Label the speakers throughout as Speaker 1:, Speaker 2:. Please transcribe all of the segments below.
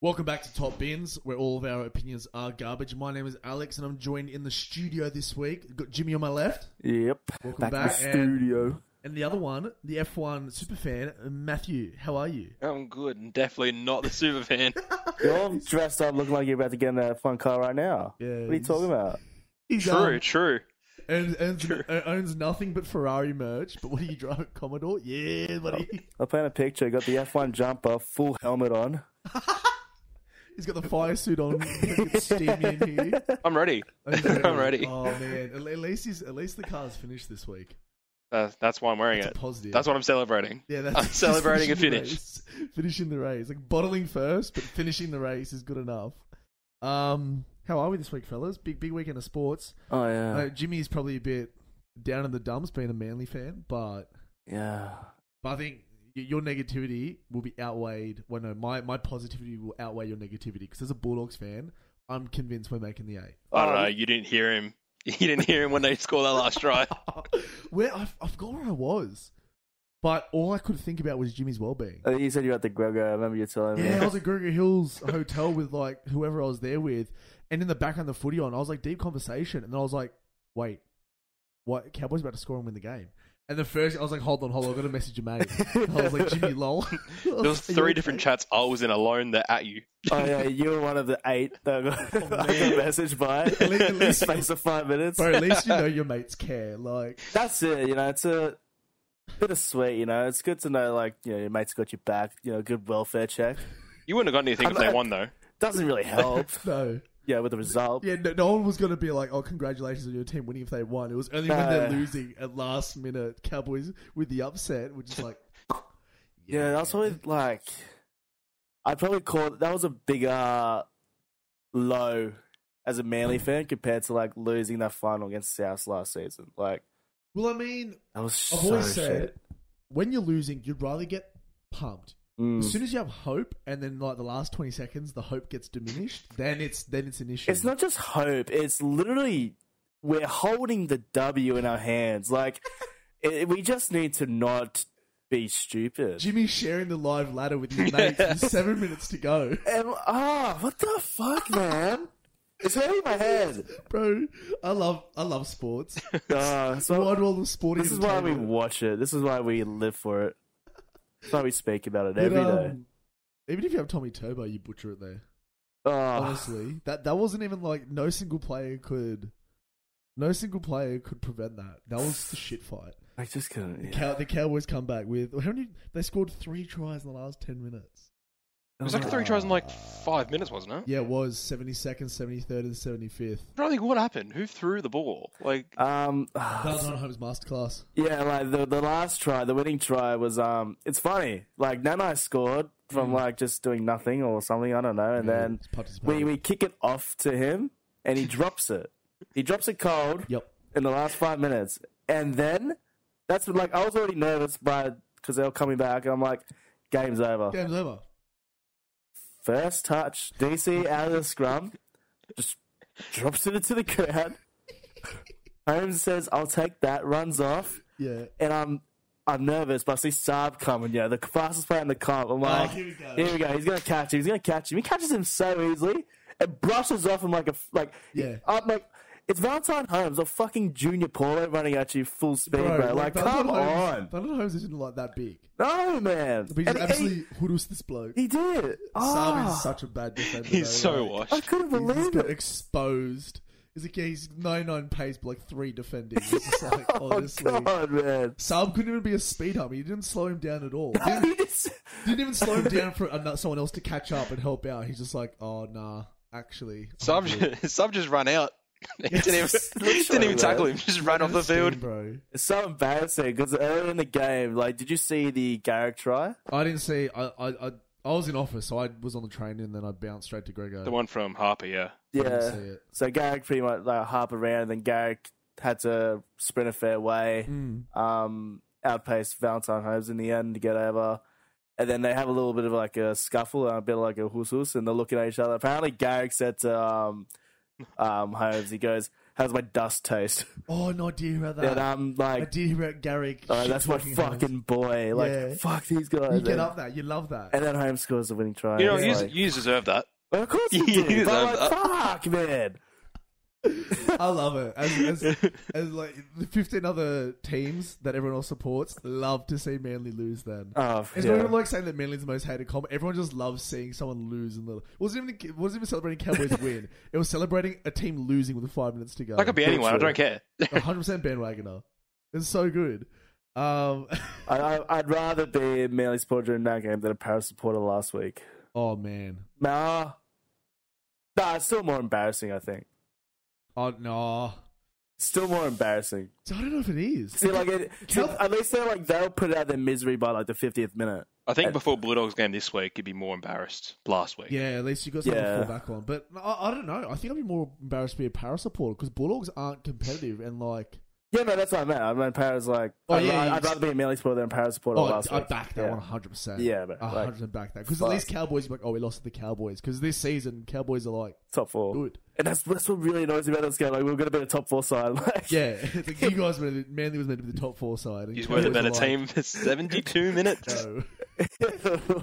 Speaker 1: Welcome back to Top Bins, where all of our opinions are garbage. My name is Alex, and I'm joined in the studio this week. Got Jimmy on my left,
Speaker 2: Yep.
Speaker 1: Welcome
Speaker 2: back,
Speaker 1: back,
Speaker 2: to the
Speaker 1: and-
Speaker 2: studio.
Speaker 1: and the other one, the F1 superfan Matthew. How are you?
Speaker 3: I'm good and definitely not the super fan.
Speaker 2: You're dressed up looking like you're about to get in a fun car right now.
Speaker 1: Yeah,
Speaker 2: what are you
Speaker 1: he's-
Speaker 2: talking about?
Speaker 1: He's
Speaker 3: true, true.
Speaker 1: Earns, earns,
Speaker 3: True.
Speaker 1: uh, owns nothing but Ferrari merch. But what do you drive, Commodore? Yeah, buddy.
Speaker 2: I plan a picture, got the F1 jumper, full helmet on.
Speaker 1: He's got the fire suit on. It's steamy in here.
Speaker 3: I'm ready. I'm ready.
Speaker 1: Oh man, at at least he's, at least the car's finished this week.
Speaker 3: Uh, that's why I'm wearing
Speaker 1: That's a
Speaker 3: it.
Speaker 1: positive.
Speaker 3: That's what I'm celebrating.
Speaker 1: Yeah, that's
Speaker 3: I'm celebrating a
Speaker 1: finishing the
Speaker 3: finish.
Speaker 1: race. Finishing the race, like bottling first, but finishing the race is good enough. Um, how are we this week, fellas? Big big weekend of sports.
Speaker 2: Oh, yeah.
Speaker 1: Uh, Jimmy's probably a bit down in the dumps, being a Manly fan, but
Speaker 2: yeah.
Speaker 1: but I think y- your negativity will be outweighed. Well, no, my my positivity will outweigh your negativity because as a Bulldogs fan, I'm convinced we're making the eight.
Speaker 3: I don't
Speaker 2: Oh,
Speaker 3: know. You didn't hear him. You didn't hear him when they scored that last try.
Speaker 1: where I've, I forgot where I was, but all I could think about was Jimmy's well being.
Speaker 2: I think Oh, you said you were at the Gregor. I remember you telling me.
Speaker 1: Yeah, I was at Gregor Hills Hotel with like whoever I was there with, and in the background the footy on. I was like deep conversation, and then I was like, "Wait, what? Cowboys about to score and win the game." And the first, I was like, "Hold on, hold on, I got to message your mate." I was like, "Jimmy, lol."
Speaker 3: There was three different chats I was in alone that at you.
Speaker 2: oh, yeah. You were one of the eight that got, I
Speaker 1: Oh, man.
Speaker 2: got messaged by.
Speaker 1: At least- at least-
Speaker 2: space of five minutes.
Speaker 1: But at least you know your mates care. Like,
Speaker 2: That's it. You know, it's a bit of sweet. You know, it's good to know, like, you know, your mate's got your back. You know, good welfare check.
Speaker 3: You wouldn't have got anything if they won though.
Speaker 2: Doesn't really help.
Speaker 1: no,
Speaker 2: yeah, with the result.
Speaker 1: yeah, no, no one was gonna be like, "Oh, congratulations on your team winning if they won." It was only when they're
Speaker 2: No.
Speaker 1: losing at last minute, Cowboys with the upset, which is like,
Speaker 2: Yeah, that's probably like I probably call that was a bigger low as a Manly fan compared to like losing that final against South last season. Like
Speaker 1: Well, I mean,
Speaker 2: that was
Speaker 1: I've
Speaker 2: so
Speaker 1: always said
Speaker 2: shit.
Speaker 1: when you're losing, you'd rather get pumped. As
Speaker 2: Mm.
Speaker 1: soon as you have hope, and then like the last twenty seconds, the hope gets diminished. Then it's then it's an issue.
Speaker 2: It's not just hope; it's literally we're holding the W in our hands. Like it, we just need to not be stupid.
Speaker 1: Jimmy sharing the live ladder with his mates with seven minutes to go,
Speaker 2: Am- ah, what the fuck, man? It's hurting my head.
Speaker 1: bro. I love I love sports.
Speaker 2: Ah, so-
Speaker 1: Wide world of sport.
Speaker 2: This is why we
Speaker 1: entertainment.
Speaker 2: watch it. This is why we live for it. That's why we speak about it
Speaker 1: But,
Speaker 2: every day.
Speaker 1: um, Even if you have Tommy Turbo, you butcher it there.
Speaker 2: Oh,
Speaker 1: Honestly, that that wasn't even like no single player could, no single player could prevent that. That was the shit fight.
Speaker 2: I just couldn't. Yeah.
Speaker 1: Cow- the Cowboys come back with how many? They scored three tries in the last ten minutes.
Speaker 3: It was like three tries in
Speaker 2: Uh,
Speaker 3: like five minutes, wasn't it?
Speaker 1: Yeah, it was seventy second, seventy third, and seventy fifth.
Speaker 3: I don't think what happened. Who threw the ball? Like
Speaker 2: Um,
Speaker 1: That was on Holmes' masterclass.
Speaker 2: yeah, like the the last try, the winning try was um. It's funny, like Nanai scored from like just doing nothing or something. I don't know, and then
Speaker 1: It's participating.
Speaker 2: we we kick it off to him, and he drops it. He drops it cold.
Speaker 1: Yep.
Speaker 2: in the last five minutes, and then that's when, like I was already nervous by because they were coming back, and I'm like, game's over.
Speaker 1: Game's over.
Speaker 2: First touch, DC out of the scrum, just drops it into the crowd. Holmes says, "I'll take that." Runs off,
Speaker 1: Yeah.
Speaker 2: and I'm I'm nervous, but I see Saab coming. Yeah, the fastest player in the comp. I'm like,
Speaker 1: Oh, here we go.
Speaker 2: Here we go. He's gonna catch him. He's gonna catch him. He catches him so easily. It brushes off him like a f- like.
Speaker 1: Yeah.
Speaker 2: I'm like, it's Valentine Holmes, a fucking junior Paulo running at you full speed, bro. Like, come on,
Speaker 1: Donald Holmes isn't like that big.
Speaker 2: no man.
Speaker 1: But he just
Speaker 2: And he-
Speaker 1: absolutely hoodles this bloke.
Speaker 2: he, did it.
Speaker 1: Saab
Speaker 2: Ah,
Speaker 1: is such a bad defender.
Speaker 3: he's
Speaker 1: though,
Speaker 3: so
Speaker 1: like,
Speaker 2: I
Speaker 3: washed.
Speaker 2: couldn't
Speaker 1: He just
Speaker 2: believe
Speaker 1: got
Speaker 2: it.
Speaker 1: exposed. He's like, yeah, he's 99 pace, but like three defending. It's just like,
Speaker 2: Oh
Speaker 1: honestly.
Speaker 2: god, man.
Speaker 1: Saab couldn't even be a speed hump. He didn't slow him down at all. Didn't,
Speaker 2: He just-
Speaker 1: didn't even slow him down for ano- someone else to catch up and help out. He's just like, oh, nah, actually. I'm
Speaker 3: Sub
Speaker 1: good."
Speaker 3: Sub just ran out. He didn't even, didn't
Speaker 2: Literally,
Speaker 3: even tackle
Speaker 2: man.
Speaker 3: him. Just ran off the
Speaker 1: Steam,
Speaker 3: field.
Speaker 1: bro.
Speaker 2: It's so embarrassing because earlier in the game, like, did you see the Garrick try?
Speaker 1: I didn't see. I, I, I, I was in office, so I was on the train and then I bounced straight to Grego.
Speaker 3: The one from Harper, yeah.
Speaker 2: Yeah.
Speaker 1: see it.
Speaker 2: So Garrick pretty much like harp around, and then Garrick had to sprint a fair way,
Speaker 1: Mm.
Speaker 2: um, outpace Valentine Holmes in the end to get over. And then they have a little bit of like a scuffle, and a bit of like a hoos hoos, and they're looking at each other. Apparently, Garrick said to um, um, Holmes, he goes, has my dust taste.
Speaker 1: Oh no, I did hear about that.
Speaker 2: And I'm
Speaker 1: I
Speaker 2: like,
Speaker 1: did hear about Gary.
Speaker 2: oh, that's my
Speaker 1: shit-talking Holmes.
Speaker 2: fucking boy. Like,
Speaker 1: Yeah.
Speaker 2: fuck these
Speaker 1: You
Speaker 2: guys.
Speaker 1: get
Speaker 2: And-
Speaker 1: up that. You love that.
Speaker 2: And then home scores the winning try.
Speaker 3: You know,
Speaker 2: It's
Speaker 3: you,
Speaker 2: like-
Speaker 3: you deserve that.
Speaker 2: Well, of course you
Speaker 3: You
Speaker 2: do. But I'm
Speaker 3: deserve
Speaker 2: like, fuck, man.
Speaker 1: I love it. As, as, as like the 15 other teams that everyone else supports love to see Manly lose then.
Speaker 2: Oh,
Speaker 1: it's
Speaker 2: yeah.
Speaker 1: not even like saying that Manly's the most hated comp. Everyone just loves seeing someone lose. And wasn't even it wasn't even celebrating Cowboys win. It was celebrating a team losing with five minutes to go.
Speaker 3: I could be anyone. I don't care.
Speaker 1: 100 percent bandwagoner. It's so good. Um,
Speaker 2: I, I, I'd rather be a Manly supporter during that game than a Paris supporter last week.
Speaker 1: oh man.
Speaker 2: Nah. Nah, it's still more embarrassing, I think.
Speaker 1: Oh no.
Speaker 2: Still more embarrassing.
Speaker 1: I don't know if it is.
Speaker 2: See, like, it, see,
Speaker 1: Cal-
Speaker 2: at least they're like, they'll put out their misery by like the 50th minute.
Speaker 3: I think before Bulldogs game this week, you'd be more embarrassed last week.
Speaker 1: Yeah, at least you got something to
Speaker 2: Yeah.
Speaker 1: fall back on. But I, I don't know. I think I'd be more embarrassed to be a Para supporter because Bulldogs aren't competitive and like.
Speaker 2: Yeah, no, that's what I meant. I meant Paris, like,
Speaker 1: Oh,
Speaker 2: I'd,
Speaker 1: yeah,
Speaker 2: ra-
Speaker 1: you
Speaker 2: I'd
Speaker 1: just-
Speaker 2: rather be a Manly supporter than a Paris supporter
Speaker 1: Oh,
Speaker 2: last
Speaker 1: I, I
Speaker 2: week.
Speaker 1: back that
Speaker 2: Yeah.
Speaker 1: one hundred percent.
Speaker 2: Yeah, but,
Speaker 1: A
Speaker 2: like-
Speaker 1: hundred percent back that because at least Cowboys are like, oh, we lost to the Cowboys because this season Cowboys are like
Speaker 2: Top four.
Speaker 1: good.
Speaker 2: And that's, that's what really annoys me about this game. Like, we were going to be a top four side. Like,
Speaker 1: Yeah, it's like you guys were Manly was meant to be the top four side. and
Speaker 3: You were the better
Speaker 1: Cowboys are like,
Speaker 3: team for 72 minutes.
Speaker 1: No.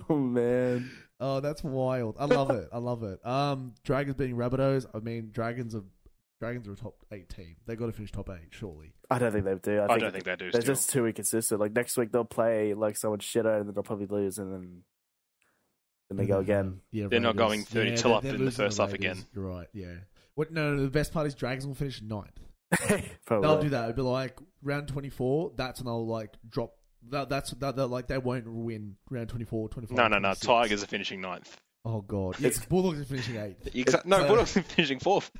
Speaker 2: oh, man.
Speaker 1: Oh, that's wild. I love it. I love it. Um, Dragons beating Rabbitohs. I mean, Dragons are Dragons are a top eight team. They got to finish top eight, surely.
Speaker 2: I don't think they do. I,
Speaker 3: I don't think they do.
Speaker 2: They're
Speaker 3: Still.
Speaker 2: just too inconsistent. Like next week they'll play like someone shit out and then they'll probably lose and then then they go again.
Speaker 1: Yeah,
Speaker 3: They're not going 30 till
Speaker 1: they're-
Speaker 3: up
Speaker 1: they're
Speaker 3: in the
Speaker 1: losing
Speaker 3: first half
Speaker 1: Raiders.
Speaker 3: again.
Speaker 1: You're right. Yeah. What? No, no. The best part is Dragons will finish ninth.
Speaker 3: Oh,
Speaker 2: probably.
Speaker 1: They'll do that. It'll be like round 24. That's when I'll like drop. That, that's that, that. Like they won't win round 24, 25.
Speaker 3: No, no, no.
Speaker 1: 26.
Speaker 3: Tigers are finishing ninth.
Speaker 1: Oh god. Yes, Bulldogs are finishing eighth.
Speaker 3: Exa- no,
Speaker 1: So-
Speaker 3: Bulldogs are finishing fourth.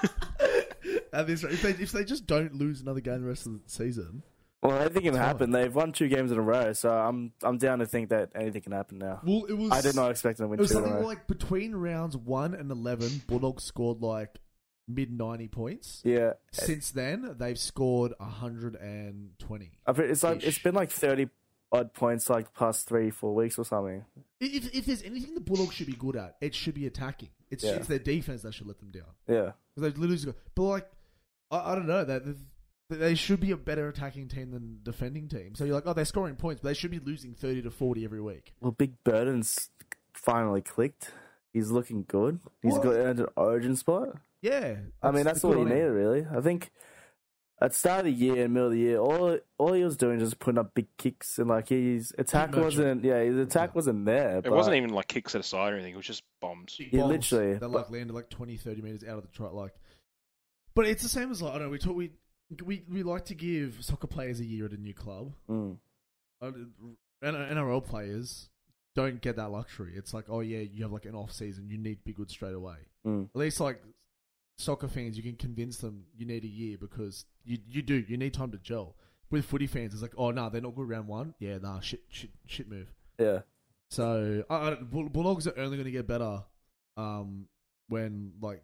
Speaker 1: At this rate, if they if they just don't lose another game the rest of the season,
Speaker 2: Well, anything can
Speaker 1: It's
Speaker 2: happen. They've won two games in a row, so I'm I'm down to think that anything can happen now.
Speaker 1: well, it was.
Speaker 2: I did not expect them to
Speaker 1: It
Speaker 2: win
Speaker 1: was
Speaker 2: two in a
Speaker 1: something
Speaker 2: row.
Speaker 1: like between rounds one and eleven, Bulldogs scored like mid ninety points.
Speaker 2: yeah,
Speaker 1: Since then, they've scored hundred and twenty.
Speaker 2: I think it's like
Speaker 1: Ish.
Speaker 2: it's been like thirty odd points like past three four weeks or something.
Speaker 1: If, if there's anything the Bulldogs should be good at, it should be attacking. It's,
Speaker 2: Yeah.
Speaker 1: it's their defense that should let them down.
Speaker 2: Yeah,
Speaker 1: Because they literally just go, but like, I, I don't know that that they should be a better attacking team than defending team. So you're like, oh, they're scoring points, but they should be losing thirty to forty every week.
Speaker 2: well, Big Burden's finally clicked. He's looking good. He's
Speaker 1: What?
Speaker 2: got earned an origin spot.
Speaker 1: Yeah,
Speaker 2: I mean, that's
Speaker 1: the
Speaker 2: all
Speaker 1: good
Speaker 2: you
Speaker 1: on
Speaker 2: needed,
Speaker 1: him.
Speaker 2: really. I think at start of the year and middle of the year, all all he was doing was just putting up big kicks and like his attack
Speaker 1: merchant.
Speaker 2: wasn't. Yeah, his attack wasn't there.
Speaker 3: It wasn't even like kicks at a side or anything. It was just bombs.
Speaker 1: big
Speaker 2: Yeah,
Speaker 1: balls
Speaker 2: literally,
Speaker 1: that
Speaker 2: but-
Speaker 1: like landed like 20, 30 meters out of the try. Like, but it's the same as like I don't know. We talk we we we like to give soccer players a year at a new club.
Speaker 2: even.
Speaker 1: Uh, N- NRL players don't get that luxury. It's like, oh yeah, you have like an off season. You need to be good straight away.
Speaker 2: Mm.
Speaker 1: At least like soccer fans, you can convince them you need a year because you you do you need time to gel. With footy fans, it's like, oh no, they're not good round one. Yeah, nah, shit, shit, shit move.
Speaker 2: Yeah,
Speaker 1: So I, I don't- Bull- Bulldogs are only going to get better um, when like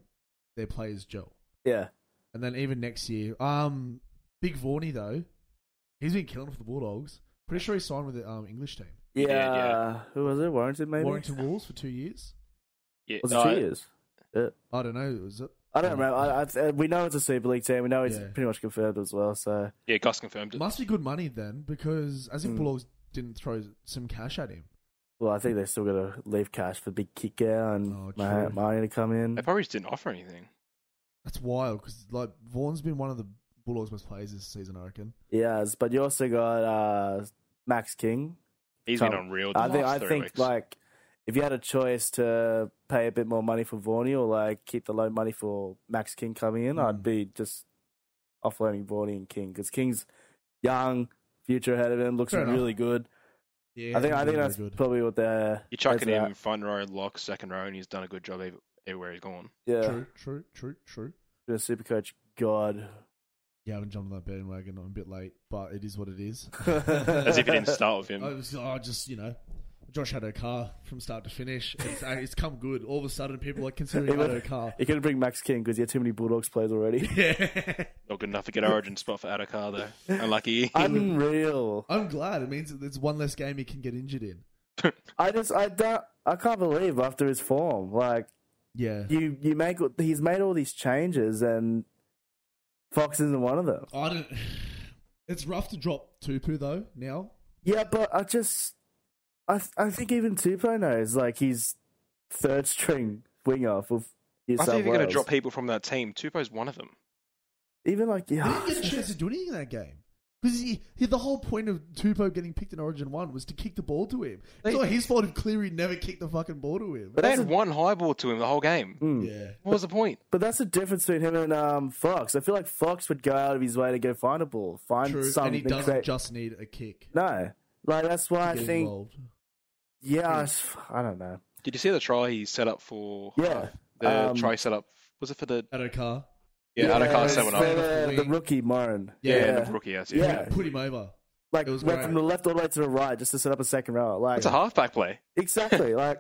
Speaker 1: their players gel,
Speaker 2: yeah.
Speaker 1: and then even next year. Um, Big Vorney though, he's been killing for the Bulldogs. Pretty sure he signed with the um, English team,
Speaker 2: Yeah,
Speaker 3: yeah.
Speaker 2: who was it? Warrington, maybe.
Speaker 1: Warrington Wolves, for two years.
Speaker 3: Yeah,
Speaker 2: Was it
Speaker 3: uh,
Speaker 2: two years? Yeah.
Speaker 1: I don't know, was it?
Speaker 2: I don't remember. I, I, th- we know it's a Super League team. We know it's
Speaker 1: Yeah.
Speaker 2: pretty much confirmed as well. So
Speaker 3: yeah, Gus confirmed it.
Speaker 1: Must be good money then, because as if
Speaker 2: Mm.
Speaker 1: Bulldogs didn't throw some cash at him.
Speaker 2: well, I think they're still gonna leave cash for big kick out and
Speaker 1: Oh,
Speaker 2: Ma-
Speaker 1: true.
Speaker 2: Marnie to come in.
Speaker 3: They probably just didn't offer anything.
Speaker 1: That's wild because like Vaughn's been one of the Bulldogs' best players this season, I reckon.
Speaker 2: Yes, but you also got uh, Max King.
Speaker 3: He's
Speaker 2: So,
Speaker 3: been unreal. The
Speaker 2: I think I
Speaker 3: last three
Speaker 2: think
Speaker 3: weeks.
Speaker 2: like if you had a choice to pay a bit more money for Vorney or like keep the low money for Max King coming in,
Speaker 1: Mm.
Speaker 2: I'd be just offloading Vorney and King because King's young, future ahead of him, looks
Speaker 1: Fair enough.
Speaker 2: really good.
Speaker 1: Yeah,
Speaker 2: I think I think that's
Speaker 1: good.
Speaker 2: probably what they're
Speaker 3: You're chucking
Speaker 2: that's
Speaker 3: him
Speaker 2: at.
Speaker 3: in front row, lock, second row, and he's done a good job ev- everywhere he's gone.
Speaker 2: Yeah,
Speaker 1: True, true, true, true.
Speaker 2: the super coach god.
Speaker 1: Yeah, I haven't jumped on that bandwagon. I'm a bit late, but it is what it is.
Speaker 3: As if you didn't start with
Speaker 1: I
Speaker 3: him.
Speaker 1: was, oh, just you know, Josh had car from start to finish. It's, uh, it's come good. All of a sudden, people are considering
Speaker 2: Even-
Speaker 1: Ado car.
Speaker 2: You couldn't bring Max King because you had too many Bulldogs players already.
Speaker 1: Yeah,
Speaker 3: Not good enough to get Origin spot for Adakar though. Unlucky.
Speaker 2: Unreal.
Speaker 1: I'm glad. It means that there's one less game he can get injured in.
Speaker 2: I just I don't I can't believe after his form like.
Speaker 1: Yeah,
Speaker 2: you you make he's made all these changes and Fox isn't one of them.
Speaker 1: I don't. It's rough to drop Tupu though now.
Speaker 2: Yeah, but I just, I th- I think even Tupou knows like he's third string winger for New
Speaker 3: I
Speaker 2: South
Speaker 3: think they're going to
Speaker 2: Wales.
Speaker 3: drop people from that team. Tupo's one of them.
Speaker 2: Even like yeah,
Speaker 1: He didn't get a chance to do anything in that game because he, he, the whole point of Tupo getting picked in Origin One was to kick the ball to him. it's
Speaker 3: They-
Speaker 1: not his fault if Cleary never kicked the fucking ball to him.
Speaker 2: But
Speaker 3: they
Speaker 2: that's
Speaker 3: had
Speaker 2: a-
Speaker 3: one high ball to him the whole game.
Speaker 2: Mm.
Speaker 1: yeah,
Speaker 3: What was the point?
Speaker 2: But that's the difference between him and um, Fox. I feel like Fox would go out of his way to go find a ball, find
Speaker 1: true.
Speaker 2: something.
Speaker 1: And he doesn't
Speaker 2: create-
Speaker 1: just need a kick.
Speaker 2: no, like that's
Speaker 1: to
Speaker 2: why I
Speaker 1: get
Speaker 2: think.
Speaker 1: involved.
Speaker 2: Yeah, I s- I don't know.
Speaker 3: Did you see the try he set up for?
Speaker 2: Yeah,
Speaker 3: the
Speaker 2: um,
Speaker 3: try set up was it for the
Speaker 1: At a car,
Speaker 3: yeah, I don't
Speaker 1: Yeah,
Speaker 3: can't
Speaker 1: it's
Speaker 3: set one up.
Speaker 1: fair.
Speaker 3: Yeah,
Speaker 2: The,
Speaker 1: Wing.
Speaker 2: the rookie Morin.
Speaker 3: the rookie. That's, yeah.
Speaker 2: Yeah.
Speaker 1: put him over.
Speaker 2: like
Speaker 1: It was
Speaker 2: went
Speaker 1: great.
Speaker 2: from the left all the way to the right just to set up a second row. Like
Speaker 3: that's a halfback play.
Speaker 2: exactly. like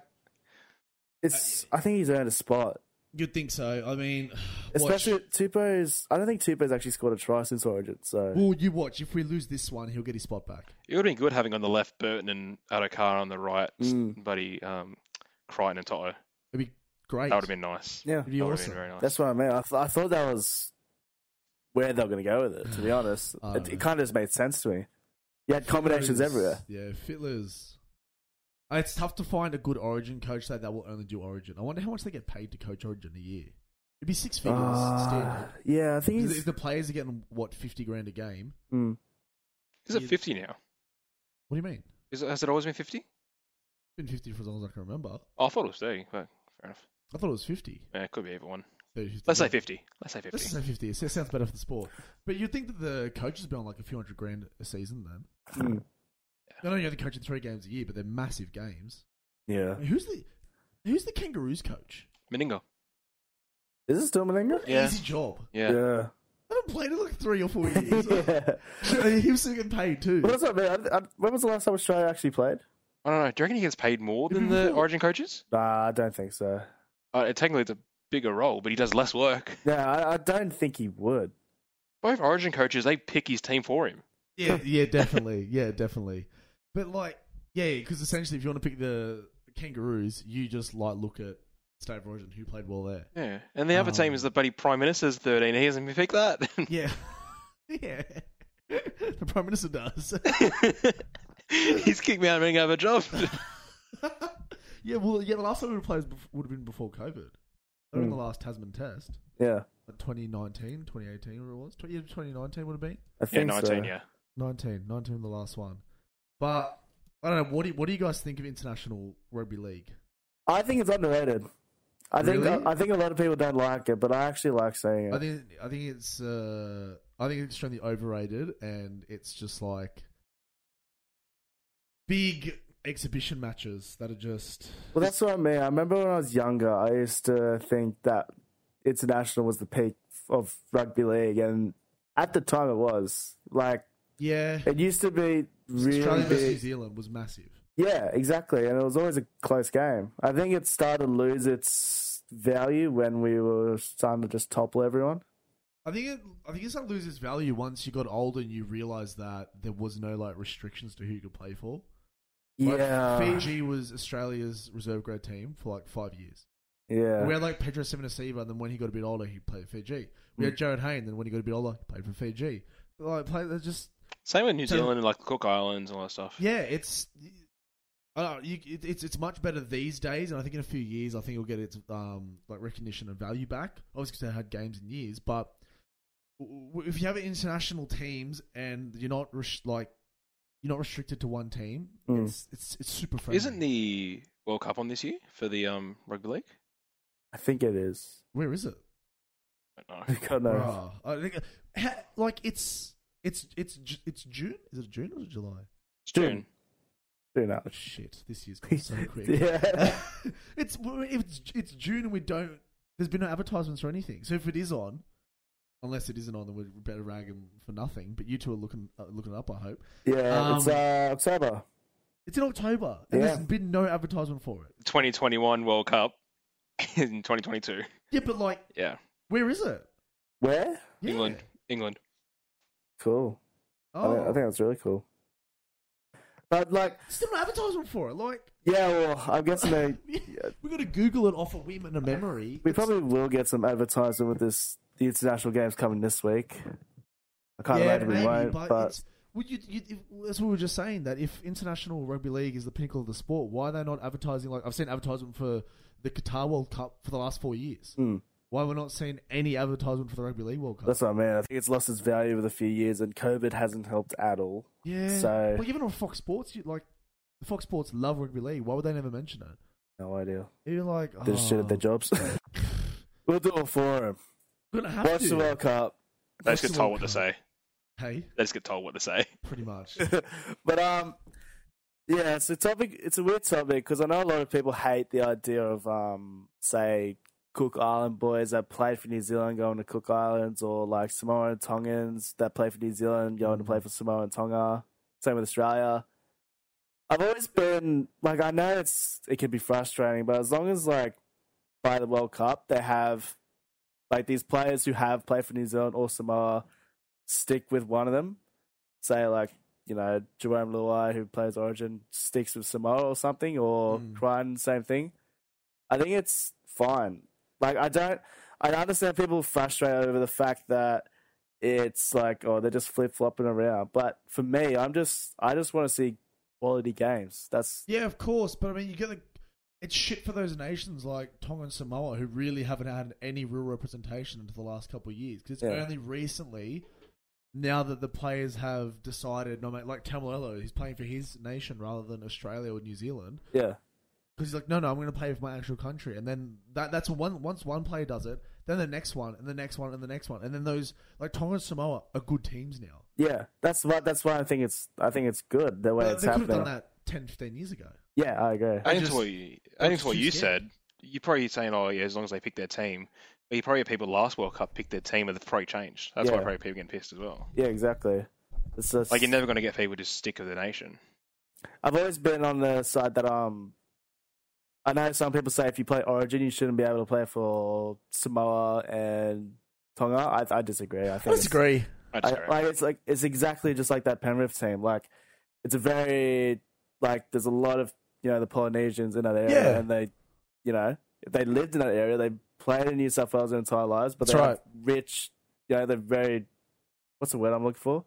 Speaker 2: it's. I think he's earned a spot,
Speaker 1: You'd think so. I mean,
Speaker 2: especially Tupo's. I don't think Tupo's actually scored a try since Origin. So
Speaker 1: Well, you watch. If we lose this one, he'll get his spot back.
Speaker 3: It would have been good having on the left Burton and Adokar on the right,
Speaker 2: Mm.
Speaker 3: buddy um, Crichton and Toto.
Speaker 1: It'd be great.
Speaker 3: That would have been nice.
Speaker 2: yeah,
Speaker 1: It'd be
Speaker 3: That would have
Speaker 1: awesome.
Speaker 3: been very nice.
Speaker 2: that's what I mean. I, th- I thought that was where they were going to go with it. To be honest,
Speaker 1: I
Speaker 2: it,
Speaker 1: don't
Speaker 2: it
Speaker 1: know.
Speaker 2: kind of just made sense to me. You had combinations
Speaker 1: Fitlers.
Speaker 2: everywhere.
Speaker 1: Yeah, fitlers. Uh, It's tough to find a good Origin coach that that will only do Origin. I wonder how much they get paid to coach Origin a year. It'd be six figures
Speaker 2: Ah,
Speaker 1: standard.
Speaker 2: yeah, I think
Speaker 1: Because if
Speaker 2: he's.
Speaker 1: the players are getting what fifty grand a game,
Speaker 2: Mm.
Speaker 3: Is it fifty now?
Speaker 1: what do you mean?
Speaker 3: Is it, has it always been fifty?
Speaker 1: It's been fifty for as long as I can remember.
Speaker 3: Oh, I thought it was thirty. But fair enough.
Speaker 1: I thought it was fifty.
Speaker 3: Yeah, it could be either one.
Speaker 1: 30, 50.
Speaker 3: Let's say fifty. Let's say
Speaker 1: Let's
Speaker 3: fifty.
Speaker 1: say fifty. It sounds better for the sport. But you'd think that the coaches be on like a few hundred grand a season then.
Speaker 2: mm,
Speaker 1: Not only are they coaching three games a year, but they're massive games.
Speaker 2: yeah,
Speaker 1: I mean, who's the who's the Kangaroos coach?
Speaker 3: Meningo.
Speaker 2: is it still Malenga?
Speaker 3: Yeah.
Speaker 1: Easy job.
Speaker 3: Yeah.
Speaker 2: yeah.
Speaker 1: I haven't played in like three or four years.
Speaker 2: yeah.
Speaker 1: he was still getting paid too.
Speaker 2: Well, that's what I mean. I, I, when was the last time Australia actually played?
Speaker 3: I don't know. Do you reckon he gets paid more
Speaker 1: It'd
Speaker 3: than
Speaker 1: be
Speaker 3: the
Speaker 1: more.
Speaker 3: Origin coaches?
Speaker 2: Nah, I don't think so.
Speaker 3: Uh, technically, it's a bigger role, but he does less work.
Speaker 2: No, I, I don't think he would.
Speaker 3: Both Origin coaches, they pick his team for him.
Speaker 1: Yeah, yeah, definitely. Yeah, definitely. But like, yeah, because essentially, if you want to pick the Kangaroos, you just like look at State of Origin, who played well there.
Speaker 3: Yeah, Oh. and the other team
Speaker 1: Um,
Speaker 3: is the buddy Prime Minister's 13. He hasn't picked that.
Speaker 1: Yeah, yeah. The Prime Minister does.
Speaker 3: He's kicked me out of being out of a job.
Speaker 1: yeah, well, yeah. The last time we played was bef- would have been before COVID. They were in
Speaker 2: Hmm.
Speaker 1: the last Tasman Test,
Speaker 2: Yeah,
Speaker 1: like 2019, 2018, whatever it was. 20, yeah, 2019 would have been.
Speaker 2: I
Speaker 3: yeah,
Speaker 2: think
Speaker 3: 19,
Speaker 2: so.
Speaker 3: yeah.
Speaker 1: 19, 19 the last one. But I don't know. What do you, what do you guys think of international rugby league?
Speaker 2: I think it's underrated. I think
Speaker 1: Really?
Speaker 2: I, think a lot of people don't like it, but I actually like saying it.
Speaker 1: I think I think it's uh, I think it's extremely overrated, and it's just like big exhibition matches that are just
Speaker 2: well, that's what I mean. I remember when I was younger, I used to think that international was the peak of rugby league, and at the time it was like
Speaker 1: yeah.
Speaker 2: it used to be really
Speaker 1: Australia versus New
Speaker 2: big.
Speaker 1: Zealand was massive.
Speaker 2: Yeah, exactly. And it was always a close game. I think it started to lose its value when we were starting to just topple everyone.
Speaker 1: I think it, I think it's not lose its value once you got older and you realized that there was no like restrictions to who you could play for. Like,
Speaker 2: Yeah.
Speaker 1: Fiji was Australia's reserve grade team for like five years.
Speaker 2: Yeah.
Speaker 1: We had like Pedro Semenasiva, and then when he got a bit older, he played for Fiji. We
Speaker 2: Mm.
Speaker 1: had Jared Hayne, then when he got a bit older, he played for Fiji. Like, play, they're just
Speaker 3: Same with New
Speaker 1: So-
Speaker 3: Zealand and like Cook Islands and all that stuff.
Speaker 1: yeah, it's. I don't know, you, it, it's it's much better these days, and I think in a few years, I think it'll get its um like recognition and value back. Obviously, 'cause they had games in years, but w- w- if you have international teams and you're not res- like you're not restricted to one team,
Speaker 2: Mm.
Speaker 1: it's it's it's super friendly.
Speaker 3: Isn't the World Cup on this year for the um, rugby league?
Speaker 2: I think it is.
Speaker 1: where is it?
Speaker 3: I don't know.
Speaker 2: God knows.
Speaker 1: Bruh, I think, ha, like it's it's it's Ju- it's June. Is it June or July?
Speaker 3: It's
Speaker 2: June.
Speaker 3: June.
Speaker 2: Do not.
Speaker 1: Oh, shit, this year's gone so quick.
Speaker 2: yeah.
Speaker 1: it's it's it's June and we don't. There's been no advertisements or anything. So if it is on, unless it isn't on, then we're better rag 'em for nothing. But you two are looking uh, looking it up. I hope
Speaker 2: Yeah. it's
Speaker 1: Um,
Speaker 2: uh, October.
Speaker 1: it's in October and
Speaker 2: Yeah.
Speaker 1: there's been no advertisement for it.
Speaker 3: 2021 World Cup in 2022.
Speaker 1: Yeah, but like,
Speaker 3: Yeah.
Speaker 1: where is it?
Speaker 2: Where?
Speaker 1: Yeah.
Speaker 3: England. England.
Speaker 2: Cool. I,
Speaker 1: Oh,
Speaker 2: think, I think that's really cool. But, like,
Speaker 1: still no advertisement for it. Like,
Speaker 2: yeah, well, I'm guessing they.
Speaker 1: we got to Google it off a whim and a memory.
Speaker 2: We probably will get some advertisement with this the international games coming this week. I can't imagine we won't, but,
Speaker 4: it's- would you, you, if, that's what we were just saying. That if international rugby league is the pinnacle of the sport, why are they not advertising? Like I've seen advertisement for the Qatar World Cup for the last four years.
Speaker 2: Hmm.
Speaker 4: Why we're not seeing any advertisement for the Rugby League World Cup?
Speaker 2: that's what I mean. I think it's lost its value with a few years, and COVID hasn't helped at all.
Speaker 4: yeah.
Speaker 2: so-
Speaker 4: like even on Fox Sports, you, like Fox Sports love rugby league. Why would they never mention it?
Speaker 2: No idea.
Speaker 4: Even like
Speaker 2: They just shit
Speaker 4: oh,
Speaker 2: at their jobs. we'll do a forum.
Speaker 4: we're gonna have
Speaker 2: Watch
Speaker 4: to.
Speaker 2: the World Cup.
Speaker 3: They
Speaker 4: Watch
Speaker 3: just get
Speaker 4: the
Speaker 3: told
Speaker 4: World
Speaker 3: what to
Speaker 4: Cup.
Speaker 3: say.
Speaker 4: Hey,
Speaker 3: They just get told what to say.
Speaker 4: pretty much.
Speaker 2: but um, yeah, it's a topic. It's a weird topic because I know a lot of people hate the idea of um, say Cook Island boys that play for New Zealand going to Cook Islands, or like Samoa and Tongans that play for New Zealand going to play for Samoa and Tonga. Same with Australia. I've always been like, I know it's it can be frustrating, but as long as like by the World Cup they have like these players who have played for New Zealand or Samoa stick with one of them. Say like you know, Jerome Luai, who plays Origin, sticks with Samoa or something, or
Speaker 4: Mm.
Speaker 2: Ryan, same thing. I think it's fine. Like, I don't, I understand people frustrated over the fact that it's like, oh, they're just flip flopping around. But for me, I'm just, I just want to see quality games. That's,
Speaker 4: Yeah, of course, but I mean, you get the it's shit for those nations like Tonga and Samoa who really haven't had any real representation until the last couple of years because it's
Speaker 2: Yeah.
Speaker 4: only recently now that the players have decided, no mate, like Tamalolo, he's playing for his nation rather than Australia or New Zealand
Speaker 2: yeah.
Speaker 4: because he's like, no, no, I'm going to play for my actual country, and then that that's one once one player does it, then the next one, and the next one, and the next one, and then those like Tonga and Samoa are good teams now.
Speaker 2: Yeah. That's why, that's why I think it's, I think it's good the way
Speaker 4: They-
Speaker 2: it's
Speaker 4: they could have done
Speaker 2: happening.
Speaker 4: that 10, 15 years ago.
Speaker 2: Yeah, I agree.
Speaker 4: I
Speaker 3: I think
Speaker 4: just-
Speaker 3: to what you,
Speaker 4: I
Speaker 3: I think
Speaker 4: was
Speaker 3: to what
Speaker 4: too
Speaker 3: you
Speaker 4: scared.
Speaker 3: said. You're probably saying, "Oh yeah, as long as they pick their team." But you probably had people last World Cup pick their team, and they've probably changed. That's why
Speaker 2: Yeah.
Speaker 3: probably people getting pissed as well.
Speaker 2: Yeah, exactly. It's just,
Speaker 3: Like you're never going to get people to stick with the nation.
Speaker 2: I've always been on the side that um, I know some people say if you play Origin, you shouldn't be able to play for Samoa and Tonga. I, I disagree. I think it's-
Speaker 3: I
Speaker 2: I,
Speaker 3: just don't-
Speaker 2: like it's like it's exactly just like that Penrith team. Like it's a very like there's a lot of you know the Polynesians in that area,
Speaker 4: Yeah.
Speaker 2: and they you know if they lived in that area, they played in New South Wales their entire lives, but
Speaker 4: That's
Speaker 2: they're rich. You know they're very what's the word I'm looking for?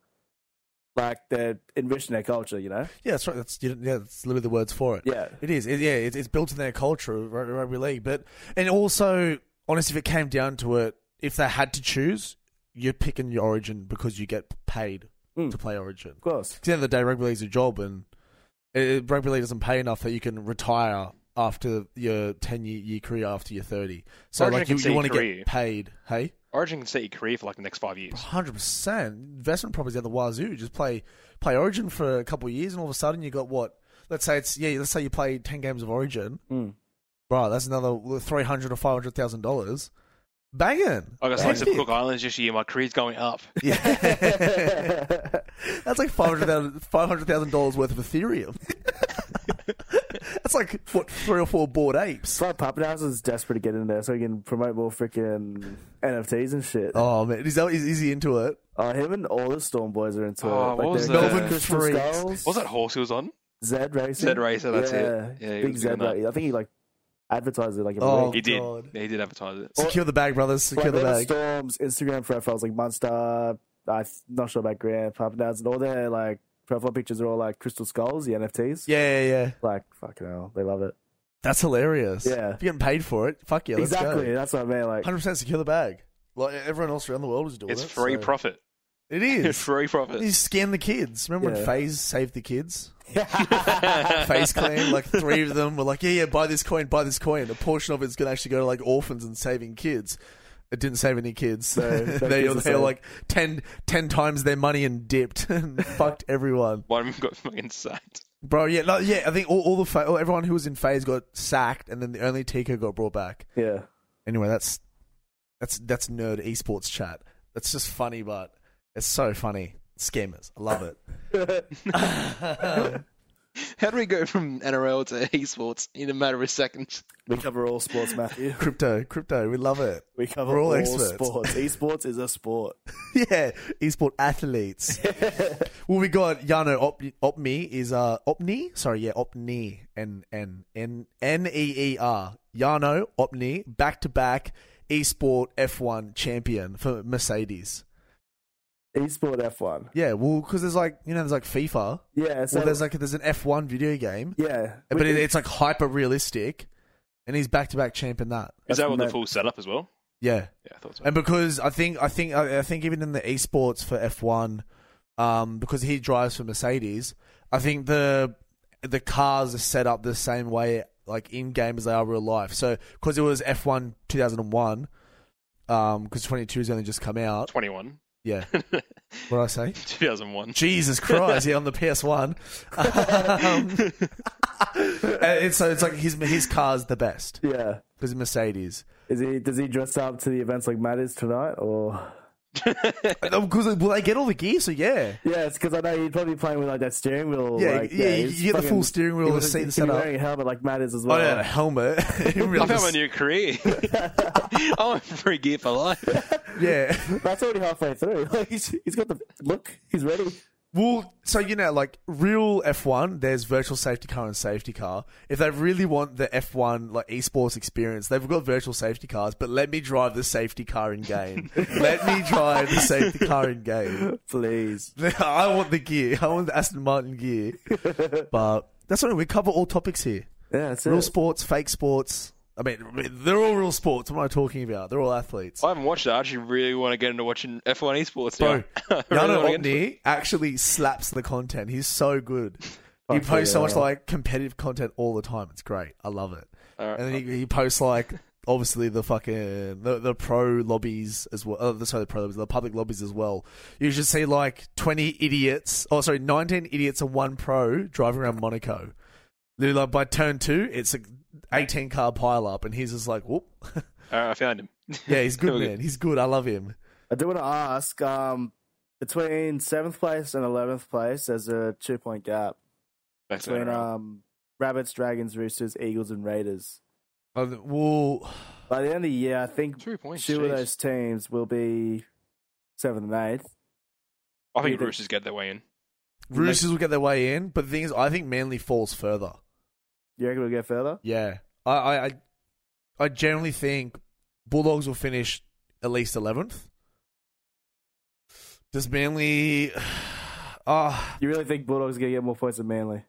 Speaker 2: Like they're enriching their culture. You know,
Speaker 1: Yeah, that's right. That's you- yeah, that's literally the words for it.
Speaker 2: yeah.
Speaker 1: It is. It, yeah, it's, it's built in their culture, of rug- rugby league. But and also, honestly, if it came down to it, if they had to choose, you're picking your origin because you get paid
Speaker 3: Hmm.
Speaker 2: Mm.
Speaker 1: to play origin.
Speaker 2: Of course.
Speaker 1: At the end of the day, rugby league's a job, and uh rugby league doesn't pay enough that you can retire after your ten year, year career after you're thirty. So
Speaker 3: Origin
Speaker 1: like
Speaker 3: can
Speaker 1: you,
Speaker 3: see
Speaker 1: you want to
Speaker 3: career.
Speaker 1: get paid, hey?
Speaker 3: Origin can set your career for like the next five years.
Speaker 1: Hundred percent investment properties at the wazoo. Just play play Origin for a couple of years, and all of a sudden you got what? Let's say it's yeah. Let's say you play ten games of Origin,
Speaker 2: Mm.
Speaker 1: bro. That's another three hundred or five hundred thousand dollars. Banging.
Speaker 3: Like I said,
Speaker 1: Hectic.
Speaker 3: to Cook Islands this year, my career's going up.
Speaker 1: Yeah. That's like five hundred thousand dollars worth of Ethereum. That's like what three or four bored apes.
Speaker 2: Sly Puppet House is desperate to get in there so he can promote more freaking NFTs and shit. Oh.
Speaker 1: Oh man, is, that, is, is he into it?
Speaker 2: Uh, him and all the Storm Boys are into
Speaker 3: Oh,
Speaker 2: it.
Speaker 3: what was
Speaker 2: they're
Speaker 3: that?
Speaker 2: Melbourne
Speaker 3: Melbourne
Speaker 2: Crystal
Speaker 1: Freaks.
Speaker 2: Skulls,
Speaker 3: What was that horse he was on?
Speaker 2: Zed Racing.
Speaker 3: Zed Racer, that's it. Yeah, he
Speaker 2: Big
Speaker 3: was
Speaker 2: Zed
Speaker 3: doing that.
Speaker 2: Racer. I think he like advertised it like every
Speaker 1: Oh,
Speaker 2: week.
Speaker 3: He did.
Speaker 1: God. Oh,
Speaker 3: Yeah, he did advertise it.
Speaker 1: Secure the bag, brothers. Secure
Speaker 2: Like,
Speaker 1: the
Speaker 2: all
Speaker 1: bag.
Speaker 2: Storm's Instagram profiles like Monster. I'm not sure about Grand Puppet House and all their like profile pictures are all like Crystal Skulls, the NFTs.
Speaker 1: Yeah, yeah, yeah.
Speaker 2: Like fucking hell, they love it.
Speaker 1: That's hilarious.
Speaker 2: Yeah.
Speaker 1: If you're getting paid for it, fuck yeah, let's
Speaker 2: exactly,
Speaker 1: go.
Speaker 2: that's what I mean. Like,
Speaker 1: Hundred percent secure the bag. Like everyone else around the world is doing
Speaker 3: It's
Speaker 1: it,
Speaker 3: free
Speaker 1: so-
Speaker 3: profit.
Speaker 1: It
Speaker 3: It's
Speaker 1: is.
Speaker 3: free
Speaker 1: you
Speaker 3: profit.
Speaker 1: scam the kids. Remember
Speaker 2: Yeah.
Speaker 1: when FaZe saved the kids? FaZe Clan, like three of them were like, yeah, yeah, buy this coin, buy this coin. A portion of it's going to actually go to like orphans and saving kids. It didn't save any kids. So
Speaker 2: No, no
Speaker 1: they
Speaker 2: kids are
Speaker 1: they were
Speaker 2: saved.
Speaker 1: like 10, 10 times their money and dipped and fucked everyone.
Speaker 3: One of them got fucking sacked.
Speaker 1: Bro, yeah, no, yeah. I think all, all the fa- all, everyone who was in phase got sacked, and then the only Tico got brought back.
Speaker 2: yeah.
Speaker 1: Anyway, that's that's that's nerd esports chat. That's just funny, but it's so funny. Scammers, I love it. Um,
Speaker 3: How do we go from NRL to esports in a matter of seconds?
Speaker 2: We cover all sports, Matthew.
Speaker 1: crypto, crypto, we love it.
Speaker 2: We cover
Speaker 1: We're all
Speaker 2: all,
Speaker 1: experts.
Speaker 2: sports. Esports is a sport.
Speaker 1: yeah, esport athletes. well, we got Yano Op- Opni is uh Opni. Sorry, yeah, Opni and and N N E E R. Yano Opni back to back esport F1 champion for Mercedes.
Speaker 2: Esport F1.
Speaker 1: Yeah, well, because there's like you know there's like FIFA.
Speaker 2: Yeah, so
Speaker 1: well, there's like there's an F1 video game,
Speaker 2: yeah,
Speaker 1: but it, it's like hyper realistic, and he's back to back champ in that.
Speaker 3: Is
Speaker 2: That's
Speaker 3: that with the
Speaker 2: mad.
Speaker 3: full setup as well?
Speaker 1: Yeah,
Speaker 3: Yeah, I thought so.
Speaker 1: and because I think I think I I think even in the esports for F1, um, because he drives for Mercedes, I think the the cars are set up the same way like in game as they are real life. So because it was F1 2001, um, because 22 has only just come out.
Speaker 3: 21.
Speaker 1: Yeah, what did I say?
Speaker 3: 2001.
Speaker 1: Jesus Christ! Yeah, on the PS1. Um, and it's, so it's like his his car's the best
Speaker 2: yeah.
Speaker 1: because Mercedes.
Speaker 2: Is he? Does he dress up to the events like Matt is tonight? Or
Speaker 1: Because well, they get all the gear, so yeah.
Speaker 2: yeah, it's because I know he'd probably be playing with like that steering wheel.
Speaker 1: Yeah,
Speaker 2: like,
Speaker 1: yeah, you-
Speaker 2: he's
Speaker 1: you get the full
Speaker 2: fucking-
Speaker 1: steering wheel,
Speaker 2: he
Speaker 1: the
Speaker 2: was-
Speaker 1: seat
Speaker 2: he'd be
Speaker 1: set up.
Speaker 2: Wearing a helmet like Matt is as
Speaker 1: Oh
Speaker 2: well.
Speaker 1: yeah, the helmet. Really
Speaker 3: I've had my
Speaker 1: just-
Speaker 3: new career. I'm a free gear for life.
Speaker 1: yeah.
Speaker 2: That's already halfway through. Like he's, he's got the look. He's ready.
Speaker 1: Well, so you know, like real F1, there's virtual safety car and safety car. If they really want the F1 like esports experience, they've got virtual safety cars. But let me drive the safety car in game. let me drive the safety car in game.
Speaker 2: Please.
Speaker 1: I want the gear. I want the Aston Martin gear. but that's what we cover all topics here:
Speaker 2: Yeah, that's
Speaker 1: real
Speaker 2: it.
Speaker 1: sports, fake sports. I mean, they're all real sports. What am I talking about? They're all athletes.
Speaker 3: I haven't watched it. I actually really want to get into watching F1 esports.
Speaker 1: Bro,
Speaker 3: now. I really
Speaker 1: Yano
Speaker 3: wanna get into it.
Speaker 1: Omni actually slaps the content. He's so good. He
Speaker 2: Fuck
Speaker 1: posts so
Speaker 2: yeah.
Speaker 1: much like competitive content all the time. It's great. I love it.
Speaker 3: All right.
Speaker 1: And then he, he posts like obviously the fucking the, the pro lobbies as well. Oh, sorry, the pro lobbies, the public lobbies as well. You should see like twenty idiots. Oh, sorry, nineteen idiots and one pro driving around Monaco. Literally, like by turn two, it's a eighteen car pile up, and he's just like, whoop.
Speaker 3: All right, I found him.
Speaker 1: yeah, he's good,
Speaker 3: Okay.
Speaker 1: man. He's good. I love him.
Speaker 2: I do want to ask. Um, between seventh place and eleventh place, there's a two point gap
Speaker 3: Back to
Speaker 2: between
Speaker 3: that.
Speaker 1: uh,
Speaker 2: um rabbits, dragons, roosters, eagles, and raiders.
Speaker 1: Um, well,
Speaker 2: By the end of the year, I think
Speaker 3: Two points.
Speaker 2: two
Speaker 3: jeez.
Speaker 2: of those teams will be seventh and eighth.
Speaker 3: I think
Speaker 2: Yeah.
Speaker 3: Roosters get their way in.
Speaker 1: Roosters will get their way in, but the thing is, I think Manly falls further.
Speaker 2: You reckon we'll go further?
Speaker 1: Yeah, I, I, I, I generally think Bulldogs will finish at least eleventh. Does Manly? Ah,
Speaker 2: You really think Bulldogs are gonna get more points than Manly?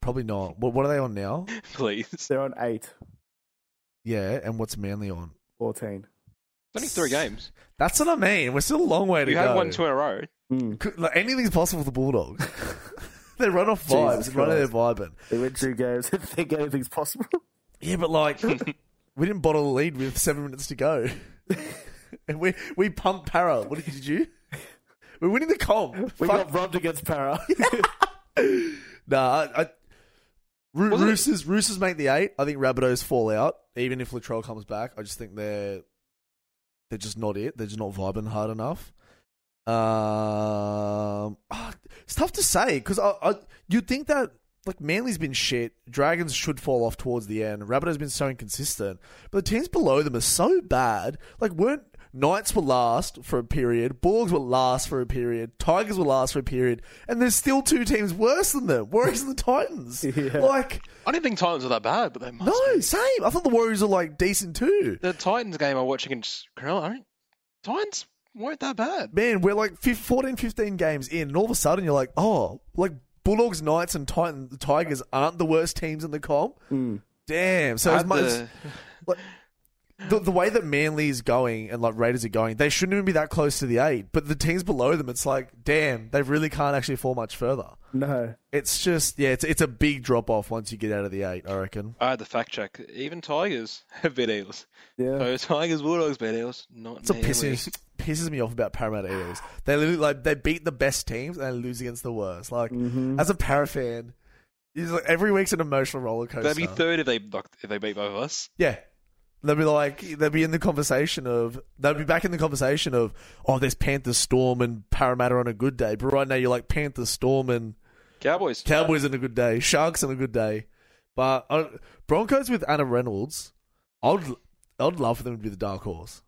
Speaker 1: probably not. What, what are they on now?
Speaker 3: Please. It's
Speaker 2: They're on eight,
Speaker 1: Yeah, and what's Manly on?
Speaker 2: fourteen.
Speaker 3: only three games.
Speaker 1: That's what I mean. We're still a long way to
Speaker 3: You
Speaker 1: go.
Speaker 3: had one two in a row.
Speaker 2: Mm.
Speaker 1: Could- like, anything's possible for the Bulldogs. they run off vibes.
Speaker 2: Jesus
Speaker 1: run their
Speaker 2: Christ.
Speaker 1: vibing.
Speaker 2: They win two games. I think anything's possible.
Speaker 1: Yeah, but like, we didn't bottle the lead with seven minutes to go, and we we pumped Para. What did, did you? We're winning the comp.
Speaker 2: We
Speaker 1: Fuck
Speaker 2: got robbed against Para.
Speaker 1: Nah, I, I, Ro-
Speaker 3: Wasn't it-
Speaker 1: Roosters Roosters make the eight. I think Rabbitohs fall out. Even if Latrell comes back, I just think they're they're just not it. They're just not vibing hard enough. Um, ah, it's tough to say because I, I you'd think that like Manly's been shit. Dragons should fall off towards the end. Rabbitohs been so inconsistent, but the teams below them are so bad. Like weren't. Knights were last for a period. Bulldogs were last for a period. Tigers were last for a period. And there's still two teams worse than them Warriors and the Titans.
Speaker 2: Yeah.
Speaker 1: Like,
Speaker 3: I didn't think Titans were that bad, but they must.
Speaker 1: no,
Speaker 3: be.
Speaker 1: same. I thought the Warriors were like decent too.
Speaker 3: The Titans game I watched against Cronulla, I don't- Titans weren't that bad.
Speaker 1: man, we're like fif- 14, 15 games in, and all of a sudden you're like, oh, like Bulldogs, Knights, and Titan, Tigers aren't the worst teams in the comp.
Speaker 2: Mm.
Speaker 1: Damn. So as
Speaker 3: Had
Speaker 1: much
Speaker 3: the-
Speaker 1: the, the way that Manly is going and like Raiders are going, they shouldn't even be that close to the eight. But the teams below them, it's like, damn, they really can't actually fall much further.
Speaker 2: No.
Speaker 1: It's just, yeah, it's it's a big drop off once you get out of the eight. I reckon.
Speaker 3: I had the fact check. Even Tigers have beat Eels.
Speaker 2: Yeah.
Speaker 3: So Tigers, Bulldogs beat Eels. Not
Speaker 1: It's what
Speaker 3: nearly.
Speaker 1: pisses pisses me off about Parramatta Eels. They literally like they beat the best teams and they lose against the worst. Like
Speaker 2: Mhm.
Speaker 1: as a para fan, it's like every week's an emotional roller coaster.
Speaker 3: They'd be third if they knocked- if they beat both of us.
Speaker 1: yeah. They'll be like they'll be in the conversation of they'll be back in the conversation of oh there's Panthers Storm and Parramatta on a good day, but right now you're like Panthers Storm and
Speaker 3: Cowboys.
Speaker 1: Cowboys on a good day, Sharks on a good day, but uh, Broncos with Anna Reynolds, I'd I'd love for them to be the dark horse.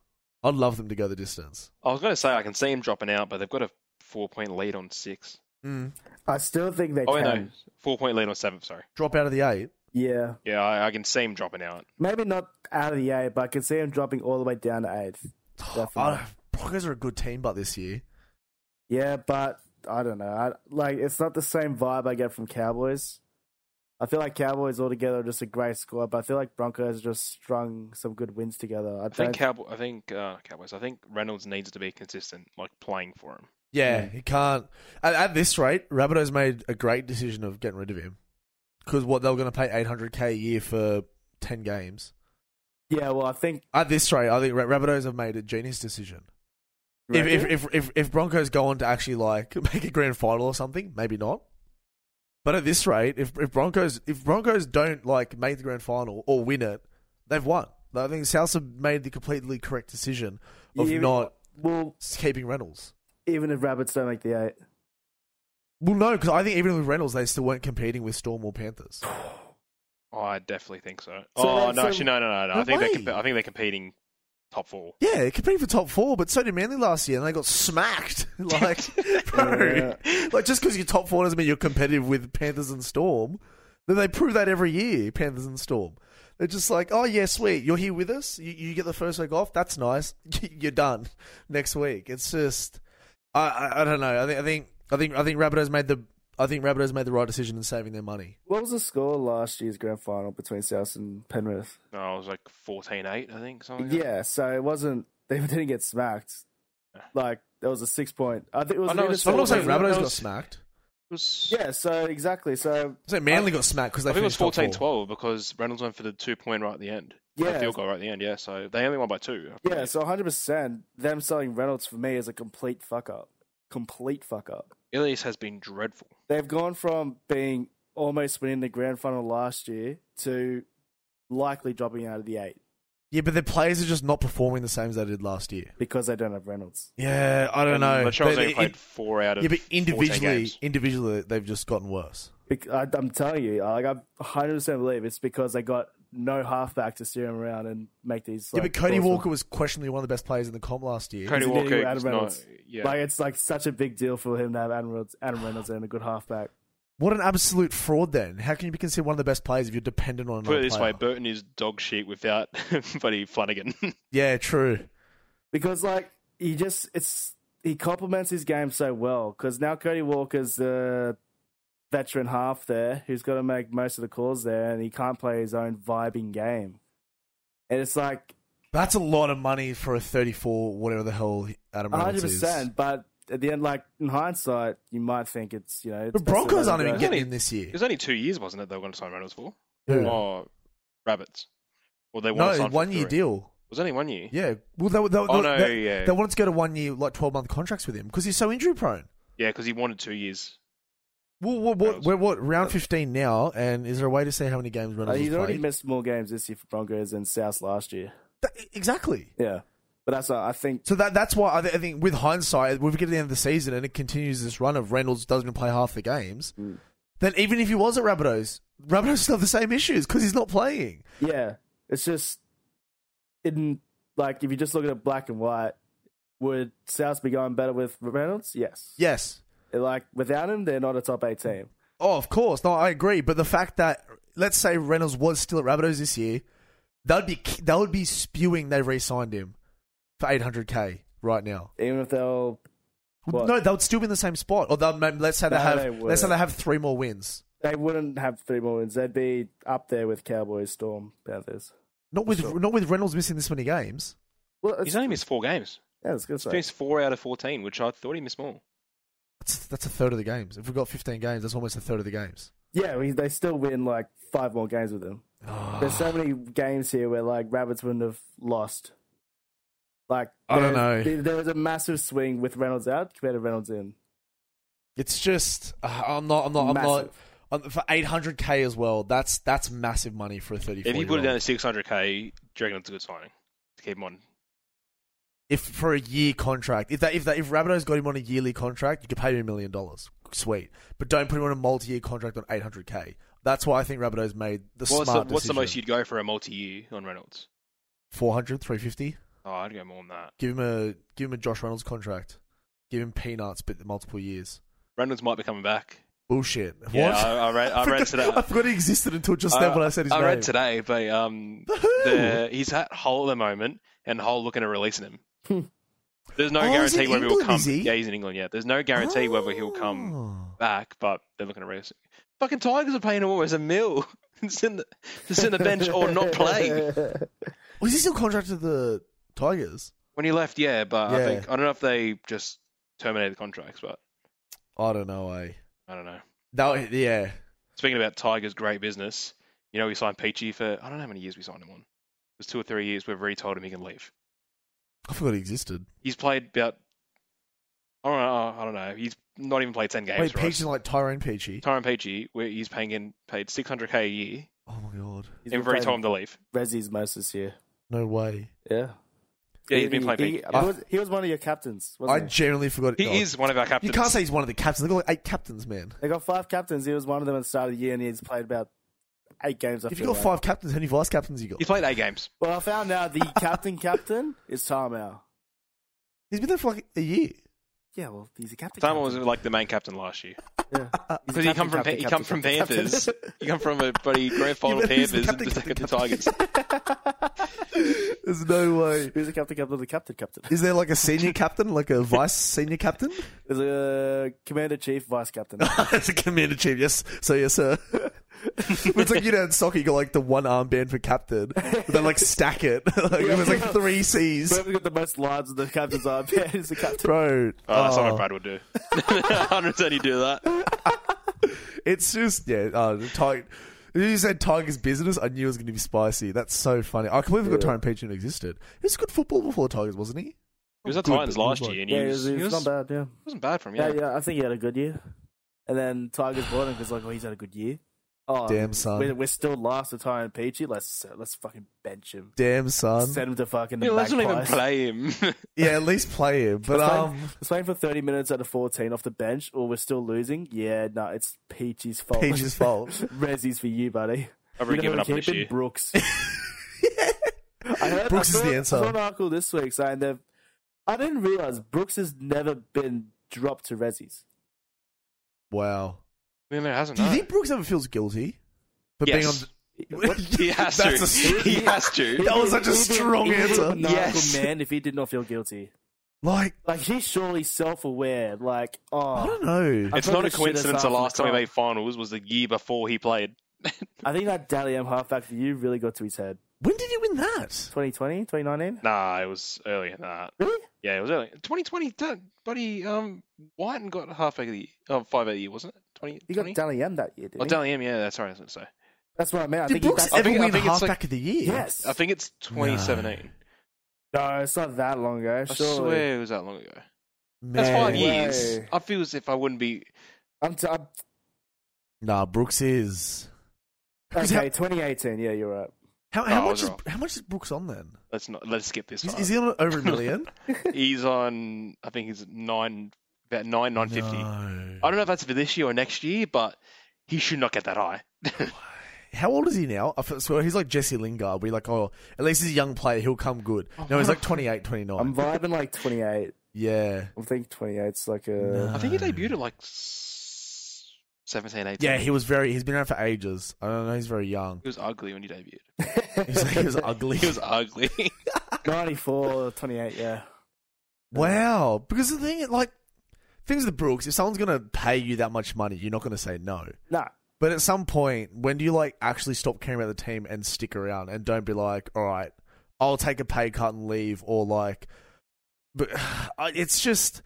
Speaker 1: I'd love them to go the distance.
Speaker 3: I was going to say I can see them dropping out, but they've got a four point lead on six.
Speaker 1: Mm.
Speaker 2: I still think they
Speaker 3: Oh, wait,
Speaker 2: can.
Speaker 3: no. Four point lead on seven, sorry.
Speaker 1: Drop out of the eight.
Speaker 2: Yeah,
Speaker 3: Yeah, I, I can see him dropping out.
Speaker 2: maybe not out of the eight, but I can see him dropping all the way down to eighth. Definitely.
Speaker 1: I, Oh, Broncos are a good team, but this year,
Speaker 2: Yeah, but I don't know. I, like, it's not the same vibe I get from Cowboys. I feel like Cowboys altogether are just a great squad, but I feel like Broncos just strung some good wins together. I,
Speaker 3: I think
Speaker 2: don't,
Speaker 3: Cowboy. I think uh, Cowboys. I think Reynolds needs to be consistent, like playing for him.
Speaker 1: yeah, he can't. At, at this rate, Rabbitoh's made a great decision of getting rid of him because what they were going to pay 800k a year for 10 games.
Speaker 2: yeah, well, I think
Speaker 1: At this rate, I think Ra- Rabbitohs have made a genius decision. If, if if if if Broncos go on to actually like make a grand final or something, maybe not. But at this rate, if if Broncos if Broncos don't like make the grand final or win it, they've won. I think South have made the completely correct decision of
Speaker 2: Even-
Speaker 1: not
Speaker 2: well,
Speaker 1: keeping Reynolds.
Speaker 2: even if Rabbits don't make the eight,
Speaker 1: Well, no, because I think even with Reynolds, they still weren't competing with Storm or Panthers.
Speaker 3: Oh, I definitely think so.
Speaker 2: So
Speaker 3: oh
Speaker 2: then-
Speaker 3: no,
Speaker 2: so-
Speaker 3: actually, no, no, no, no.
Speaker 1: No
Speaker 3: I think
Speaker 1: way.
Speaker 3: they're. Comp- I think they're competing top four.
Speaker 1: Yeah, they're competing for top four, but so did Manly last year, and they got smacked. like, bro, like just because you're top four doesn't mean you're competitive with Panthers and Storm. Then they prove that every year, Panthers and Storm. They're just like, oh yeah, sweet, you're here with us. You, you get the first week off. That's nice. You're done next week. It's just, I, I, I don't know. I think, I think, I think, I think Rabbitohs made the, I think Rabbitohs made the right decision in saving their money.
Speaker 2: what was the score last year's grand final between South and Penrith?
Speaker 3: No, I was like 14-8, I think. Something. like that.
Speaker 2: Yeah, so it wasn't. They didn't get smacked. Like there was a six point. I think it was.
Speaker 3: I
Speaker 2: an
Speaker 3: know,
Speaker 2: intercept.
Speaker 3: it's-
Speaker 1: Oh, I'm not saying
Speaker 3: Rabbitohs
Speaker 1: Rabbitohs
Speaker 3: got
Speaker 1: got smacked.
Speaker 3: It was-
Speaker 2: Yeah, so exactly. So
Speaker 1: So Manly got smacked because they
Speaker 3: I think it was
Speaker 1: finished top four.
Speaker 3: 14-12 because Reynolds went for the two point right at the end. Yeah,
Speaker 2: Yeah.
Speaker 3: field goal right at the end. Yeah, so they only won by two. I
Speaker 2: yeah,
Speaker 3: believe.
Speaker 2: so 100. percent Them selling Reynolds for me is a complete fuck up. Complete fuck up.
Speaker 3: Ilias has been dreadful.
Speaker 2: They've gone from being almost winning the grand final last year to likely dropping out of the eight
Speaker 1: Yeah, but their players are just not performing the same as they did last year.
Speaker 2: because they don't have Reynolds.
Speaker 1: Yeah, I don't
Speaker 3: And
Speaker 1: know.
Speaker 3: Latrell's
Speaker 1: They-
Speaker 3: only
Speaker 1: they-
Speaker 3: played four out of
Speaker 1: yeah, but
Speaker 3: 14
Speaker 1: individually,
Speaker 3: games.
Speaker 1: individually, they've just gotten worse.
Speaker 2: Bec- I, I'm telling you, like I 100 percent believe it's because they got no halfback to steer them around and make these.
Speaker 1: yeah,
Speaker 2: like,
Speaker 1: but Cody
Speaker 2: calls for-
Speaker 1: Walker was questionably one of the best players in the comp last year.
Speaker 3: Cody
Speaker 2: He's
Speaker 3: Walker
Speaker 2: Adam
Speaker 3: is not.
Speaker 2: Reynolds.
Speaker 3: Yeah,
Speaker 2: Like it's like such a big deal for him to have Adam Reynolds, Adam Reynolds and a good halfback.
Speaker 1: What an absolute fraud! Then how can you be considered one of the best players if you're dependent on another
Speaker 3: put it this way:
Speaker 1: player?
Speaker 3: Burton is dog shit without Buddy Flanagan.
Speaker 1: yeah, true.
Speaker 2: because like he just it's he complements his game so well because now Cody Walker's the veteran half there who's got to make most of the calls there and he can't play his own vibing game and it's like
Speaker 1: That's a lot of money for a 34, whatever the hell Adam Reynolds
Speaker 2: 100
Speaker 1: is.
Speaker 2: percent but at the end like in hindsight you might think it's you know it's
Speaker 1: The Broncos aren't even
Speaker 2: Yeah.
Speaker 1: getting him this year.
Speaker 3: It was only two years, wasn't it? They were going to sign Reynolds for.
Speaker 1: Who?
Speaker 3: Oh, rabbits. Well, they want to
Speaker 1: No,
Speaker 3: sign for
Speaker 1: one year
Speaker 3: three.
Speaker 1: deal.
Speaker 3: It was only one year.
Speaker 1: Yeah. Well, they, they,
Speaker 3: Oh,
Speaker 1: they,
Speaker 3: no,
Speaker 1: they,
Speaker 3: yeah.
Speaker 1: they wanted to go to one year, like 12 month contracts with him because he's so injury prone.
Speaker 3: Yeah, because he wanted two years.
Speaker 1: Well, what, what,
Speaker 3: Reynolds.
Speaker 1: we're what round fifteen now, and is there a way to say how many games
Speaker 2: Uh,
Speaker 1: Reynolds
Speaker 2: he's
Speaker 1: has
Speaker 2: already
Speaker 1: played?
Speaker 2: missed more games this year for Broncos than South last year
Speaker 1: Th- e, exactly.
Speaker 2: yeah but that's why I think
Speaker 1: So that that's why I, th- I think with hindsight, we get to the end of the season and it continues this run of Reynolds doesn't play half the games.
Speaker 2: Hmm.
Speaker 1: Then even if he was at Rabbitohs, Rabbitohs still have the same issues because he's not playing.
Speaker 2: Yeah, it's just in like if you just look at it black and white, would South be going better with Reynolds? Yes.
Speaker 1: Yes.
Speaker 2: Like without him, they're not a top eight team.
Speaker 1: Oh, of course. No, I agree. But the fact that let's say Reynolds was still at Rabbitohs this year, that'd be that would be spewing they re-signed him for eight hundred k right now.
Speaker 2: Even if they'll What?
Speaker 1: No, they would still be in the same spot. Or they'll, maybe- let's say they
Speaker 2: No,
Speaker 1: have
Speaker 2: they
Speaker 1: let's say
Speaker 2: wouldn't.
Speaker 1: they have three more wins.
Speaker 2: they wouldn't have three more wins. They'd be up there with Cowboys, Storm, Panthers.
Speaker 1: Not with not with Reynolds missing this many games.
Speaker 2: Well, it's,
Speaker 3: He's only missed four games.
Speaker 2: yeah, it's good
Speaker 3: He's missed four out of fourteen, which I thought he missed more.
Speaker 1: That's that's a third of the games. If we've got fifteen games, that's almost a third of the games.
Speaker 2: Yeah, we, they still win like five more games with him.
Speaker 3: Ah.
Speaker 2: There's
Speaker 1: Ah.
Speaker 2: so many games here where like Rabbits wouldn't have lost. Like
Speaker 1: I don't
Speaker 2: there's-
Speaker 1: know.
Speaker 2: there- There was a massive swing with Reynolds out compared to Reynolds in.
Speaker 1: It's just uh, I'm not I'm not I'm not.
Speaker 2: Massive.
Speaker 1: I'm- For eight hundred k as well, that's that's massive money for a thirty.
Speaker 3: If you put it down at six hundred k, do you reckon it's a good signing? To keep him on.
Speaker 1: if for a year contract, if that if that if Rabbitoh's got him on a yearly contract, you could pay him a million dollars, sweet. But don't put him on a multi-year contract on eight hundred k. That's why I think Rabbitoh's made the
Speaker 3: what's, the,
Speaker 1: smart
Speaker 3: what's the most
Speaker 1: decision.
Speaker 3: you'd go for a multi-year on Reynolds?
Speaker 1: 400, 350?
Speaker 3: Oh, I'd go more than that.
Speaker 1: Give him a give him a Josh Reynolds contract. Give him peanuts, but multiple years.
Speaker 3: Reynolds might be coming back.
Speaker 1: bullshit.
Speaker 3: Yeah,
Speaker 1: what?
Speaker 3: I, I read. I
Speaker 1: forgot-
Speaker 3: read today.
Speaker 1: I forgot he existed until just then when I said his
Speaker 3: I
Speaker 1: name.
Speaker 3: read today, but um,
Speaker 1: The who?
Speaker 3: the, he's at Hull at the moment, and Hull looking at releasing him. There's no
Speaker 1: Hmm. Oh, he's in
Speaker 3: guarantee whether
Speaker 1: England,
Speaker 3: he'll come.
Speaker 1: is he?
Speaker 3: Yeah, he's in England. Yeah, there's no guarantee whether he'll come
Speaker 1: Oh.
Speaker 3: back, but they're looking to release him. Fucking Tigers are paying him almost a mil to sit in the, to sit in the bench or not play.
Speaker 1: Was he still contracted to the Tigers?
Speaker 3: When he left, yeah, but I
Speaker 1: Yeah.
Speaker 3: think I don't know if they just terminated the contracts, but
Speaker 1: I don't know. I
Speaker 3: I don't know.
Speaker 1: that yeah.
Speaker 3: Speaking about Tigers, great business. You know, we signed Peachy for I don't know how many years we signed him on. It was two or three years. We've already told him he can leave.
Speaker 1: I forgot he existed.
Speaker 3: He's played about I don't know. uh, I don't know. He's not even played ten games.
Speaker 1: Wait,
Speaker 3: for us.
Speaker 1: Peachy like Tyrone Peachy.
Speaker 3: Tyron Peachy, where he's paying in paid 600k a year,
Speaker 1: Oh my god,
Speaker 2: He's
Speaker 3: and
Speaker 2: been
Speaker 3: very
Speaker 2: playing
Speaker 3: time to leave.
Speaker 2: Rezzy's most this year.
Speaker 1: no way.
Speaker 2: Yeah.
Speaker 3: Yeah, he's been playing.
Speaker 2: He,
Speaker 3: Peachy.
Speaker 2: he was, he was one of your captains,
Speaker 1: I
Speaker 2: wasn't he?
Speaker 1: genuinely forgot.
Speaker 3: He
Speaker 1: no,
Speaker 3: is one of our
Speaker 1: You
Speaker 3: captains.
Speaker 1: can't say he's one of the captains. They've got like eight captains, man.
Speaker 2: They got five captains. He was one of them at the start of the year, and he's played about eight games. I
Speaker 1: If you
Speaker 2: feel
Speaker 1: got
Speaker 2: like.
Speaker 1: five captains, how many vice captains you got?
Speaker 3: He's played eight games.
Speaker 2: Well, I found out the captain captain is Tarmow.
Speaker 1: He's been there for like a year.
Speaker 2: Yeah, well, he's a captain.
Speaker 3: Simon was
Speaker 2: captain.
Speaker 3: like the main captain last year
Speaker 2: Yeah. He's a
Speaker 3: because he
Speaker 2: captain,
Speaker 3: come from
Speaker 2: captain,
Speaker 3: he
Speaker 2: captain,
Speaker 3: come from
Speaker 2: captain, captain.
Speaker 3: Panthers. he come from a buddy grand final
Speaker 1: You better- he's
Speaker 3: Panthers
Speaker 1: the
Speaker 3: and just
Speaker 1: captain,
Speaker 3: took it to
Speaker 1: captain,
Speaker 3: Tigers.
Speaker 1: There's no way.
Speaker 2: He was a captain captain of the captain captain.
Speaker 1: Is there like a senior captain, like a vice senior captain?
Speaker 2: He's a commander chief vice captain.
Speaker 1: It's a commander chief, yes. So yes, sir. it's like you know in soccer, you got like the one armband for captain, but they like stack it. like, it was like three C's,
Speaker 2: Whoever got the most lines in the captain's armband is the captain.
Speaker 1: bro.
Speaker 3: Oh, that's not
Speaker 1: oh,
Speaker 3: what Brad would do. 100% he'd do that.
Speaker 1: it's just yeah. Uh, the Tig- you said Tiger's business. I knew it was going to be spicy. That's so funny. I completely forgot Tyrone Peachy even existed. He was a good football before the Tigers, wasn't he?
Speaker 3: He was at
Speaker 1: Good,
Speaker 3: Titans
Speaker 1: but he
Speaker 3: last
Speaker 1: was
Speaker 3: year, and he
Speaker 2: Yeah,
Speaker 3: was, he was,
Speaker 2: not bad. Yeah.
Speaker 3: wasn't bad from
Speaker 2: yeah,
Speaker 3: yeah.
Speaker 2: yeah, I think he had a good year. And then Tigers bought him because like, oh, he's had a good year. Oh,
Speaker 1: Damn son.
Speaker 2: We're, we're still last to Ty and Peachy. Let's let's fucking bench him.
Speaker 1: Damn son.
Speaker 2: Send him to fucking the
Speaker 3: Yeah, let's not even
Speaker 2: Magpies.
Speaker 3: play him.
Speaker 1: Yeah, at least play him. But
Speaker 2: It's like-
Speaker 1: um,
Speaker 2: It's playing for 30 minutes out of 14 off the bench, or we're still losing. Yeah, no, it's Peachy's fault.
Speaker 1: Peachy's fault.
Speaker 2: Rezzy's for you, buddy.
Speaker 3: I've already
Speaker 2: You know
Speaker 3: given
Speaker 2: who
Speaker 3: up
Speaker 2: we're
Speaker 3: this
Speaker 2: keeping?
Speaker 3: year.
Speaker 2: Brooks. I heard,
Speaker 1: Brooks is
Speaker 2: I saw-
Speaker 1: the answer.
Speaker 2: I saw an article this week saying that I didn't realize Brooks has never been dropped to Rezzy's.
Speaker 1: wow.
Speaker 3: No, no, it hasn't.
Speaker 1: Do you
Speaker 3: no.
Speaker 1: think Brooks ever feels guilty for being on?
Speaker 3: Yes. He has to.
Speaker 1: That's a-
Speaker 3: he has to.
Speaker 1: That was such a
Speaker 2: He'd be-
Speaker 1: strong
Speaker 2: he'd be a
Speaker 1: answer.
Speaker 2: maniacal
Speaker 3: Yes.
Speaker 2: man, if he did not feel guilty,
Speaker 1: Like
Speaker 2: like he's surely self-aware. Like, oh,
Speaker 1: I don't know.
Speaker 2: I
Speaker 3: It's not
Speaker 2: probably
Speaker 3: a
Speaker 2: should've
Speaker 3: coincidence the
Speaker 2: started
Speaker 3: last time we
Speaker 2: from the
Speaker 3: made finals was the year before he played.
Speaker 2: I think that Dally M halfback for you really got to his head.
Speaker 1: When did you win that?
Speaker 2: 2020, 2019?
Speaker 3: Nah, it was earlier than that.
Speaker 2: Really?
Speaker 3: Yeah, it was early. 2020, that buddy, um, White and got half a year, oh, five a year, wasn't it? 20,
Speaker 2: He got Dally M that year,
Speaker 3: Oh,
Speaker 2: didn't he?
Speaker 3: Dally M, yeah, that's right. I was gonna say.
Speaker 2: That's what I meant. I
Speaker 1: Did
Speaker 2: think he
Speaker 1: Brooks
Speaker 2: backed-
Speaker 1: ever
Speaker 3: think- I
Speaker 1: win
Speaker 3: think it's
Speaker 1: halfback
Speaker 3: like-
Speaker 1: of the year?
Speaker 2: Yes.
Speaker 3: I think it's 2017.
Speaker 2: No, it's not that long ago.
Speaker 3: I
Speaker 2: surely.
Speaker 3: swear it was that long ago.
Speaker 1: Man.
Speaker 3: That's five
Speaker 2: No
Speaker 3: years.
Speaker 2: way.
Speaker 3: I feel as if I wouldn't be.
Speaker 2: I'm t- I'm,
Speaker 1: Nah, Brooks is. 'Cause
Speaker 2: okay, 2018. Yeah, you're right.
Speaker 1: How,
Speaker 3: Oh,
Speaker 1: how
Speaker 3: No, I
Speaker 1: much
Speaker 3: was
Speaker 1: is
Speaker 3: wrong.
Speaker 1: how much is Brooks on then?
Speaker 3: Let's not. Let's skip this.
Speaker 1: Is,
Speaker 3: one.
Speaker 1: is he on over a million?
Speaker 3: he's on. I think he's nine, about nine, nine fifty.
Speaker 1: No.
Speaker 3: I don't know if that's for this year or next year, but he should not get that high.
Speaker 1: How old is he now? I f- swear he's like Jesse Lingard. We're like, oh, at least he's a young player. He'll come good.
Speaker 3: Oh,
Speaker 1: No, he's like 28, 29.
Speaker 2: I'm vibing like 28.
Speaker 1: yeah.
Speaker 2: I think 28's like a.
Speaker 1: No.
Speaker 3: I think he debuted at like s- 17, 18.
Speaker 1: Yeah, he was very. He's been around for ages. I don't know. He's very young.
Speaker 3: He was ugly when he debuted.
Speaker 1: He was, like, he was ugly.
Speaker 3: He was ugly.
Speaker 2: 94, 28. Yeah.
Speaker 1: wow. Because the thing, like, things with Brooks, if someone's gonna pay you that much money, you're not gonna say no.
Speaker 2: Nah.
Speaker 1: But at some point, when do you like actually stop caring about the team and stick around and don't be like, all right, I'll take a pay cut and leave, or like, but I- it's just.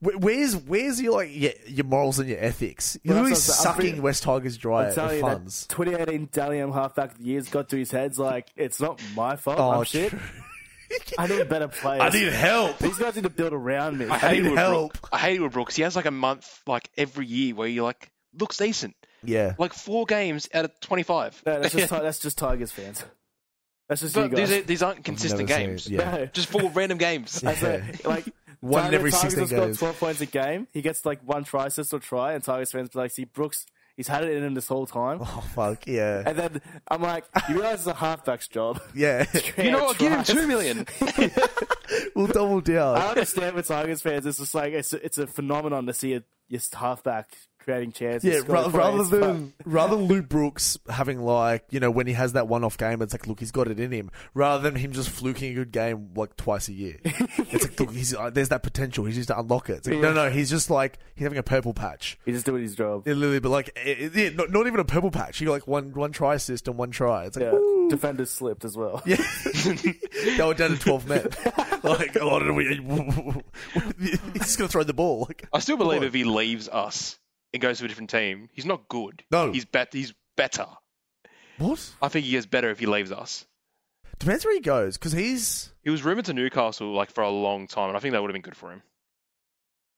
Speaker 1: wh- Where's where's your like yeah, your morals and your ethics? You're
Speaker 2: Well,
Speaker 1: really
Speaker 2: that's what I'm- I'm
Speaker 1: sucking
Speaker 2: pretty-
Speaker 1: West Tigers dry
Speaker 2: I'm
Speaker 1: of
Speaker 2: telling you
Speaker 1: funds.
Speaker 2: that 2018 Dally M halfback of the year's got to his head's like, it's not my fault.
Speaker 1: Oh,
Speaker 2: I'm shit.
Speaker 1: true.
Speaker 2: I need better players.
Speaker 1: I need help.
Speaker 2: These guys need to build around me.
Speaker 3: I hate
Speaker 1: need
Speaker 3: Wood
Speaker 1: help.
Speaker 3: Brooks. I hate Wood Brooks. He has like a month, like every year, where he like looks decent,
Speaker 1: Yeah,
Speaker 3: like four games out of twenty-five.
Speaker 2: No, that's just, Ti- that's just Tigers fans. That's just you
Speaker 3: But
Speaker 2: guys.
Speaker 3: these, are, these aren't consistent
Speaker 1: Never seen
Speaker 3: games.
Speaker 1: it. Yeah,
Speaker 2: No.
Speaker 3: Just four random games.
Speaker 2: That's it. like
Speaker 1: One in
Speaker 2: Tiger-
Speaker 1: every
Speaker 2: Tigers
Speaker 1: 16
Speaker 2: will score
Speaker 1: goes.
Speaker 2: Twelve points a game. He gets like one try, assist or try, and Tigers fans be like, "See, Brooks, he's had it in him this whole time."
Speaker 1: Oh fuck yeah,
Speaker 2: And then I'm like, "You realize it's a halfback's job."
Speaker 1: yeah.
Speaker 3: You know what? Give him
Speaker 2: Tries.
Speaker 3: two million.
Speaker 1: we'll double down.
Speaker 2: I understand with Tigers fans, it's just like it's a, it's a phenomenon to see a just halfback creating chances.
Speaker 1: Yeah,
Speaker 2: scoring
Speaker 1: ra- rather
Speaker 2: points,
Speaker 1: than rather than Luke Brooks having like you know when he has that one-off game, it's like look he's got it in him. Rather than him just fluking a good game like twice a year, it's like look he's, uh, there's that potential. He's just to unlock it. It's like, No, no, he's just like he's having a purple patch.
Speaker 2: but he's just doing his job.
Speaker 1: Yeah, literally, but like it, it- yeah, not, not even a purple patch. You got like one one try assist and one try. It's like
Speaker 2: Yeah,
Speaker 1: woo.
Speaker 2: defenders slipped as well.
Speaker 1: Yeah. they were down to 12 men. like, oh, no, we, he's just going to throw the ball. Like,
Speaker 3: I still believe
Speaker 1: on.
Speaker 3: if he leaves us and goes to a different team, he's not good.
Speaker 1: No.
Speaker 3: he's bet. He's better.
Speaker 1: what?
Speaker 3: I think he gets better if he leaves us.
Speaker 1: Depends where he goes, because he's.
Speaker 3: He was rumored to Newcastle like for a long time, and I think that would have been good for him.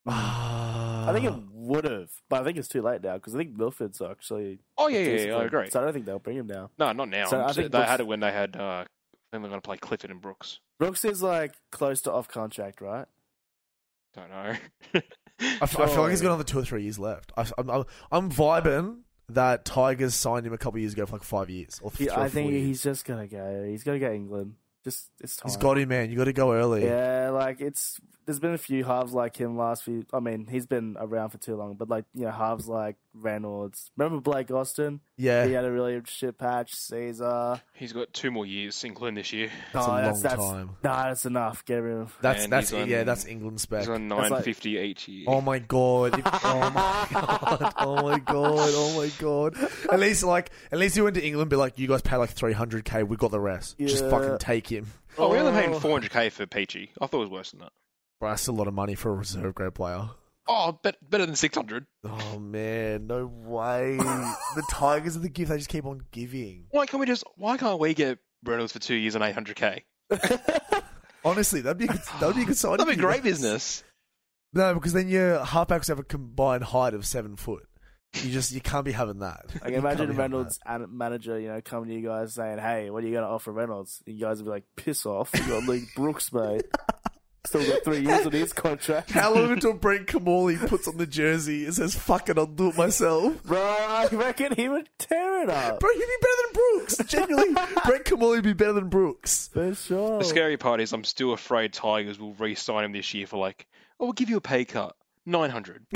Speaker 1: Ah.
Speaker 2: I think it would have, but I think it's too late now because I think Milford's actually.
Speaker 3: Oh yeah, yeah, yeah,
Speaker 2: decent.
Speaker 3: oh, great.
Speaker 2: So I don't think they'll bring him now.
Speaker 3: No, not now.
Speaker 2: So I think
Speaker 3: they
Speaker 2: Brooks-
Speaker 3: had it when they had. Uh, then they're going to play Clifford and Brooks.
Speaker 2: Brooks is like close to off contract, right?
Speaker 3: Don't know.
Speaker 1: I, f- I feel like he's got
Speaker 2: Surely.
Speaker 1: another two or three years left. I, am I'm, I'm vibing that Tigers signed him a couple years ago for like five years. Or three
Speaker 2: Yeah,
Speaker 1: or
Speaker 2: I think
Speaker 1: four years.
Speaker 2: he's just gonna go. He's gonna go England. Just it's time.
Speaker 1: He's got him, man. You got to go early.
Speaker 2: Yeah, like it's there's been a few halves like him last few. I mean, he's been around for too long, but like you know, halves like Reynolds. Remember Blake Austin?
Speaker 1: Yeah.
Speaker 2: He had a really shit patch. Caesar.
Speaker 3: he's got two more years, including this year.
Speaker 1: That's a
Speaker 2: Oh,
Speaker 1: long time.
Speaker 2: Nah, that's enough. Get rid of.
Speaker 1: That's
Speaker 3: And
Speaker 1: that's
Speaker 3: he's on-
Speaker 1: yeah, that's England spec.
Speaker 3: He's on
Speaker 2: like-
Speaker 3: nine fifty each year.
Speaker 1: Oh my god! If- oh my god! Oh my god! Oh my god! At least like, at least you went to England, be like, you guys pay like three hundred k. We got the rest. Just
Speaker 2: Yeah.
Speaker 1: fucking take him.
Speaker 3: Oh, we only paid
Speaker 2: Oh.
Speaker 3: him four hundred k for Peachy. I thought it was worse than that.
Speaker 1: Bro, that's a lot of money for a reserve grade player.
Speaker 3: Oh, bet, better than six hundred.
Speaker 1: Oh man, no way! the Tigers are the gift they just keep on giving.
Speaker 3: Why can't we just? Why can't we get Reynolds for two years and eight hundred k?
Speaker 1: Honestly, that'd be a good, that'd be a good sign.
Speaker 3: That'd be great business.
Speaker 1: No, because then your halfbacks have a combined height of seven foot. You just you can't be having that.
Speaker 2: Like
Speaker 1: You can't be
Speaker 2: imagine
Speaker 1: having
Speaker 2: Reynolds an- manager, you know, coming to you guys saying, "Hey, what are you going to offer Reynolds?" You guys would be like, "Piss off! You got Luke Brooks, mate. Still got three years on his contract,
Speaker 1: How long until Brent Kamali puts on the jersey and says, fuck it, I'll do it myself?
Speaker 2: bro." I reckon he would tear it up
Speaker 1: Bro, he'd be better than Brooks. Genuinely, Brent Kamali would be better than Brooks.
Speaker 2: for sure.
Speaker 3: The scary part is I'm still afraid Tigers will re-sign him this year for like, oh, we'll give you a pay cut, nine hundred.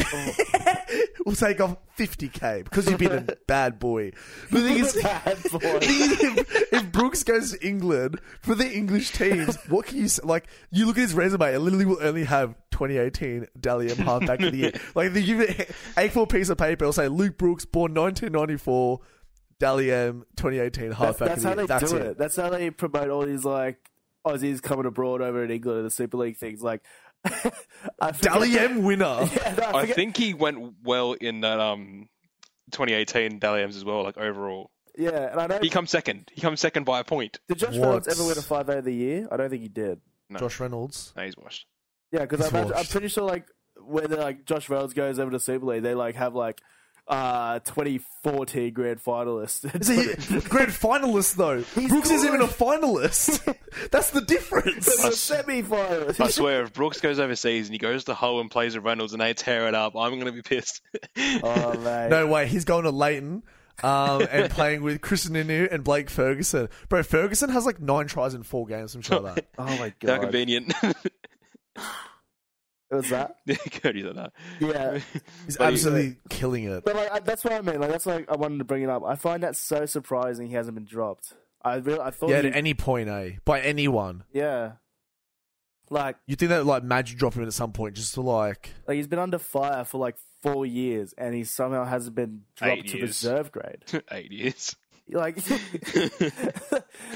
Speaker 1: We'll take off 50k because you've been a bad boy. The thing is,
Speaker 2: Bad
Speaker 1: the
Speaker 2: boy.
Speaker 1: thing is, if, if Brooks goes to England for the English teams, what can you say? Like, you look at his resume, it literally will only have 2018 Dalian halfback of the year. Like, they give it A4 piece of paper, it'll say Luke Brooks, born 1994, Dalian 2018 halfback
Speaker 2: That's,
Speaker 1: of
Speaker 2: that's
Speaker 1: the
Speaker 2: how
Speaker 1: year.
Speaker 2: they
Speaker 1: that's
Speaker 2: do
Speaker 1: it.
Speaker 2: it. That's how they promote all these like Aussies coming abroad over in England and the Super League things. Like, I forget-
Speaker 1: Dalian winner.
Speaker 2: Yeah, no, I
Speaker 3: I
Speaker 2: forget-
Speaker 3: think he went well in that um 2018 Dally M's as well, like overall.
Speaker 2: yeah, and I know.
Speaker 3: He comes second. He comes second by a point.
Speaker 2: Did Josh
Speaker 1: What?
Speaker 2: Reynolds ever win a five A of the year? I don't think he did.
Speaker 1: Josh Reynolds.
Speaker 3: No, he's washed.
Speaker 2: Yeah, because
Speaker 1: He's
Speaker 2: I'm, I'm
Speaker 1: washed.
Speaker 2: pretty sure like when like Josh Reynolds goes over to Super League, they like have like uh 2014 grand finalist.
Speaker 1: Is he grand finalist though? Brooks isn't even a finalist. that's the difference.
Speaker 2: semi
Speaker 3: I
Speaker 2: finalist.
Speaker 3: swear, if Brooks goes overseas and he goes to Hull and plays with Reynolds and they tear it up, I'm going to be pissed.
Speaker 2: Oh mate.
Speaker 1: No way, he's going to Leighton um, and playing with Christian Inu and Blake Ferguson. Bro, Ferguson has like nine tries in four games, I'm sure of that.
Speaker 2: Oh my
Speaker 3: How
Speaker 2: god.
Speaker 3: convenient.
Speaker 2: It was that.
Speaker 3: Cody's like that.
Speaker 2: Yeah.
Speaker 1: He's
Speaker 3: But he-
Speaker 1: absolutely killing it.
Speaker 2: But like I, that's what I mean. Like that's why I wanted to bring it up. I find that so surprising he hasn't been dropped. I really I thought
Speaker 1: Yeah, at
Speaker 2: he-
Speaker 1: any point, eh? By anyone.
Speaker 2: yeah. Like
Speaker 1: You think that like Madge would drop him in at some point just to like
Speaker 2: like he's been under fire for like 4 years and he somehow hasn't been dropped
Speaker 3: Eight
Speaker 2: to
Speaker 3: years.
Speaker 2: reserve grade.
Speaker 3: Eight years.
Speaker 2: Like, Like,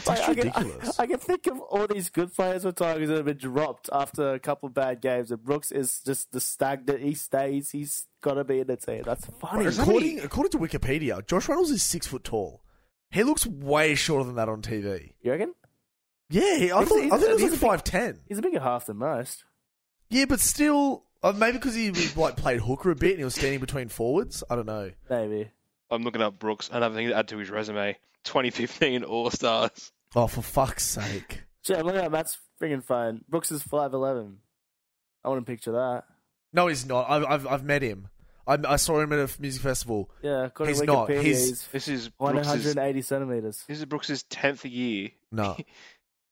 Speaker 2: I, can, I,
Speaker 1: ridiculous.
Speaker 2: I can think of all these good players for Tigers that have been dropped after a couple of bad games, and Brooks is just the stagnant. He stays. He's got to be in the team. That's funny.
Speaker 3: Is that
Speaker 1: according
Speaker 3: many-
Speaker 1: according to Wikipedia, Josh Reynolds is six foot tall. He looks way shorter than that on TV.
Speaker 2: You reckon?
Speaker 1: Yeah, he- I
Speaker 2: He's-
Speaker 1: thought I
Speaker 2: he's-
Speaker 1: thought it was
Speaker 2: he's
Speaker 1: like five ten.
Speaker 2: He's a bigger half than most.
Speaker 1: Yeah, but still, uh, maybe because he was, like played hooker a bit and he was standing between forwards. I don't know.
Speaker 2: Maybe.
Speaker 3: I'm looking up Brooks. Another thing to add to his resume 2015 All Stars.
Speaker 1: Oh, for fuck's sake!
Speaker 2: Shit, look at Matt's freaking phone. Brooks is five eleven. I want to picture that.
Speaker 1: No, he's not. I've I've, I've met him. I, I saw him at a music festival.
Speaker 2: Yeah, according
Speaker 1: He's
Speaker 2: to
Speaker 1: not.
Speaker 2: Wikipedia,
Speaker 1: He's-
Speaker 2: he's,
Speaker 3: This is Brooks's,
Speaker 2: 180 centimeters.
Speaker 3: this is Brooks's 10th year
Speaker 1: No,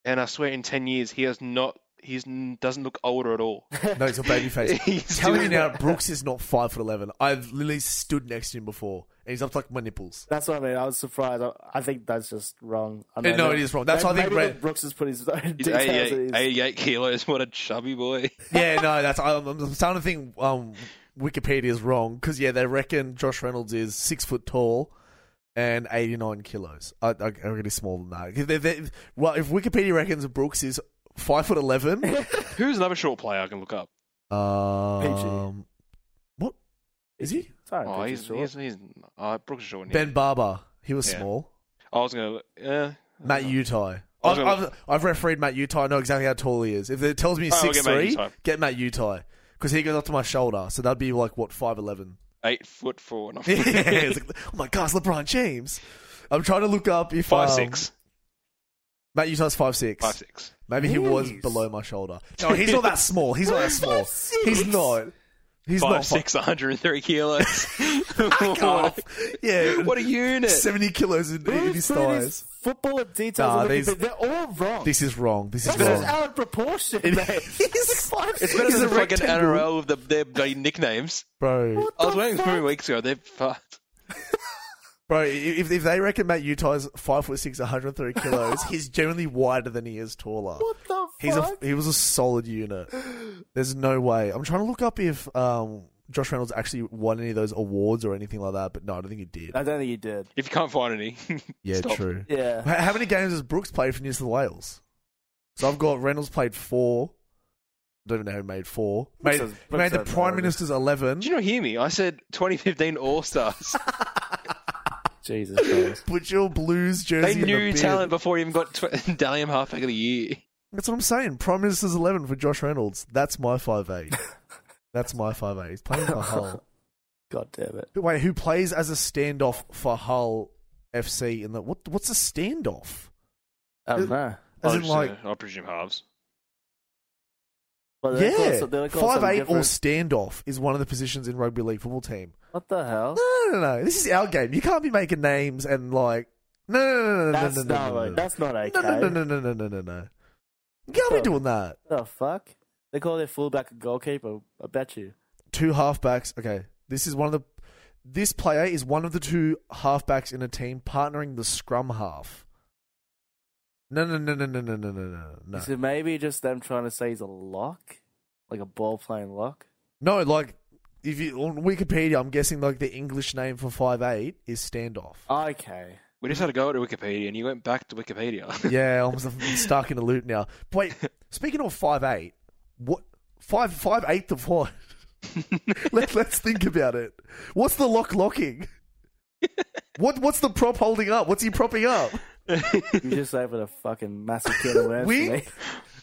Speaker 3: And I swear, in ten years, he has not He doesn't look older at all.
Speaker 1: No, he's a baby face.
Speaker 3: He's
Speaker 1: Telling you
Speaker 3: doing
Speaker 1: now, Brooks is not five foot eleven. I've literally stood next to him before, and he's up to like my nipples.
Speaker 2: That's what I mean. I was surprised. I, I think that's just wrong. I
Speaker 1: no, it is wrong. That's
Speaker 2: maybe,
Speaker 1: why I think
Speaker 2: maybe
Speaker 1: Brad-
Speaker 2: Brooks- Brooks has put his own
Speaker 3: He's uh,
Speaker 2: details in his-
Speaker 3: 88, 88 kilos. What a chubby boy.
Speaker 1: Yeah, no, that's I'm, I'm starting to think um, Wikipedia is wrong because yeah, they reckon Josh Reynolds is six foot tall and eighty nine kilos. I, I, I reckon he's smaller than that. If they- they- well, if Wikipedia reckons Brooks is five foot eleven,
Speaker 3: Who's another short player I can look up?
Speaker 1: um, what is he?
Speaker 2: Sorry,
Speaker 3: Oh,
Speaker 2: picture's
Speaker 3: he's,
Speaker 2: short.
Speaker 3: he's, he's uh, Brooks is short.
Speaker 1: Ben Barber. He was
Speaker 3: Yeah.
Speaker 1: small.
Speaker 3: I was gonna. Uh,
Speaker 1: Matt Utai.
Speaker 3: I
Speaker 1: I've,
Speaker 3: was gonna-
Speaker 1: I've, I've refereed Matt Utai. I know exactly how tall he is. If it tells me
Speaker 3: Oh, I'll
Speaker 1: six
Speaker 3: get Matt
Speaker 1: three,
Speaker 3: Utai.
Speaker 1: get Matt Utai because he goes up to my shoulder. So that'd be like what five eleven.
Speaker 3: eight foot four. Not
Speaker 1: yeah, it's like, oh my gosh, LeBron James. I'm trying to look up if
Speaker 3: five
Speaker 1: um,
Speaker 3: six.
Speaker 1: Matt Utah's five six.
Speaker 3: Five six.
Speaker 1: Maybe he was
Speaker 2: Jeez.
Speaker 1: below my shoulder. No, he's not that small. He's not that small. He's not. He's
Speaker 3: Five
Speaker 1: not fi-
Speaker 3: six, 103 kilos.
Speaker 1: off. Yeah,
Speaker 3: what a unit!
Speaker 1: seventy kilos in, in
Speaker 2: Who's
Speaker 1: his
Speaker 2: putting his
Speaker 1: thighs.
Speaker 2: Football and details.
Speaker 1: Nah,
Speaker 2: on
Speaker 1: these-
Speaker 2: Wikipedia? they're all wrong.
Speaker 1: This is wrong. This is
Speaker 2: that's just
Speaker 1: wrong.
Speaker 2: out of proportion.
Speaker 1: It-
Speaker 2: mate.
Speaker 1: He's like five.
Speaker 3: it's better
Speaker 1: he's a
Speaker 3: than the fucking
Speaker 1: rectangle.
Speaker 3: NRL with the, their bloody nicknames.
Speaker 1: bro.
Speaker 3: I was waiting three weeks ago. They're fucked.
Speaker 1: Bro, if, if they reckon Matt Utah's five foot six, 103 kilos, he's generally wider than he is taller.
Speaker 2: What the fuck?
Speaker 1: He's a, he was a solid unit. There's no way. I'm trying to look up if um, Josh Reynolds actually won any of those awards or anything like that, but no, I don't think he did.
Speaker 2: I don't think you did.
Speaker 3: If you can't find any,
Speaker 1: yeah,
Speaker 3: stop.
Speaker 1: true.
Speaker 2: Yeah.
Speaker 1: How, how many games has Brooks played for New South Wales? So I've got Reynolds played four. Don't even know who made four.
Speaker 2: Brooks
Speaker 1: Made,
Speaker 2: has- Brooks
Speaker 1: made the
Speaker 2: has no
Speaker 1: Prime
Speaker 2: idea.
Speaker 1: Minister's 11.
Speaker 3: Did you not hear me? I said 2015 All Stars.
Speaker 2: Jesus Christ.
Speaker 1: Put your blues jersey
Speaker 3: they
Speaker 1: in the
Speaker 3: knew
Speaker 1: bin.
Speaker 3: talent before he even got tw- Dalium halfback of the year.
Speaker 1: That's what I'm saying. Prime Minister's 11 for Josh Reynolds. That's my five eight. That's my five eight. He's playing for Hull.
Speaker 2: God damn it.
Speaker 1: Wait, who plays as a standoff for Hull FC? In the what? What's a standoff?
Speaker 2: I
Speaker 1: It-
Speaker 2: don't know.
Speaker 1: As
Speaker 3: I
Speaker 1: in like
Speaker 3: I presume halves.
Speaker 2: But they're called so-
Speaker 1: yeah,
Speaker 2: they're called
Speaker 1: five
Speaker 2: something
Speaker 1: eight or
Speaker 2: different.
Speaker 1: standoff is one of the positions in rugby league football team.
Speaker 2: What the hell?
Speaker 1: No, no, no, no. This is our game. You can't be making names and like no, no, no, no, no,
Speaker 2: That's
Speaker 1: no, no,
Speaker 2: not.
Speaker 1: no, no,
Speaker 2: That's not okay.
Speaker 1: no, no, no, no, no, no, no, no. You can't be doing that.
Speaker 2: The fuck? They call their fullback a goalkeeper. I bet you.
Speaker 1: two halfbacks. Okay, this is one of the. This player is one of the two halfbacks in a team partnering the scrum half. No, no, no, no, no, no, no, no, no, no.
Speaker 2: Is it maybe just them trying to say he's a lock, like a ball playing lock?
Speaker 1: No, like if you on Wikipedia, I'm guessing like the English name for five eight is standoff.
Speaker 2: Okay.
Speaker 3: We just had to go to Wikipedia, and you went back to Wikipedia.
Speaker 1: yeah, I'm s- stuck in a loop now. Wait, speaking of five eight, what five five eighth of what? Let, let's think about it. What's the lock locking? What what's the prop holding up? What's he propping up?
Speaker 2: You just opened a fucking massive can of worms
Speaker 1: Wing?
Speaker 2: for me.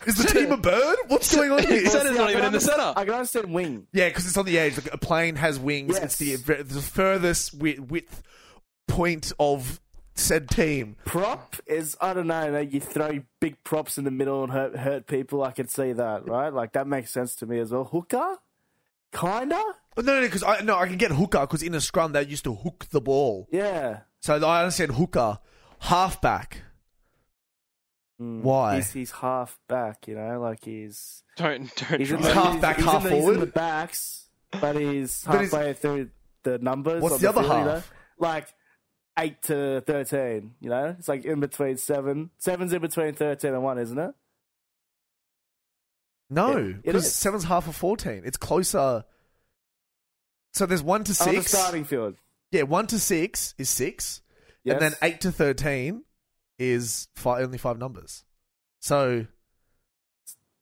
Speaker 1: Is the team a bird? What's going on here?
Speaker 3: Center's not even in the center.
Speaker 2: I can understand wing.
Speaker 1: Yeah, because it's on the edge. Like, a plane has wings. It's the,
Speaker 2: Yes.
Speaker 1: the furthest width, width point of said team.
Speaker 2: Prop is I don't know. Like you throw big props in the middle and hurt hurt people. I can see that, right? Like that makes sense to me as well. Hooker, kinda.
Speaker 1: Oh, No, no, because I no, I can get hooker because in a scrum they used to hook the ball.
Speaker 2: Yeah.
Speaker 1: So I understand hooker, halfback.
Speaker 2: Mm.
Speaker 1: Why?
Speaker 2: He's, he's half back. You know, like he's
Speaker 3: don't don't
Speaker 2: he's in
Speaker 3: try.
Speaker 2: the,
Speaker 1: Half
Speaker 2: he's-
Speaker 1: back,
Speaker 2: he's in
Speaker 1: half
Speaker 2: the- he's in the
Speaker 1: forward?
Speaker 2: backs, but he's
Speaker 1: But he's-
Speaker 2: halfway through the numbers.
Speaker 1: What's
Speaker 2: on
Speaker 1: the other
Speaker 2: field, you know?
Speaker 1: half?
Speaker 2: Like eight to thirteen. You know, it's like in between seven. Seven's in between thirteen and one, isn't it?
Speaker 1: No,
Speaker 2: It- it
Speaker 1: because
Speaker 2: is.
Speaker 1: seven's half of fourteen. It's closer. So there's one to
Speaker 2: On the
Speaker 1: six.
Speaker 2: starting field.
Speaker 1: yeah, one to six is six.
Speaker 2: Yes.
Speaker 1: And then eight to thirteen is fi only five numbers. So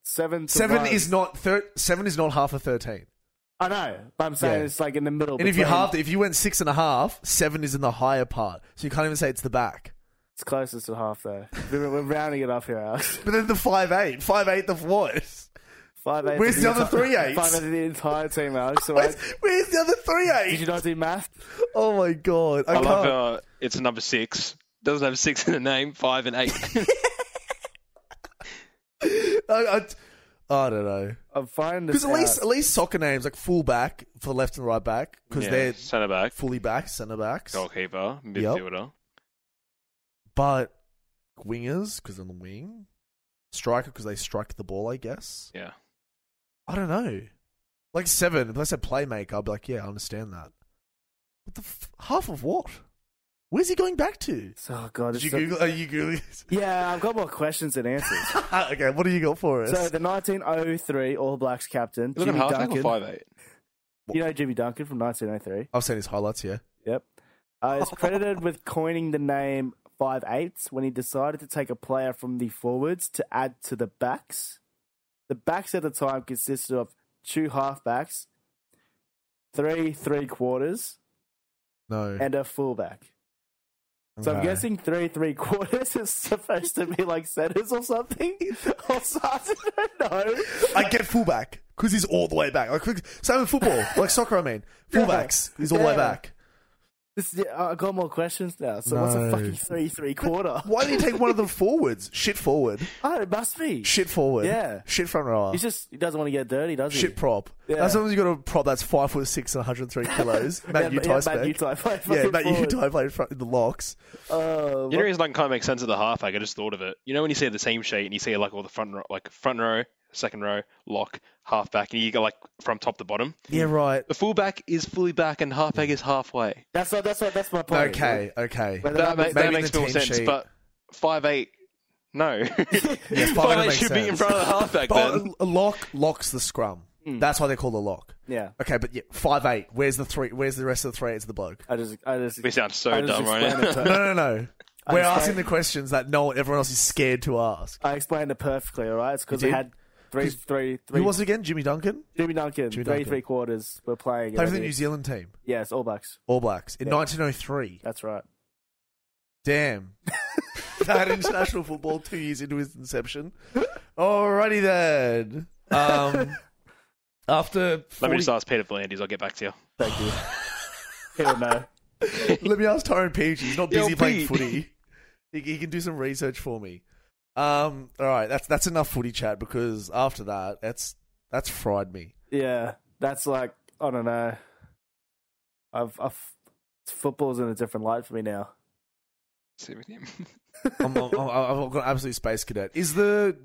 Speaker 2: seven. To
Speaker 1: seven
Speaker 2: one.
Speaker 1: is not thir- seven is not half of thirteen.
Speaker 2: I know, but I'm saying
Speaker 1: Yeah.
Speaker 2: it's like in the middle.
Speaker 1: And if you
Speaker 2: between-
Speaker 1: halved, it- if you went six and a half, seven is in the higher part. So you can't even say it's the back.
Speaker 2: it's closest to half though. We're, we're rounding it up here, Alex.
Speaker 1: But then the five eight, five eighth of what?
Speaker 2: Five eight.
Speaker 1: Where's
Speaker 2: to
Speaker 1: the other
Speaker 2: entire-
Speaker 1: three eights?
Speaker 2: Five eight to the entire team, Alex. all
Speaker 1: Where's,
Speaker 2: right?
Speaker 1: where's the other three
Speaker 2: Did you
Speaker 1: eight?
Speaker 2: not do math?
Speaker 1: Oh my god! I,
Speaker 3: I
Speaker 1: can't.
Speaker 3: love uh, it's a number six. Doesn't have six in the name. Five and eight.
Speaker 1: I, I, I don't know
Speaker 2: I'm finding this
Speaker 1: because at least
Speaker 2: out.
Speaker 1: at least soccer names like full back for left and right back because
Speaker 3: Yeah,
Speaker 1: they're
Speaker 3: centre back,
Speaker 1: fully back, centre backs.
Speaker 3: goalkeeper, midfielder.
Speaker 1: But wingers because on the wing, striker because they strike the ball, I guess.
Speaker 3: Yeah.
Speaker 1: I don't know. Like seven, if I said playmaker, I'd be like, yeah, I understand that. But the f- half of what? Where's he going back to?
Speaker 2: So oh god,
Speaker 1: Did
Speaker 2: it's
Speaker 1: you
Speaker 2: so-
Speaker 1: Google? Are you Googling?
Speaker 2: Yeah, I've got more questions than answers.
Speaker 1: okay, what do you got for us?
Speaker 2: so the 1903 All Blacks captain
Speaker 3: You look at
Speaker 2: Jimmy
Speaker 3: halfback or
Speaker 2: Duncan.
Speaker 3: five eight.
Speaker 2: You know Jimmy Duncan from 1903.
Speaker 1: I've seen his highlights. Yeah,
Speaker 2: Yep. Uh, is credited with coining the name five eights when he decided to take a player from the forwards to add to the backs. The backs at the time consisted of two halfbacks, three three quarters,
Speaker 1: no.
Speaker 2: and a fullback. So I'm
Speaker 1: Okay.
Speaker 2: guessing three three quarters is supposed to be like centers or something. or something. No.
Speaker 1: I get fullback because he's all the way back. Like quick- same in football, like soccer. I mean, fullbacks. He's all the way
Speaker 2: Yeah.
Speaker 1: back.
Speaker 2: This is, I got more questions now. So what's
Speaker 1: No.
Speaker 2: a fucking three three quarter?
Speaker 1: Why do you take one of them forwards? Shit forward.
Speaker 2: Oh, it must be.
Speaker 1: Shit forward.
Speaker 2: Yeah.
Speaker 1: Shit front rower.
Speaker 2: He's just he doesn't want to get dirty, does he?
Speaker 1: Shit prop.
Speaker 2: Yeah.
Speaker 1: That's sometimes you got a prop that's five foot six and 103 kilos. Matt
Speaker 2: yeah,
Speaker 1: Utai
Speaker 2: yeah,
Speaker 1: spec.
Speaker 2: Matt Utai played
Speaker 1: yeah,
Speaker 2: fucking
Speaker 1: Matt
Speaker 2: forward.
Speaker 1: Utai played front in the locks.
Speaker 2: Uh,
Speaker 3: You know, the reason I can kind of make sense of the halfback, I just thought of it. You know, when you see the team sheet and you see like all the front row, like front row, second row, lock, halfback, and you go like from top to bottom.
Speaker 1: Yeah, right.
Speaker 3: The fullback is fully back and halfback is halfway.
Speaker 2: that's what that's what that's my point.
Speaker 1: Okay, okay.
Speaker 2: But
Speaker 3: That, ma-
Speaker 1: maybe
Speaker 3: that makes
Speaker 1: the
Speaker 3: more
Speaker 1: team
Speaker 3: sense,
Speaker 1: sheet-
Speaker 3: but five eight, no.
Speaker 1: Yeah, five
Speaker 3: five
Speaker 1: eight
Speaker 3: eight
Speaker 1: makes
Speaker 3: should be in
Speaker 1: sense.
Speaker 3: front of the halfback
Speaker 1: But
Speaker 3: then.
Speaker 1: a lock locks the scrum. That's why they call the lock.
Speaker 2: yeah,
Speaker 1: Okay, but yeah, five eight. Where's the three? Where's the rest of the three? It's the bloke.
Speaker 2: I just I just
Speaker 3: We sound so
Speaker 2: I just
Speaker 3: dumb right
Speaker 2: explained
Speaker 3: now.
Speaker 2: it to-
Speaker 1: No, no, no. We're
Speaker 2: Understand.
Speaker 1: asking the questions that no everyone else is scared to ask.
Speaker 2: I explained it perfectly. All right, it's because
Speaker 1: You
Speaker 2: we
Speaker 1: did?
Speaker 2: had three three three.
Speaker 1: Who was it again? Jimmy Duncan.
Speaker 2: Jimmy Duncan
Speaker 1: Jimmy
Speaker 2: three
Speaker 1: Duncan.
Speaker 2: three quarters. We're playing.
Speaker 1: Played for the
Speaker 2: and
Speaker 1: New Zealand team,
Speaker 2: everything. Yes, All Blacks.
Speaker 1: All Blacks, in
Speaker 2: Yeah.
Speaker 1: 1903.
Speaker 2: That's right.
Speaker 1: Damn. that international football two years into his inception. Alrighty then. Um, after 40,
Speaker 3: Let me just ask Peter Blandis. I'll get back to you.
Speaker 2: Thank you. He'll know.
Speaker 1: Let me ask Tyrone Peach. He's not
Speaker 3: Yo,
Speaker 1: busy playing
Speaker 3: Pete.
Speaker 1: footy. He, he can do some research for me. Um, all right, that's that's enough footy chat because after that, that's that's fried me.
Speaker 2: Yeah, that's like I don't know. I've, I've football's in a different light for me now.
Speaker 3: See with him.
Speaker 1: I'm, I'm, I'm, I've got absolute space cadet. Is the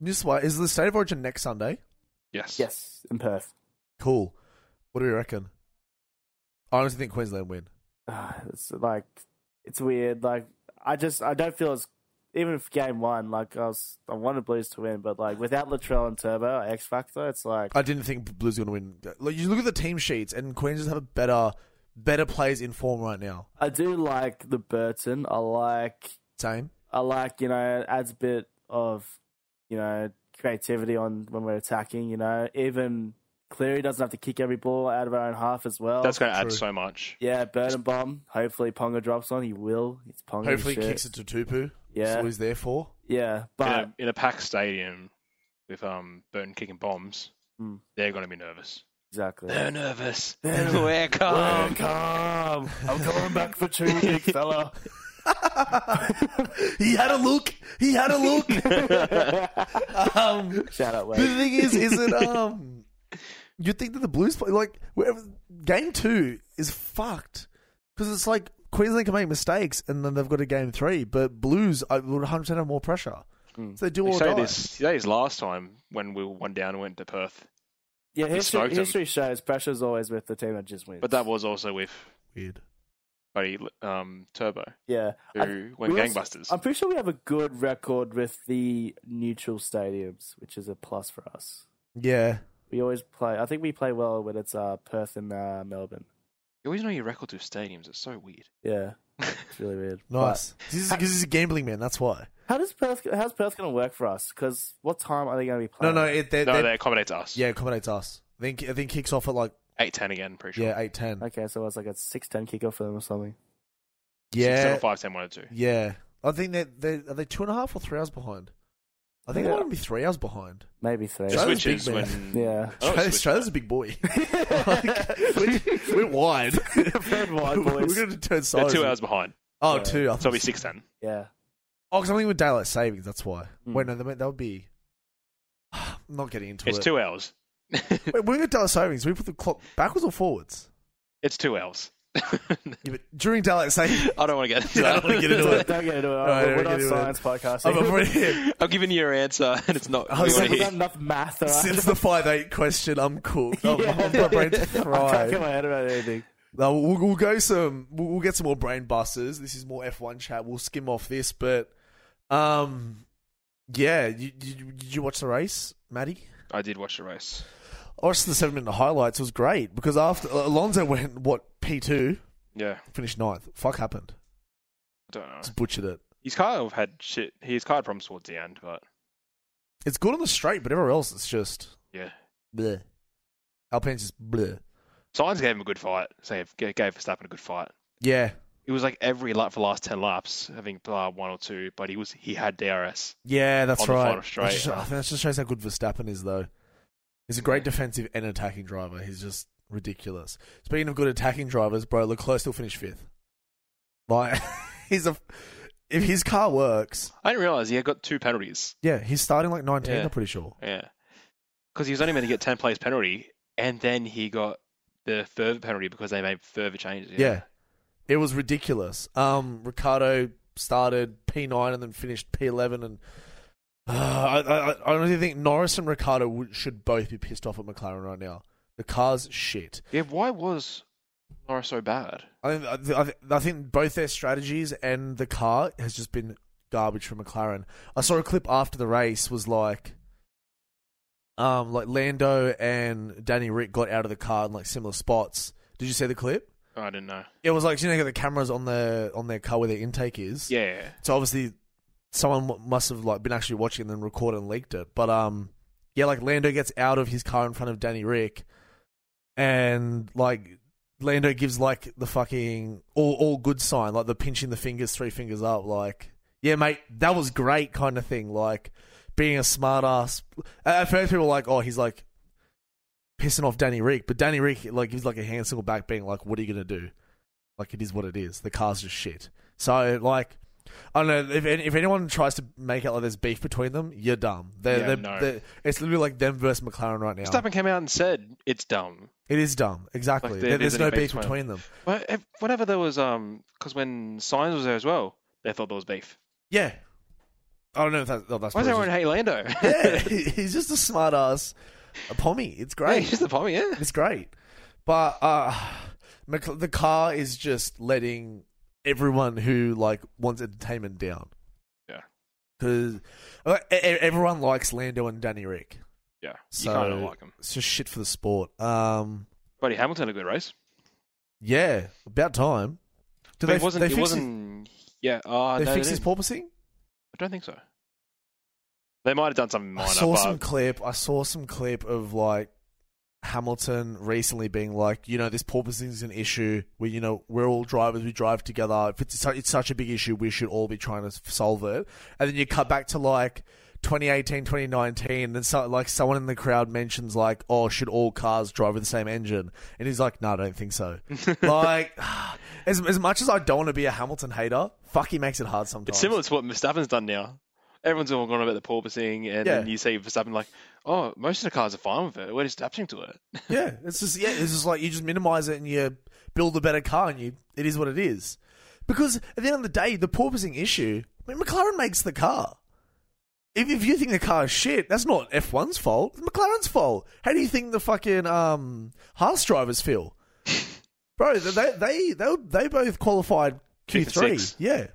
Speaker 1: New South Wales- is the state of origin next Sunday?
Speaker 3: Yes.
Speaker 2: Yes, in Perth.
Speaker 1: Cool. What do you reckon? I honestly think Queensland win.
Speaker 2: Ah, it's like it's weird. Like I just I don't feel as even if game one, like I was I wanted Blues to win, but like without Latrell and Turbo X Factor, it's like
Speaker 1: I didn't think Blues going to win. Like you look at the team sheets, and Queensland have a better better players in form right now.
Speaker 2: I do like the Burton. I like
Speaker 1: Same.
Speaker 2: I like, you know, it adds a bit of, you know, creativity on when we're attacking, you know. Even Cleary doesn't have to kick every ball out of our own half as well.
Speaker 3: That's going to add
Speaker 1: True.
Speaker 3: so much.
Speaker 2: yeah, Burton bomb. Hopefully Ponga drops on. He will. It's Ponga.
Speaker 1: Hopefully,
Speaker 2: shit.
Speaker 1: he kicks it to Tupu.
Speaker 2: Yeah.
Speaker 1: That's what he's there for.
Speaker 2: Yeah,
Speaker 3: In
Speaker 2: but
Speaker 3: a, in a packed stadium with um Burton kicking bombs,
Speaker 2: Hmm.
Speaker 3: they're going to be nervous.
Speaker 2: exactly.
Speaker 3: They're nervous. um,
Speaker 2: They're-
Speaker 3: We're calm.
Speaker 2: Welcome. I'm coming back for two weeks, fella.
Speaker 1: he had a look. He had a look. um,
Speaker 2: Shout out,
Speaker 1: but the
Speaker 2: Wade.
Speaker 1: thing is, is it um? You think that the Blues play like wherever, game two is fucked because it's like Queensland can make mistakes and then they've got a game three, but Blues I would 100 percent have more pressure. So they do
Speaker 3: You
Speaker 1: all
Speaker 3: say
Speaker 1: die.
Speaker 3: this, you say this last time when we were one down and went to Perth,
Speaker 2: Yeah, history,
Speaker 3: smoked him.
Speaker 2: history shows pressure's always with the team that just wins.
Speaker 3: but that was also with
Speaker 1: Weird.
Speaker 3: buddy um Turbo
Speaker 2: yeah.
Speaker 3: who went
Speaker 2: we also-
Speaker 3: gangbusters.
Speaker 2: I'm pretty sure we have a good record with the neutral stadiums, which is a plus for us.
Speaker 1: Yeah.
Speaker 2: We always play. I think we play well when it's uh, Perth and uh, Melbourne.
Speaker 3: you always know your record to stadiums. It's so weird.
Speaker 2: Yeah, it's really weird.
Speaker 1: Nice. Because he's a gambling man. That's why.
Speaker 2: But how does Perth? How's Perth going to work for us? Because what time are they going to be
Speaker 1: No,
Speaker 2: playing?
Speaker 1: no. It, they,
Speaker 3: no,
Speaker 1: they-
Speaker 3: they accommodate to us.
Speaker 1: yeah, accommodates us. I think I think kicks off at like
Speaker 3: eight ten again. Pretty sure.
Speaker 1: yeah eight ten.
Speaker 2: Okay, so it's like a six ten kickoff for them or something.
Speaker 3: Six,
Speaker 1: Yeah,
Speaker 3: seven, five, ten, one or two.
Speaker 1: Yeah, I think they they are they two and a half or three hours behind. I think
Speaker 2: Yeah.
Speaker 1: they might be three hours behind.
Speaker 2: Maybe three.
Speaker 1: Just- Australia's
Speaker 3: Switches
Speaker 1: big, man.
Speaker 3: when
Speaker 2: Yeah.
Speaker 3: Oh,
Speaker 1: Australia-
Speaker 3: switch.
Speaker 1: Australia's a big boy. Like, we're, we're wide.
Speaker 2: Very wide,
Speaker 1: We're
Speaker 2: boys.
Speaker 1: going to turn
Speaker 3: they're
Speaker 1: sides.
Speaker 3: two hours behind,
Speaker 1: Oh,
Speaker 2: Yeah.
Speaker 1: two. I
Speaker 3: so it'll be
Speaker 1: thought-
Speaker 3: six ten.
Speaker 2: yeah.
Speaker 1: Oh, because I think with daylight savings, that's why.
Speaker 2: Hmm.
Speaker 1: Wait, no, they might- that would be. I'm not getting into
Speaker 3: It's
Speaker 1: it.
Speaker 3: two hours.
Speaker 1: Wait, we're going to daylight savings. We put the clock backwards or forwards?
Speaker 3: it's two hours.
Speaker 1: Yeah, but during daylight saving,
Speaker 3: I don't want to get into
Speaker 1: Yeah, I
Speaker 3: that.
Speaker 1: don't wanna get into it.
Speaker 2: Don't get into it.
Speaker 1: right,
Speaker 2: we're
Speaker 1: don't
Speaker 2: not
Speaker 1: get into it.
Speaker 2: science podcast.
Speaker 1: I've
Speaker 2: here.
Speaker 1: already
Speaker 3: I'm giving you your answer, and it's not.
Speaker 1: I
Speaker 3: what
Speaker 1: was
Speaker 3: you
Speaker 1: like,
Speaker 3: want to
Speaker 2: We've
Speaker 3: hear.
Speaker 2: done enough math. All right?
Speaker 1: since the five eight question. I'm cooked. I'm, I'm, my brain's
Speaker 2: I can't
Speaker 1: fried.
Speaker 2: get my head around anything.
Speaker 1: No, we'll, we'll go some. We'll, we'll get some more brain busters. This is more F one chat. We'll skim off this, but um, yeah. You, you, did you watch the race, Maddie?
Speaker 3: I did watch the race.
Speaker 1: I watched the seven minute highlights. It was great because after Alonso went what P two,
Speaker 3: Yeah,
Speaker 1: finished ninth. Fuck happened.
Speaker 3: I don't know.
Speaker 1: Just butchered it.
Speaker 3: He's kind of had shit. He's kind of problems towards the end, but
Speaker 1: It's good on the straight, but everywhere else it's just
Speaker 3: yeah.
Speaker 1: bleh. Alpine's just bleh.
Speaker 3: Signs gave him a good fight. Save gave Verstappen a good fight.
Speaker 1: Yeah,
Speaker 3: It was like every lap for the last ten laps, having uh, one or two, but he was he had DRS.
Speaker 1: yeah, that's
Speaker 3: On the
Speaker 1: right.
Speaker 3: final straight.
Speaker 1: That's just- I think that just shows how good Verstappen is, though. He's a great defensive and attacking driver. He's just ridiculous. Speaking of good attacking drivers, bro, Leclerc still finished fifth. Like he's a if his car works,
Speaker 3: I didn't realize he had got two penalties.
Speaker 1: yeah, he's starting like 19
Speaker 3: Yeah.
Speaker 1: I'm pretty sure.
Speaker 3: Yeah, because he was only meant to get ten plays penalty, and then he got the further penalty because they made further changes.
Speaker 1: Yeah. It was ridiculous. Um, Ricardo started P9 and then finished P11. And uh, I, I, I honestly think Norris and Ricardo would, should both be pissed off at McLaren right now. The car's shit.
Speaker 3: Yeah, why was Norris so bad?
Speaker 1: I think, I think, I think both their strategies and the car has just been garbage for McLaren. I saw a clip after the race was like, um, like Lando and Danny Rick got out of the car in like similar spots. Did you see the clip?
Speaker 3: Oh, I didn't know.
Speaker 1: It was like you know the cameras on the on their car where their intake is.
Speaker 3: Yeah,
Speaker 1: So obviously, someone w- must have like been actually watching and then recorded and leaked it. But um, yeah, like Lando gets out of his car in front of Danny Rick, and like Lando gives like the fucking all all good sign, like the pinching the fingers, three fingers up, like yeah, mate, that was great kind of thing. Like being a smart ass. At at first, people were like, oh, he's like pissing off Danny Rick, but Danny Rick like gives like a hand single back, being like, what are you gonna do? Like it is what it is. The car's just shit. So like I don't know if if anyone tries to make out like there's beef between them, you're dumb. They're,
Speaker 3: Yeah,
Speaker 1: they're,
Speaker 3: no.
Speaker 1: they're- it's literally like them versus McLaren right now.
Speaker 3: Verstappen came out and said it's dumb.
Speaker 1: It is dumb, exactly.
Speaker 3: Like, there-
Speaker 1: there, there's
Speaker 3: there's
Speaker 1: no
Speaker 3: any beef
Speaker 1: beef between
Speaker 3: between
Speaker 1: them.
Speaker 3: Well, if- Whenever there was, um, because when Signs was there as well, they thought there was beef.
Speaker 1: Yeah, I don't know if that's oh, that's
Speaker 3: Why does everyone
Speaker 1: probably
Speaker 3: hate Lando?
Speaker 1: just- yeah, he's just a smart ass, a pommy. It's
Speaker 3: Yeah,
Speaker 1: great.
Speaker 3: he's just the pommy, yeah.
Speaker 1: It's great. But uh, Mc- the car is just letting everyone who like wants entertainment down.
Speaker 3: Yeah.
Speaker 1: because e, everyone likes Lando and Danny Rick.
Speaker 3: Yeah,
Speaker 1: So-
Speaker 3: you kind of like him.
Speaker 1: It's just shit for the sport. Um,
Speaker 3: Buddy Hamilton had a good race.
Speaker 1: yeah, about time. Did
Speaker 3: But
Speaker 1: they,
Speaker 3: it wasn't.
Speaker 1: they
Speaker 3: it
Speaker 1: fix his-
Speaker 3: wasn't. Yeah. Uh,
Speaker 1: they
Speaker 3: no,
Speaker 1: fix
Speaker 3: they
Speaker 1: his
Speaker 3: didn't.
Speaker 1: porpoising?
Speaker 3: I don't think so. They might have done something
Speaker 1: I
Speaker 3: minor,
Speaker 1: saw
Speaker 3: but
Speaker 1: some clip. I saw some clip of like Hamilton recently being like, you know, this porpoising is an issue. We, you know, we're all drivers. We drive together. If it's su- it's such a big issue, we should all be trying to s- solve it. And then you cut back to like. 2018, 2019, and then so, like someone in the crowd mentions like, "Oh, should all cars drive with the same engine?" And he's like, "No, I don't think so." like, as as much as I don't want to be a Hamilton hater, fuck, he makes it hard sometimes.
Speaker 3: it's similar to what Verstappen's done now. Everyone's all gone about the porpoising, and then
Speaker 1: Yeah.
Speaker 3: you see Verstappen like, "Oh, most of the cars are fine with it. We're just adapting to it."
Speaker 1: Yeah, it's just yeah, it's just like you just minimize it and you build a better car and you it is what it is. Because at the end of the day, the porpoising issue, I mean, McLaren makes the car. If, if you think the car is shit, that's not F1's fault. It's McLaren's fault. How do you think the fucking um, Haas drivers feel? Bro, they they they, they both qualified Q
Speaker 3: Fifth and
Speaker 1: three.
Speaker 3: sixth.
Speaker 1: Yeah,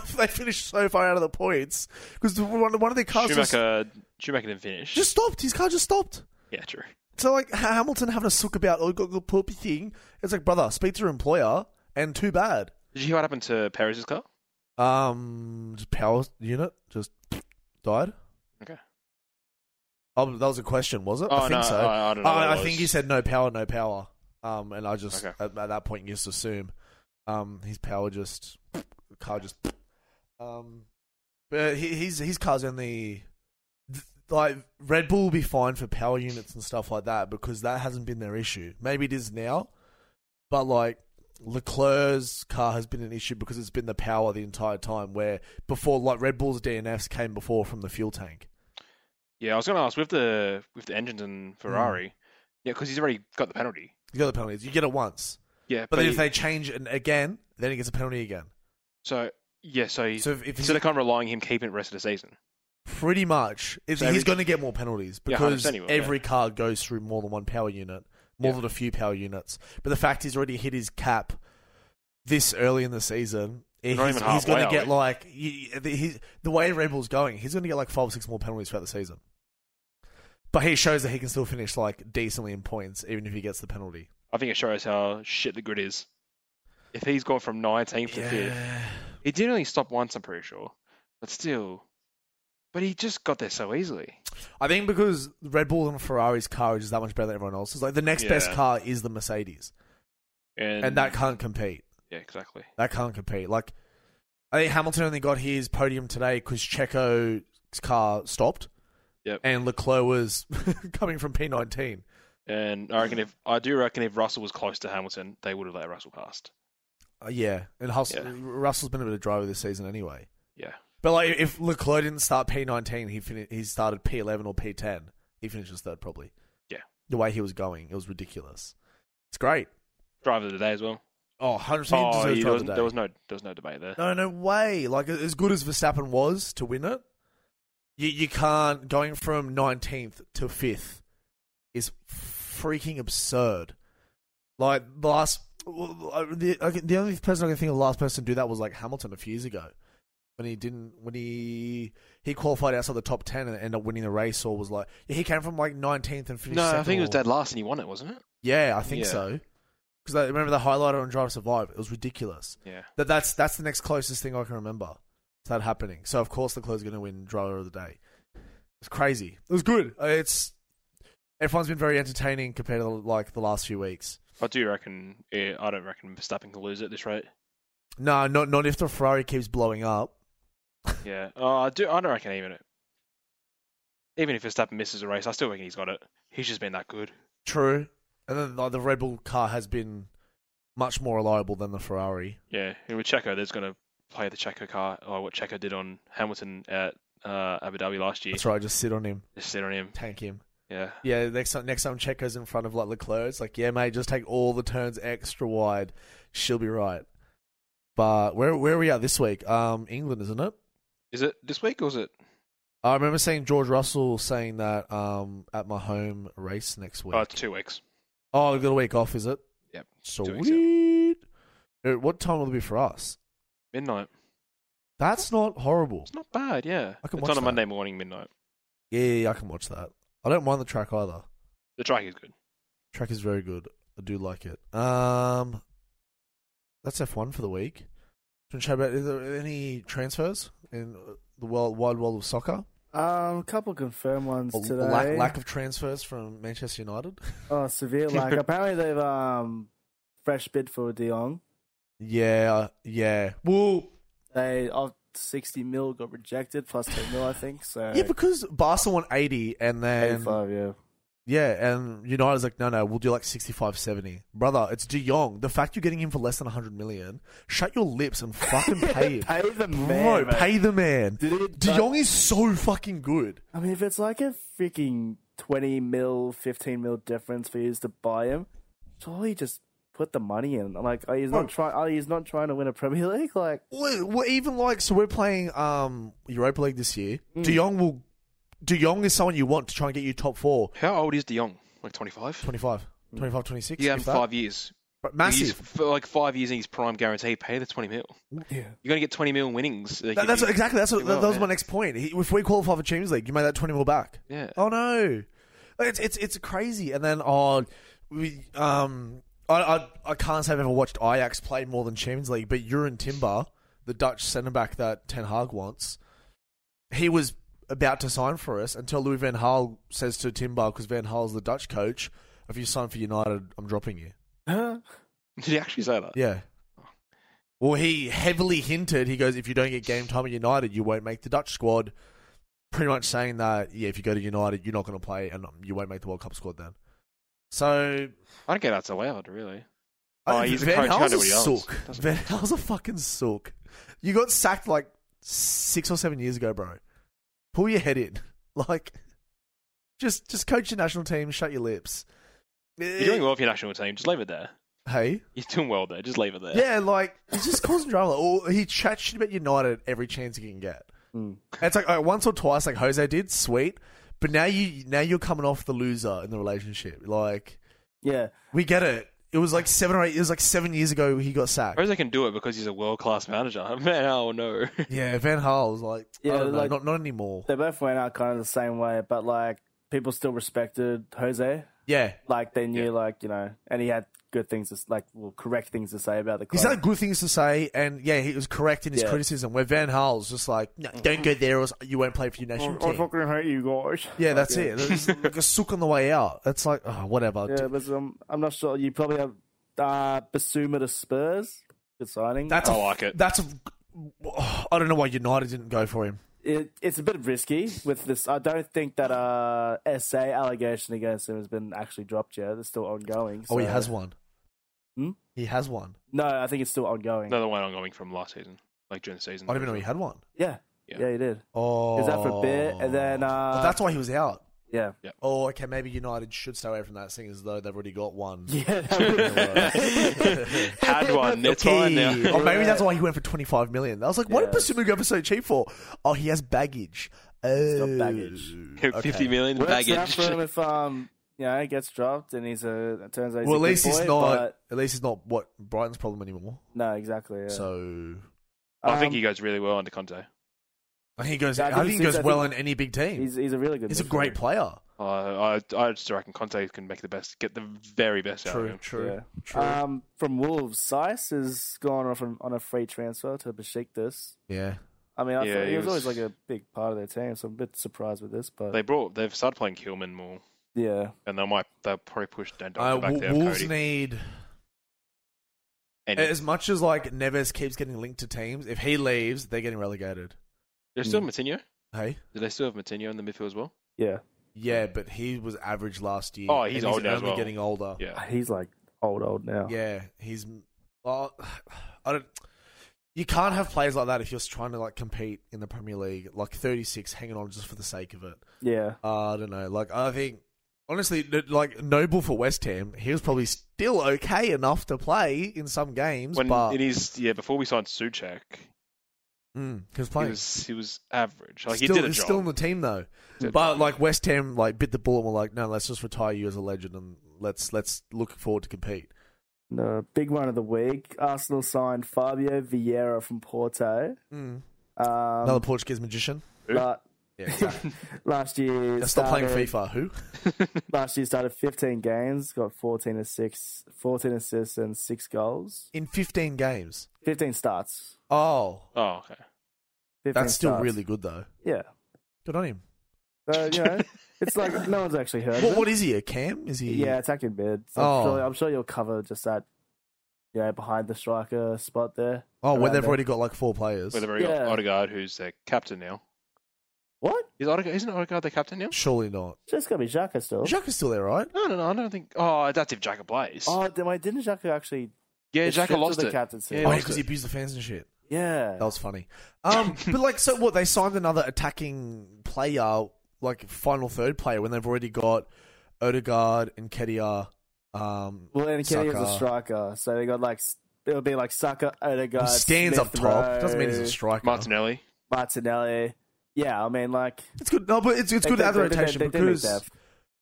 Speaker 1: they finished so far out of the points because one, one of their cars just,
Speaker 3: Schumacher, Schumacher didn't finish.
Speaker 1: just stopped. His car just stopped.
Speaker 3: Yeah, true.
Speaker 1: So like Ha- Hamilton having a sook about oh got the poopy thing. It's like brother, speak to your employer and too bad.
Speaker 3: Did you hear what happened to Perez's car?
Speaker 1: Um, just power unit just died.
Speaker 3: Okay.
Speaker 1: Oh, that was a question, was it?
Speaker 3: Oh
Speaker 1: I think
Speaker 3: no,
Speaker 1: so.
Speaker 3: I, I don't know.
Speaker 1: Oh,
Speaker 3: what it
Speaker 1: I
Speaker 3: was.
Speaker 1: think you said no power, no power. Um, and I just
Speaker 3: Okay.
Speaker 1: at, at that point you just assume, um, his power just the car just, um, but he, his his car's only th- like Red Bull will be fine for power units and stuff like that because that hasn't been their issue. Maybe it is now, but like Leclerc's car has been an issue because it's been the power the entire time. Where before, like Red Bull's DNFs came before from the fuel tank.
Speaker 3: Yeah, I was going to ask with
Speaker 1: Mm.
Speaker 3: the with the engines and Ferrari. Yeah, because he's already got the penalty.
Speaker 1: You got the penalties. You get it once.
Speaker 3: Yeah,
Speaker 1: But, then if
Speaker 3: he-
Speaker 1: they change it again, then he gets a penalty again.
Speaker 3: so yeah, so, he-
Speaker 1: So if, if he's
Speaker 3: instead of kind of relying him keeping it rest of the season,
Speaker 1: pretty much, if
Speaker 3: So
Speaker 1: he's
Speaker 3: every-
Speaker 1: going to get more penalties
Speaker 3: Yeah,
Speaker 1: because
Speaker 3: 100% he will,
Speaker 1: every card goes through more than one power unit, more
Speaker 3: Yeah.
Speaker 1: than a few power units. But the fact he's already hit his cap this early in the season, he's,
Speaker 3: not even
Speaker 1: he's going
Speaker 3: halfway,
Speaker 1: to
Speaker 3: are
Speaker 1: get
Speaker 3: we?
Speaker 1: like he, the- he, the way Red Bull's going, he's going to get like five or six more penalties throughout the season. But he shows that he can still finish like decently in points, even if he gets the penalty.
Speaker 3: I think it shows how shit the grid is. If he's gone from 19th to fifth, He did only stop once, I'm pretty sure. But still. But he just got there so easily.
Speaker 1: I think because Red Bull and Ferrari's car is just that much better than everyone else's. Like the next best
Speaker 3: Yeah.
Speaker 1: car is the Mercedes,
Speaker 3: And,
Speaker 1: and, that can't compete.
Speaker 3: Yeah, exactly.
Speaker 1: That can't compete. Like I think Hamilton only got his podium today because Checo's car stopped,
Speaker 3: Yep.
Speaker 1: and Leclerc was coming from P nineteen.
Speaker 3: And I reckon if I do reckon if Russell was close to Hamilton, they would have let Russell past.
Speaker 1: Uh, yeah, and Hus-
Speaker 3: Yeah.
Speaker 1: Russell's been a bit of a driver this season anyway.
Speaker 3: Yeah.
Speaker 1: But like if Leclerc didn't start P nineteen, he fin- he started P eleven or P ten. He finishes third probably.
Speaker 3: Yeah.
Speaker 1: the way he was going, it was ridiculous. It's great.
Speaker 3: Driver of the day as well.
Speaker 1: Oh, 100% he deserves
Speaker 3: Oh, yeah,
Speaker 1: driver
Speaker 3: there,
Speaker 1: of
Speaker 3: was,
Speaker 1: the day.
Speaker 3: there was no there was no debate there.
Speaker 1: No, no way. Like as good as Verstappen was to win it, you you can't going from nineteenth to fifth is freaking absurd. Like the last, the I can- the only person I can think of the last person to do that was like Hamilton a few years ago when he didn't when he he qualified outside the top ten and ended up winning the race or was like he came from like nineteenth and finished.
Speaker 3: No, I
Speaker 1: second
Speaker 3: think it was
Speaker 1: or-
Speaker 3: dead last and he won it, wasn't it?
Speaker 1: Yeah, I think
Speaker 3: Yeah.
Speaker 1: so. Because I remember the highlighter on Drive to Survive. It was ridiculous
Speaker 3: Yeah.
Speaker 1: that that's that's the next closest thing I can remember to that happening. So of course the Leclerc's going to win driver of the day. It's crazy. It was good. Uh, It's F1's been very entertaining compared to like the last few weeks.
Speaker 3: I do reckon yeah, I don't reckon Verstappen can lose at this rate.
Speaker 1: No, not not if the Ferrari keeps blowing up.
Speaker 3: Yeah. Oh, I do I don't reckon even it. Even if Verstappen misses a race, I still reckon he's got it. He's just been that good.
Speaker 1: True, and then like, the Red Bull car has been much more reliable than the Ferrari.
Speaker 3: Yeah, and with Checo, they're just going to play the Checo car, or what Checo did on Hamilton at uh, Abu Dhabi last year.
Speaker 1: That's right. Just sit on him,
Speaker 3: Just sit on him.
Speaker 1: tank him.
Speaker 3: Yeah,
Speaker 1: Yeah, next time next time Checo's in front of like Leclerc, it's like, yeah, mate, just take all the turns extra wide. She'll be right. But where where are we at this week? Um, England, isn't it?
Speaker 3: is it this week or is it?
Speaker 1: I remember seeing George Russell saying that um at my home race next week.
Speaker 3: Oh, it's two weeks.
Speaker 1: oh, we've got a week off, is it?
Speaker 3: Yep, two weeks
Speaker 1: Sweet. Uh, What time will it be for us?
Speaker 3: Midnight.
Speaker 1: That's not horrible.
Speaker 3: It's not bad. Yeah,
Speaker 1: I can
Speaker 3: it's
Speaker 1: watch
Speaker 3: on a
Speaker 1: that.
Speaker 3: Monday morning midnight.
Speaker 1: Yeah, yeah, yeah, I can watch that. I don't mind the track either.
Speaker 3: The track is good.
Speaker 1: Track is very good. I do like it. Um, that's F one for the week. Do you want to chat about is there any transfers in uh, the world, wide world of soccer?
Speaker 2: Um, a couple confirmed ones
Speaker 1: Or
Speaker 2: today.
Speaker 1: lack, lack of transfers from Manchester United.
Speaker 2: Oh, severe lack. Apparently they've um fresh bid for De Jong.
Speaker 1: yeah, yeah. Well,
Speaker 2: They oh, 60 mil got rejected plus 10 mil, I think. So
Speaker 1: yeah, because Barca won eighty, and then
Speaker 2: 85, yeah.
Speaker 1: yeah, and United's like, no, no, we'll do like 65, 70. brother. It's De Jong. The fact you're getting him for less than hundred million, shut your lips and fucking pay him,
Speaker 2: Pay the man.
Speaker 1: bro.
Speaker 2: mate.
Speaker 1: Pay the man.
Speaker 2: Dude,
Speaker 1: De
Speaker 2: but-
Speaker 1: Jong is so fucking good.
Speaker 2: I mean, if it's like a freaking 20 mil, 15 mil difference for you to buy him, surely just put the money in. Like, oh, he's
Speaker 1: Bro.
Speaker 2: not trying. Oh, he's not trying to win a Premier League. Like,
Speaker 1: Well, well, even like so, we're playing um Europa League this year. De Jong will. De Jong is someone you want to try and get you top four.
Speaker 3: How old is De Jong? Like 25?
Speaker 1: 25, 25, 26.
Speaker 3: Yeah,
Speaker 1: if that.
Speaker 3: five years.
Speaker 1: But
Speaker 3: He's
Speaker 1: Massive.
Speaker 3: for, like five years in his prime guarantee. Pay the 20 mil.
Speaker 2: yeah.
Speaker 3: You're going to get 20 mil winnings. Like,
Speaker 1: That-
Speaker 3: if
Speaker 1: that's
Speaker 3: you-
Speaker 1: exactly that's what,
Speaker 3: Well,
Speaker 1: that was
Speaker 3: yeah.
Speaker 1: my next point. He- If we qualify for Champions League, you made that twenty mil back.
Speaker 3: Yeah.
Speaker 1: Oh no, Like, it's it's it's crazy. And then oh, we um I I, I can't say I've ever watched Ajax play more than Champions League, but Uren Timber, the Dutch centre back that Ten Hag wants, he was about to sign for us until Louis Van Gaal says to Timber because Van Gaal's the Dutch coach, if you sign for United, I'm dropping you.
Speaker 3: Did he actually say that?
Speaker 1: Yeah. Well, he heavily hinted. He goes, if you don't get game time at United, you won't make the Dutch squad. Pretty much saying that, yeah, if you go to United, you're not going to play and you won't make the World Cup squad then. So,
Speaker 3: I don't get that's allowed, really.
Speaker 1: I
Speaker 3: Oh,
Speaker 1: think
Speaker 3: he's a
Speaker 1: Van
Speaker 3: coach, you can't
Speaker 1: Gaal's
Speaker 3: do what he owns.
Speaker 1: sook.
Speaker 3: Doesn't
Speaker 1: Van Gaal's a fucking sook. You got sacked like six or seven years ago, bro. Pull your head in. Like, just just coach your national team, shut your lips. Eh,
Speaker 3: You're doing well for your national team. Just leave it there.
Speaker 1: Hey,
Speaker 3: He's doing well there. Just leave it there.
Speaker 1: yeah, like he's just causing drama. Or he chats shit about United every chance he can get.
Speaker 2: Mm.
Speaker 1: And it's like alright, once or twice, like Jose did, sweet. But now you now you're coming off the loser in the relationship. Like
Speaker 2: Yeah.
Speaker 1: we get it. It was like seven or eight. It was like seven years ago he got sacked.
Speaker 3: Jose can do it because he's a world class manager. Man, oh no.
Speaker 1: Yeah, Van Hal was like,
Speaker 2: Yeah,
Speaker 1: I don't know,
Speaker 2: like-
Speaker 1: not not anymore.
Speaker 2: They both went out kind of the same way, but like people still respected Jose.
Speaker 1: Yeah,
Speaker 2: Like they knew, like you know, and he had good things, to, s- like well, correct things to say about the
Speaker 1: He's
Speaker 2: club.
Speaker 1: had good things to say, and yeah, he was correct in his
Speaker 2: Yeah.
Speaker 1: criticism. Where Van Hal's just like, no, don't go there, or else you won't play for your national team.
Speaker 2: hate you guys.
Speaker 1: yeah, that's
Speaker 2: yeah.
Speaker 1: it. It's like a sook on the way out. It's like, oh, whatever.
Speaker 2: Yeah, but um, I'm not sure. You probably have uh, Basuma to Spurs. Good signing.
Speaker 1: That's
Speaker 3: I
Speaker 1: a-
Speaker 3: like it.
Speaker 1: That's. A, I don't know why United didn't go for him.
Speaker 2: it, it's a bit risky with this. I don't think that uh SA allegation against him has been actually dropped yet. It's still ongoing.
Speaker 1: Oh, he
Speaker 2: so-
Speaker 1: has one.
Speaker 2: Hmm?
Speaker 1: He has one.
Speaker 2: No, I think it's still ongoing.
Speaker 3: Another one ongoing from last season, like during the season.
Speaker 1: I don't even know he had one.
Speaker 2: Yeah.
Speaker 3: Yeah.
Speaker 2: yeah, he did.
Speaker 1: Oh,
Speaker 2: Is that for a bit? And then, uh,
Speaker 1: Oh, that's why he was out.
Speaker 2: Yeah,
Speaker 1: Oh, okay. Maybe United should stay away from that, seeing as though they've already got one.
Speaker 2: yeah.
Speaker 3: had one. It's fine
Speaker 1: Or
Speaker 3: now.
Speaker 1: Oh, maybe that's why he went for 25 million. I was like, what did
Speaker 2: Yes.
Speaker 1: Basuma go for so cheap for? Oh, he has baggage. Oh.
Speaker 2: got baggage.
Speaker 3: Fifty million in
Speaker 2: Works out
Speaker 3: baggage.
Speaker 2: for him if um, you know, gets dropped and he's a it turns out. He's
Speaker 1: Well,
Speaker 2: a
Speaker 1: at
Speaker 2: good
Speaker 1: least he's
Speaker 2: boy,
Speaker 1: not.
Speaker 2: but-
Speaker 1: At least he's not what Brighton's problem anymore.
Speaker 2: No, exactly. Yeah.
Speaker 1: So
Speaker 3: I think
Speaker 2: Um,
Speaker 3: he goes really well under Conte.
Speaker 1: I think he goes.
Speaker 2: Yeah, I
Speaker 1: I
Speaker 2: think
Speaker 1: think he
Speaker 2: he's-
Speaker 1: goes
Speaker 2: I
Speaker 1: well in
Speaker 2: think
Speaker 1: any big team. He's,
Speaker 2: Um, He's he's a really good.
Speaker 1: a
Speaker 2: midfielder.
Speaker 1: great player.
Speaker 3: Uh, I I just reckon Conte can make the best, get the very best out of him.
Speaker 2: Yeah. Um, from Wolves, Sice has gone off on, on a free transfer to Besiktas.
Speaker 1: yeah.
Speaker 2: I mean, I
Speaker 3: Yeah,
Speaker 2: thought he
Speaker 3: he
Speaker 2: was, always
Speaker 3: was-
Speaker 2: like a big part of their team, so I'm a bit surprised with this. But
Speaker 3: They brought. They've started playing Kilman more,
Speaker 2: yeah,
Speaker 3: and they might. They'll probably push Dan
Speaker 1: Uh,
Speaker 3: back there.
Speaker 1: Wo-
Speaker 3: with
Speaker 1: Wolves
Speaker 3: Cody.
Speaker 1: need
Speaker 3: And
Speaker 1: as much as like Neves keeps getting linked to teams. If he leaves, they're getting relegated.
Speaker 3: they're still Matinho.
Speaker 1: Hey.
Speaker 3: Do they still have Matinho in the midfield as well?
Speaker 2: yeah,
Speaker 1: Yeah, but he was average last year.
Speaker 3: Oh, he's
Speaker 1: and
Speaker 3: old now as
Speaker 1: only
Speaker 3: well.
Speaker 1: getting older.
Speaker 3: Yeah.
Speaker 2: he's like old, old now.
Speaker 1: Yeah, he's. Oh, I don't. You can't have players like that if you're trying to like compete in the Premier League. Like 36, hanging on just for the sake of it.
Speaker 2: yeah,
Speaker 1: Uh, I don't know. Like I think honestly, n- like Noble for West Ham, he was probably still okay enough to play in some games,
Speaker 3: When
Speaker 1: but
Speaker 3: it is, yeah. Before we signed Suchek,
Speaker 1: Mm, he was
Speaker 3: he
Speaker 1: playing.
Speaker 3: was he was average. Like
Speaker 1: still,
Speaker 3: he did a
Speaker 1: he's
Speaker 3: job.
Speaker 1: still in the team though.
Speaker 3: Did-
Speaker 1: But like West Ham, like bit the bullet and were like, no, let's just retire you as a legend and let's let's look forward to compete.
Speaker 2: no, big one of the week. Arsenal signed Fabio Vieira from Porto.
Speaker 1: Mm. Another
Speaker 2: Um,
Speaker 1: Portuguese magician.
Speaker 2: la-
Speaker 1: Yeah, exactly.
Speaker 2: last year,
Speaker 1: They're still playing
Speaker 2: started-
Speaker 1: FIFA. Who?
Speaker 2: Last year started 15 games, got 14 assists, 14 assists and six goals,
Speaker 1: In 15 games.
Speaker 2: 15 starts.
Speaker 1: Oh,
Speaker 3: oh, okay.
Speaker 2: 15
Speaker 1: that's still
Speaker 2: starts.
Speaker 1: really good though.
Speaker 2: yeah.
Speaker 1: Good on him.
Speaker 2: So, you know, it's like no one's actually heard.
Speaker 1: What,
Speaker 2: of
Speaker 1: what
Speaker 2: him.
Speaker 1: is he? A cam? Is he?
Speaker 2: Yeah, attacking mid. So
Speaker 1: Oh.
Speaker 2: I'm, sure, I'm sure you'll cover just that, you know, behind the striker spot there.
Speaker 1: Oh, when
Speaker 2: around
Speaker 1: they've
Speaker 2: there.
Speaker 1: already got like four players.
Speaker 3: With very
Speaker 2: Yeah.
Speaker 3: Odegaard, who's their captain now.
Speaker 2: What?
Speaker 3: Is Odegaard, isn't Odegaard their captain now?
Speaker 1: Surely not.
Speaker 2: Just gotta be Xhaka still.
Speaker 1: Jacques is still there, right?
Speaker 3: No, no, no. I don't think. Oh, that's if Jacker plays.
Speaker 2: Oh, then wait, didn't Xhaka actually?
Speaker 3: yeah,
Speaker 2: get stripped
Speaker 3: Jacker
Speaker 2: of
Speaker 3: lost
Speaker 2: the
Speaker 3: it.
Speaker 2: captaincy.
Speaker 3: Yeah,
Speaker 1: Oh,
Speaker 3: he
Speaker 1: because
Speaker 3: lost
Speaker 1: he
Speaker 3: it.
Speaker 1: abused the fans and shit.
Speaker 2: Yeah.
Speaker 1: That was funny. Um, but like, so what? They signed another attacking player, like final third player, when they've already got Odegaard and Kedia. Um,
Speaker 2: well, and Kenny is a
Speaker 1: Saka.
Speaker 2: striker, so they got like s- it'll be like Saka, Odegaard,
Speaker 1: he stands up top.
Speaker 2: Smith-Rowe,
Speaker 1: Doesn't mean he's a striker.
Speaker 3: Martinelli.
Speaker 2: Martinelli. Yeah, I mean like
Speaker 1: It's good. No, but it's it's
Speaker 2: They-
Speaker 1: good to
Speaker 2: they-
Speaker 1: have the
Speaker 2: they- they-
Speaker 1: rotation
Speaker 2: they do need
Speaker 1: because
Speaker 2: depth.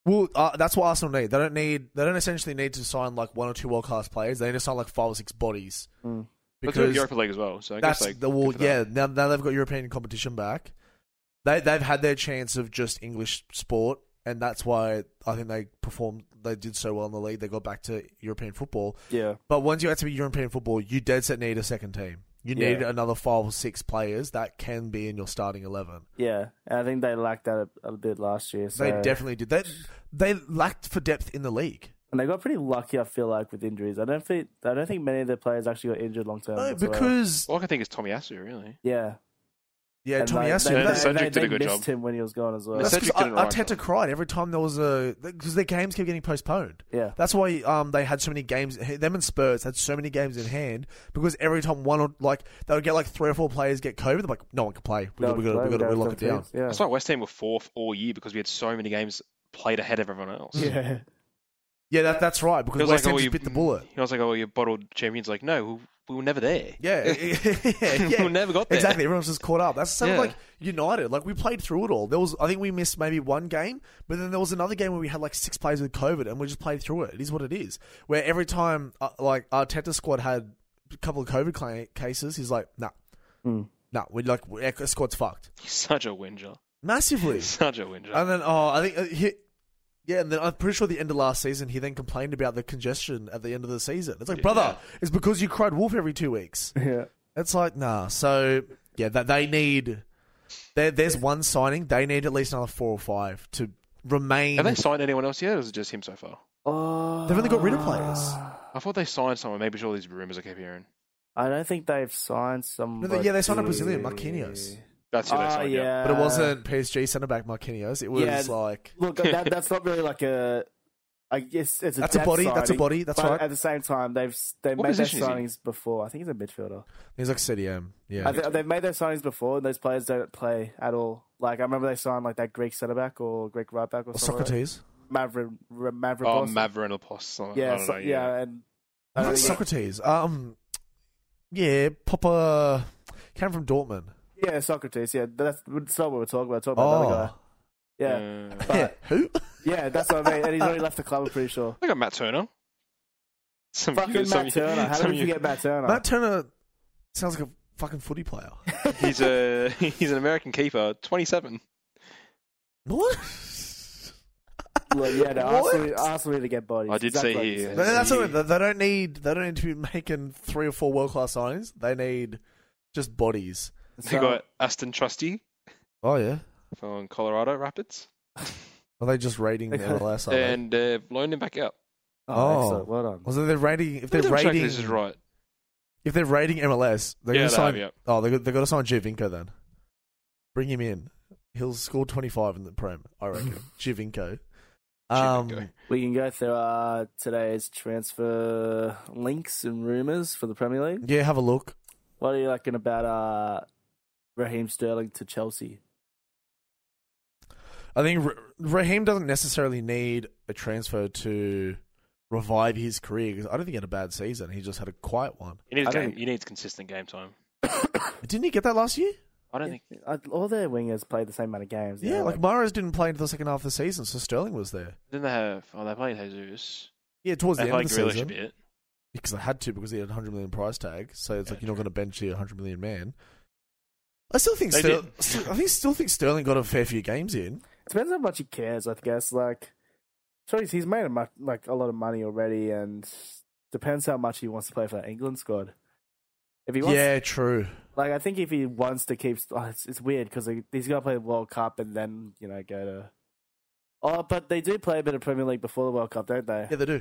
Speaker 1: well, uh, that's what Arsenal need. They don't need. They don't essentially need to sign like one or two world class players. They need to sign like five or six bodies
Speaker 2: Mm.
Speaker 3: But they're in
Speaker 1: because
Speaker 3: Europa League as well. So I
Speaker 1: that's
Speaker 3: guess like
Speaker 1: the
Speaker 3: good
Speaker 1: well,
Speaker 3: for
Speaker 1: yeah.
Speaker 3: that.
Speaker 1: Now, now they've got European competition back. They they've had their chance of just English sport, and that's why I think they performed. They did so well in the league. They got back to European football.
Speaker 2: yeah,
Speaker 1: But once you have to be European football, you dead set need a second team. You need
Speaker 2: Yeah.
Speaker 1: another five or six players that can be in your starting eleven.
Speaker 2: yeah. And I think they lacked that a, a bit last year. So.
Speaker 1: They definitely did. They they lacked for depth in the league.
Speaker 2: and they got pretty lucky. I feel like with injuries, I don't think I don't think many of their players actually got injured long term.
Speaker 1: No,
Speaker 2: whatsoever.
Speaker 1: because
Speaker 3: All I can think is Tommy Asu, really.
Speaker 2: yeah,
Speaker 1: yeah,
Speaker 2: And,
Speaker 1: Tommy
Speaker 2: like,
Speaker 1: Asu.
Speaker 2: They,
Speaker 3: Yeah,
Speaker 2: they,
Speaker 1: that-
Speaker 3: Cedric
Speaker 2: they-
Speaker 3: did a
Speaker 2: they
Speaker 3: good
Speaker 2: missed
Speaker 3: job.
Speaker 2: him when he was gone as well.
Speaker 1: That's because
Speaker 3: Cedric didn't rise
Speaker 1: Arteta
Speaker 3: up.
Speaker 1: cried every time there was a because their games kept getting postponed.
Speaker 2: yeah,
Speaker 1: That's why um they had so many games. Them and Spurs had so many games in hand because every time one or like they would get like three or four players get COVID. They're like, no one can play. We got we got we got to lock it down.
Speaker 2: Yeah,
Speaker 3: That's why West Ham were fourth all year because we had so many games played ahead of everyone else.
Speaker 2: yeah.
Speaker 1: Yeah, that, that's right
Speaker 3: It
Speaker 1: because
Speaker 3: was
Speaker 1: West
Speaker 3: like,
Speaker 1: Ham
Speaker 3: oh,
Speaker 1: just
Speaker 3: you
Speaker 1: bit the bullet.
Speaker 3: He was like, oh, you bottled champions. Like, no, we, we were never there.
Speaker 1: Yeah, yeah, yeah.
Speaker 3: we never got there.
Speaker 1: Exactly, everyone's just caught up. That's the same
Speaker 3: Yeah.
Speaker 1: with like United. Like we played through it all. There was, I think we missed maybe one game, but then there was another game where we had like six plays with COVID, and we just played through it. It is what it is. Where every time uh, like our Teta squad had a couple of COVID cla cases, he's like, nah,
Speaker 2: Mm.
Speaker 1: nah, we like our squad's fucked
Speaker 3: He's such a whinger.
Speaker 1: massively.
Speaker 3: Such a whinger.
Speaker 1: And then, oh, I think uh, he, yeah, and then I'm pretty sure the end of last season, he then complained about the congestion at the end of the season. It's like, brother, it's because you cried wolf every two weeks.
Speaker 2: Yeah.
Speaker 1: It's like, nah. So yeah, that they need. There, there's one signing. They need at least another four or five to remain.
Speaker 3: Have they signed anyone else yet, or is it just him so far?
Speaker 2: Oh,
Speaker 1: They've only got rid of players.
Speaker 3: I thought they signed someone. Maybe it's all these rumors I keep hearing.
Speaker 2: Ah, I don't think they've signed some.
Speaker 1: they- yeah, they signed a Brazilian, Marquinhos.
Speaker 3: That's who they
Speaker 2: Oh,
Speaker 3: signed. yeah.
Speaker 2: yeah.
Speaker 1: but it wasn't PSG centre back Marquinhos. It was
Speaker 2: Yeah.
Speaker 1: like
Speaker 2: Look, that, that's not really like a. I guess it's a.
Speaker 1: that's a
Speaker 2: depth
Speaker 1: body. That's a
Speaker 2: signing,
Speaker 1: body. That's
Speaker 2: but
Speaker 1: right.
Speaker 2: At the same time, they've s- they've
Speaker 3: What
Speaker 2: made their
Speaker 3: position is he?
Speaker 2: signings before. I think he's a midfielder.
Speaker 1: He's like CDM. Yeah.
Speaker 2: I th- they've made their signings before, and those players don't play at all. Like I remember they signed like that Greek centre back or Greek right back or,
Speaker 1: Or
Speaker 2: something. Like
Speaker 1: Socrates.
Speaker 2: that. Mavri- Ra- Mavri-
Speaker 3: Oh, Mavrinopoulos. I
Speaker 2: Yeah,
Speaker 3: don't
Speaker 2: so-
Speaker 3: know,
Speaker 2: yeah, and uh, I
Speaker 1: Not
Speaker 2: don't think-
Speaker 1: Socrates. Um. Yeah, Popper came from Dortmund.
Speaker 2: yeah, Socrates. Yeah, that's, that's not what we're talking about. We're talking about another
Speaker 1: Oh,
Speaker 2: guy. Yeah,
Speaker 3: Uh,
Speaker 1: yeah. who?
Speaker 2: yeah, that's what I mean. And he's already left the club. I'm pretty sure.
Speaker 3: I got Matt Turner. Some
Speaker 2: Fucking
Speaker 3: some-
Speaker 2: Matt Turner. How
Speaker 3: some-
Speaker 2: did you forget Matt Turner?
Speaker 1: Matt Turner sounds like a fucking footy player.
Speaker 3: He's a he's an American keeper, 27.
Speaker 1: What?
Speaker 2: Look, yeah, no,
Speaker 1: What?
Speaker 2: Arsenal, Arsenal need to get bodies.
Speaker 3: I did
Speaker 2: Exactly
Speaker 3: say
Speaker 2: what you
Speaker 3: here-
Speaker 2: said.
Speaker 1: They, that's
Speaker 3: Yeah.
Speaker 1: what, they they don't need. They don't need to be making three or four world class signings. They need just bodies.
Speaker 3: They
Speaker 2: So-
Speaker 3: got Aston Trusty
Speaker 1: Oh yeah.
Speaker 3: from Colorado Rapids,
Speaker 1: Are they just rating the MLS? Are they?
Speaker 3: and uh, loaned him back out.
Speaker 1: Oh.
Speaker 2: Oh, excellent. Well done.
Speaker 1: Or so they're rating if
Speaker 3: Let
Speaker 1: they're
Speaker 3: them check
Speaker 1: rating
Speaker 3: This is right.
Speaker 1: if they're rating MLS. They're
Speaker 3: Yeah,
Speaker 1: gonna
Speaker 3: they
Speaker 1: sign.
Speaker 3: have, yeah.
Speaker 1: Oh, they got, they got to sign Javinko then. Bring him in. He'll score twenty five in the Prem. I reckon Javinko. Um,
Speaker 3: Javinko.
Speaker 2: We can go through uh, today's transfer links and rumours for the Premier League.
Speaker 1: yeah, have a look.
Speaker 2: What are you liking about uh, Raheem Sterling to Chelsea?
Speaker 1: I think Ra- Raheem doesn't necessarily need a transfer to revive his career because I don't think he had a bad season. He just had a quiet one.
Speaker 3: He needs
Speaker 2: I don't
Speaker 3: game.
Speaker 2: think-
Speaker 3: He needs consistent game time.
Speaker 1: Didn't he get that last year?
Speaker 3: I don't think.
Speaker 2: I- All their wingers played the same amount of games. you
Speaker 1: Yeah,
Speaker 2: know,
Speaker 1: like Mares didn't play into the second half of the season, so Sterling was there.
Speaker 3: Didn't they have? Oh, they played Jesus.
Speaker 1: Yeah, towards the
Speaker 3: They
Speaker 1: end of
Speaker 3: played
Speaker 1: the
Speaker 3: Grealish a
Speaker 1: season
Speaker 3: bit.
Speaker 1: because I had to because he had a hundred million price tag. So it's
Speaker 3: Yeah,
Speaker 1: like you're not
Speaker 3: true.
Speaker 1: going to bench the hundred million man. I still think
Speaker 3: They
Speaker 1: Ster-
Speaker 3: did.
Speaker 1: st- I think still think Sterling got a fair few games in.
Speaker 2: depends how much he cares. I guess like, so he's, he's made a much, like a lot of money already, and depends how much he wants to play for that England squad. If he wants,
Speaker 1: Yeah, true.
Speaker 2: like I think if he wants to keep, oh, it's, it's weird because he's gonna play the World Cup and then you know go to. Oh, but they do play a bit of Premier League before the World Cup, don't they?
Speaker 1: Yeah, they do.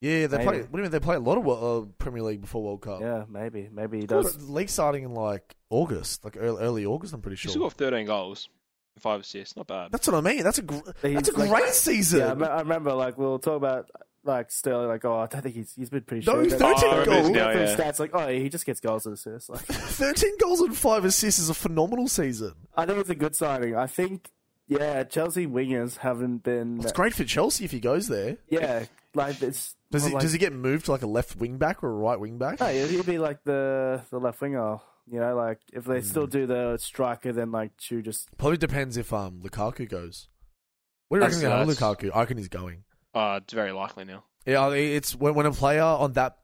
Speaker 1: Yeah, they
Speaker 2: Maybe.
Speaker 1: play. What do you mean they play a lot of World, uh, Premier League before World Cup?
Speaker 2: Yeah, maybe, maybe he
Speaker 1: Of course,
Speaker 2: does.
Speaker 1: league starting in like August, like early, early August. I'm pretty
Speaker 3: He still
Speaker 1: sure.
Speaker 3: got 13 goals, and five assists. Not bad.
Speaker 1: That's what I mean. That's a gr- that's a
Speaker 2: He's like-
Speaker 1: great season.
Speaker 2: Yeah, I me- I remember like we were talking about like Sterling, like oh, I don't think he's he's been pretty
Speaker 1: No,
Speaker 2: sure.
Speaker 1: he's 13
Speaker 2: that- I remember
Speaker 1: goals.
Speaker 2: looking
Speaker 3: Yeah,
Speaker 2: through
Speaker 3: yeah.
Speaker 2: Stats like oh, he just gets goals and assists. Like
Speaker 1: Thirteen goals and five assists is a phenomenal season.
Speaker 2: I think it's a good signing. I think yeah, Chelsea wingers haven't been
Speaker 1: It's great for Chelsea if he goes there.
Speaker 2: yeah like it's
Speaker 1: Does he
Speaker 2: like,
Speaker 1: does he get moved to like a left wing back or a right wing back?
Speaker 2: no, he'd be like the the left winger. You know, like if they still do the striker, then like Chu just
Speaker 1: Probably depends if um Lukaku goes. What do you reckon
Speaker 3: That's-
Speaker 1: going to
Speaker 3: that's-
Speaker 1: Lukaku? I reckon he's going.
Speaker 3: Uh, it's very likely now.
Speaker 1: Yeah, I mean, it's when when a player on that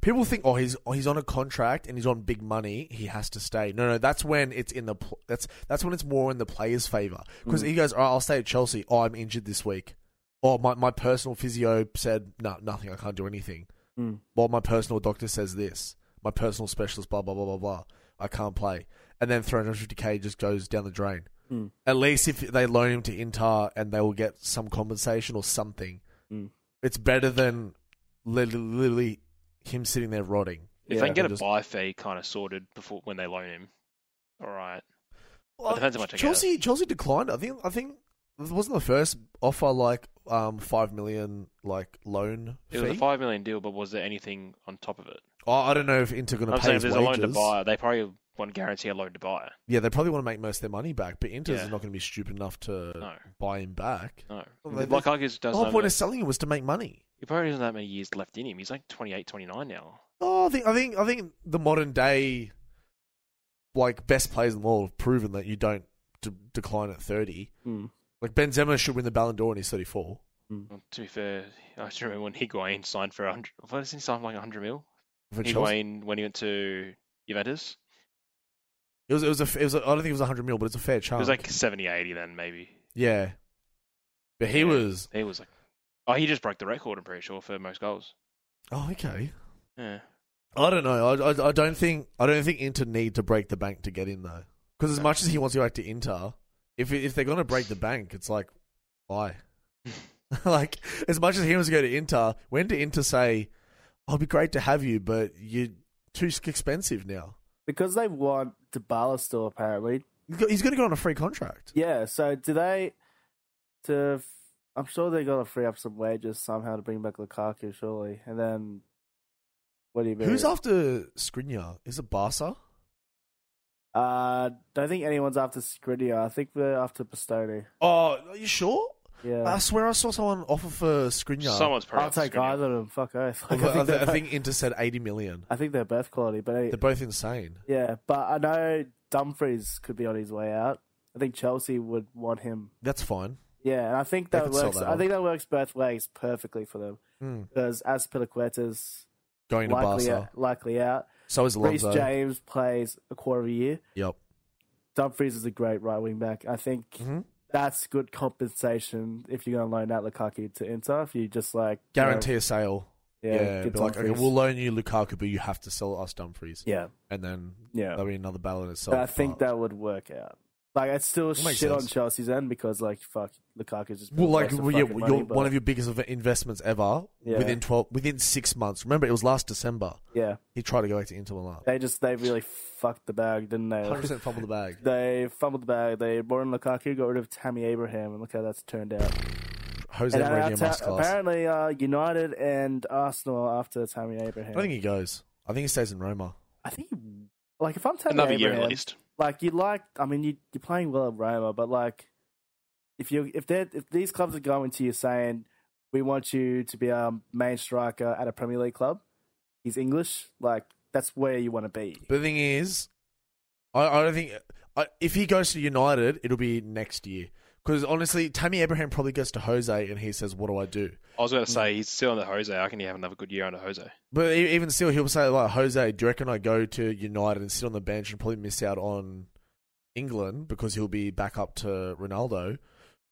Speaker 1: people think oh he's oh, he's on a contract and he's on big money he has to stay. No, no, that's when it's in the pl- that's that's when it's more in the player's favor because he goes all right, I'll stay at Chelsea. Oh, I'm injured this week. Oh, my my personal physio said no nothing. I can't do anything.
Speaker 2: Mm.
Speaker 1: Well, my personal doctor says this. My personal specialist blah blah blah blah blah. I can't play. And then 350k just goes down the drain.
Speaker 2: Mm.
Speaker 1: At least if they loan him to Inter and they will get some compensation or something it's better than li- li- literally him sitting there rotting.
Speaker 3: If
Speaker 2: Yeah,
Speaker 3: they can get a
Speaker 1: just-
Speaker 3: buy fee kind of sorted before when they loan him, all right.
Speaker 1: Well,
Speaker 3: depends how much I get.
Speaker 1: Chelsea Chelsea declined. I think I think it wasn't the first offer like um five million like loan
Speaker 3: It
Speaker 1: fee.
Speaker 3: was a five million deal, but was there anything on top of it?
Speaker 1: Oh, I don't know if Inter going to
Speaker 3: I'm
Speaker 1: pay
Speaker 3: saying if
Speaker 1: his
Speaker 3: there's
Speaker 1: wages.
Speaker 3: a loan to buy, they probably want to guarantee a loan to buy.
Speaker 1: Yeah, they probably want to make most of their money back, but Inter's
Speaker 3: Yeah.
Speaker 1: are not going to be stupid enough to
Speaker 3: No.
Speaker 1: buy him back.
Speaker 3: No,
Speaker 1: Well, they-
Speaker 3: like Argus
Speaker 1: The
Speaker 3: does.
Speaker 1: whole
Speaker 3: not
Speaker 1: point of selling him was to make money.
Speaker 3: He probably doesn't have many years left in him. He's like 28, 29 now.
Speaker 1: Oh, I think I think I think the modern day, like best players in the world, have proven that you don't de- decline at thirty.
Speaker 2: Mm.
Speaker 1: Like Benzema should win the Ballon d'Or and he's thirty four.
Speaker 3: Well, to be fair, I just remember when Higuain signed for 100. What is he signed for like 100 mil?
Speaker 1: For Chelsea,
Speaker 3: Higuain when he went to Juventus.
Speaker 1: it was it was a f- it was a, I don't think it was hundred mil, but it's a fair
Speaker 3: It
Speaker 1: chance.
Speaker 2: Oh,
Speaker 3: was like 70, 80 then maybe.
Speaker 1: yeah, but he
Speaker 3: Yeah.
Speaker 1: was
Speaker 3: He was like, oh, he just broke the record. I'm pretty sure for most goals.
Speaker 1: oh okay.
Speaker 3: Yeah.
Speaker 1: I don't know. I, I, I don't think I don't think Inter need to break the bank to get in though. Because as
Speaker 3: No.
Speaker 1: much as he wants to go back to Inter, if if they're going to break the bank, it's like why? like as much as he wants to go to Inter, when did Inter say, "I'll be great to have you, but you're too s- expensive now"?
Speaker 2: Because they want Dybala still, apparently.
Speaker 1: He's go- He's going to go on a free contract.
Speaker 2: Yeah, so do they. To, I'm sure they got to free up some wages somehow to bring back Lukaku, surely. And then. What do you mean?
Speaker 1: Who's after Skriniar? Is it Barca?
Speaker 2: Uh, don't think anyone's after Skriniar. I think we're after Pastoni.
Speaker 1: Oh, are you sure?
Speaker 2: Yeah.
Speaker 1: I swear I saw someone offer for Skriniar.
Speaker 3: Someone's probably.
Speaker 2: I'll take
Speaker 3: Skriniar.
Speaker 2: either of them. Fuck oath.
Speaker 1: I
Speaker 2: Like, I, think
Speaker 1: think,
Speaker 2: they're,
Speaker 1: I think Inter said eighty million.
Speaker 2: I think they're both quality, but any-
Speaker 1: They're both insane.
Speaker 2: yeah. But I know Dumfries could be on his way out. I think Chelsea would want him.
Speaker 1: That's fine.
Speaker 2: Yeah, and I think
Speaker 1: They
Speaker 2: that
Speaker 1: could sell
Speaker 2: works.
Speaker 1: that
Speaker 2: I
Speaker 1: one.
Speaker 2: think that works both ways perfectly for them
Speaker 1: Hmm.
Speaker 2: because Aspilicueta's
Speaker 1: Going to
Speaker 2: likely
Speaker 1: Barca.
Speaker 2: out, likely out.
Speaker 1: So is
Speaker 2: Reece
Speaker 1: Alonso.
Speaker 2: James plays a quarter of a year.
Speaker 1: Yep.
Speaker 2: Dumfries is a great right wing back. I think
Speaker 1: Mhm.
Speaker 2: that's good compensation if you're going to loan out Lukaku to Inter. If you just like you know,
Speaker 1: Guarantee a sale. Yeah.
Speaker 2: get
Speaker 1: be like, okay,
Speaker 2: Dumfries.
Speaker 1: we'll loan you Lukaku, but you have to sell us Dumfries.
Speaker 2: yeah,
Speaker 1: And then
Speaker 2: yeah.
Speaker 1: that'll be another battle in itself.
Speaker 2: But I think
Speaker 1: But-
Speaker 2: that would work out. Like it's still
Speaker 1: That makes
Speaker 2: shit on
Speaker 1: sense.
Speaker 2: Chelsea's end because like fuck Lukaku's just
Speaker 1: Well, like, well, yeah,
Speaker 2: you're
Speaker 1: you're one of your biggest inv- investments ever
Speaker 2: Yeah.
Speaker 1: within twelve, within six months. Remember, it was last December.
Speaker 2: yeah.
Speaker 1: He tried to go back to Inter Milan.
Speaker 2: They just they really fucked the bag, didn't they?
Speaker 1: Hundred percent fumbled the bag.
Speaker 2: They fumbled the bag. They brought in Lukaku, got rid of Tammy Abraham, and look how that's turned out.
Speaker 1: Jose
Speaker 2: And
Speaker 1: Mourinho
Speaker 2: now,
Speaker 1: must
Speaker 2: ta-
Speaker 1: class.
Speaker 2: apparently, uh, United and Arsenal are after Tammy
Speaker 1: I
Speaker 2: Abraham.
Speaker 1: don't think he goes. I think he stays in Roma.
Speaker 2: I think he- like if I'm Tammy
Speaker 3: Another year
Speaker 2: Abraham,
Speaker 3: at least.
Speaker 2: like you like I mean you you're playing well at Roma, but like if you if they if these clubs are going to you saying we want you to be our main striker at a Premier League club, he's English, like that's where you want to be.
Speaker 1: But the thing is, I, I don't think I, if he goes to United, it'll be next year. Because honestly, Tammy Abraham probably goes to Jose and he says, "What do I do?"
Speaker 3: I was going to say he's still on the Jose. How can he have another good year under Jose?
Speaker 1: But e- even still, he'll say like, "Jose, do you reckon I go to United and sit on the bench and probably miss out on England because he'll be back up to Ronaldo?"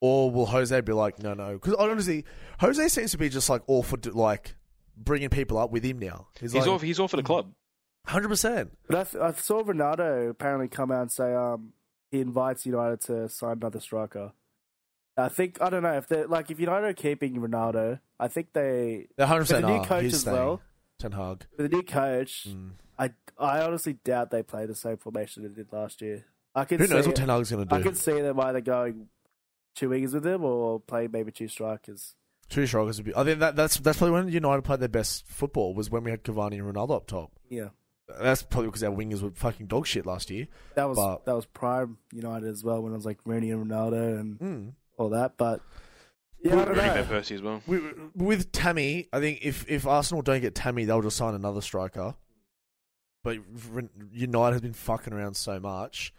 Speaker 1: Or will Jose be like, "No, no"? Because honestly, Jose seems to be just like all for like bringing people up with him now. He's,
Speaker 3: He's
Speaker 1: like
Speaker 3: all he's all for the club.
Speaker 1: hundred percent.
Speaker 2: But I, th- I saw Ronaldo apparently come out and say um he invites United to sign another striker. I think I don't know if they are like if United are keeping Ronaldo, I think they
Speaker 1: They're hundred
Speaker 2: with
Speaker 1: percent.
Speaker 2: the new
Speaker 1: are.
Speaker 2: coach
Speaker 1: oh, He's
Speaker 2: as
Speaker 1: staying.
Speaker 2: well.
Speaker 1: Ten Hag.
Speaker 2: With the new coach,
Speaker 1: Mm.
Speaker 2: I I honestly doubt they play the same formation they did last year. I could
Speaker 1: Who knows
Speaker 2: see
Speaker 1: what Ten Hag's going
Speaker 2: I
Speaker 1: to do?
Speaker 2: could see them either going two wingers with him or play maybe two strikers.
Speaker 1: Two strikers would be. I think that, that's that's probably when United played their best football was when we had Cavani and Ronaldo up top.
Speaker 2: Yeah,
Speaker 1: That's probably because our wingers were fucking dog shit last year.
Speaker 2: that was
Speaker 1: But-
Speaker 2: that was prime United as well when it was like Rooney and Ronaldo and
Speaker 1: Mm.
Speaker 2: all that. But yeah, I don't
Speaker 3: Rooney
Speaker 2: know.
Speaker 3: met Percy as well.
Speaker 1: With, with Tammy, I think if, if Arsenal don't get Tammy, they'll just sign another striker. But Re- United has been fucking around so much.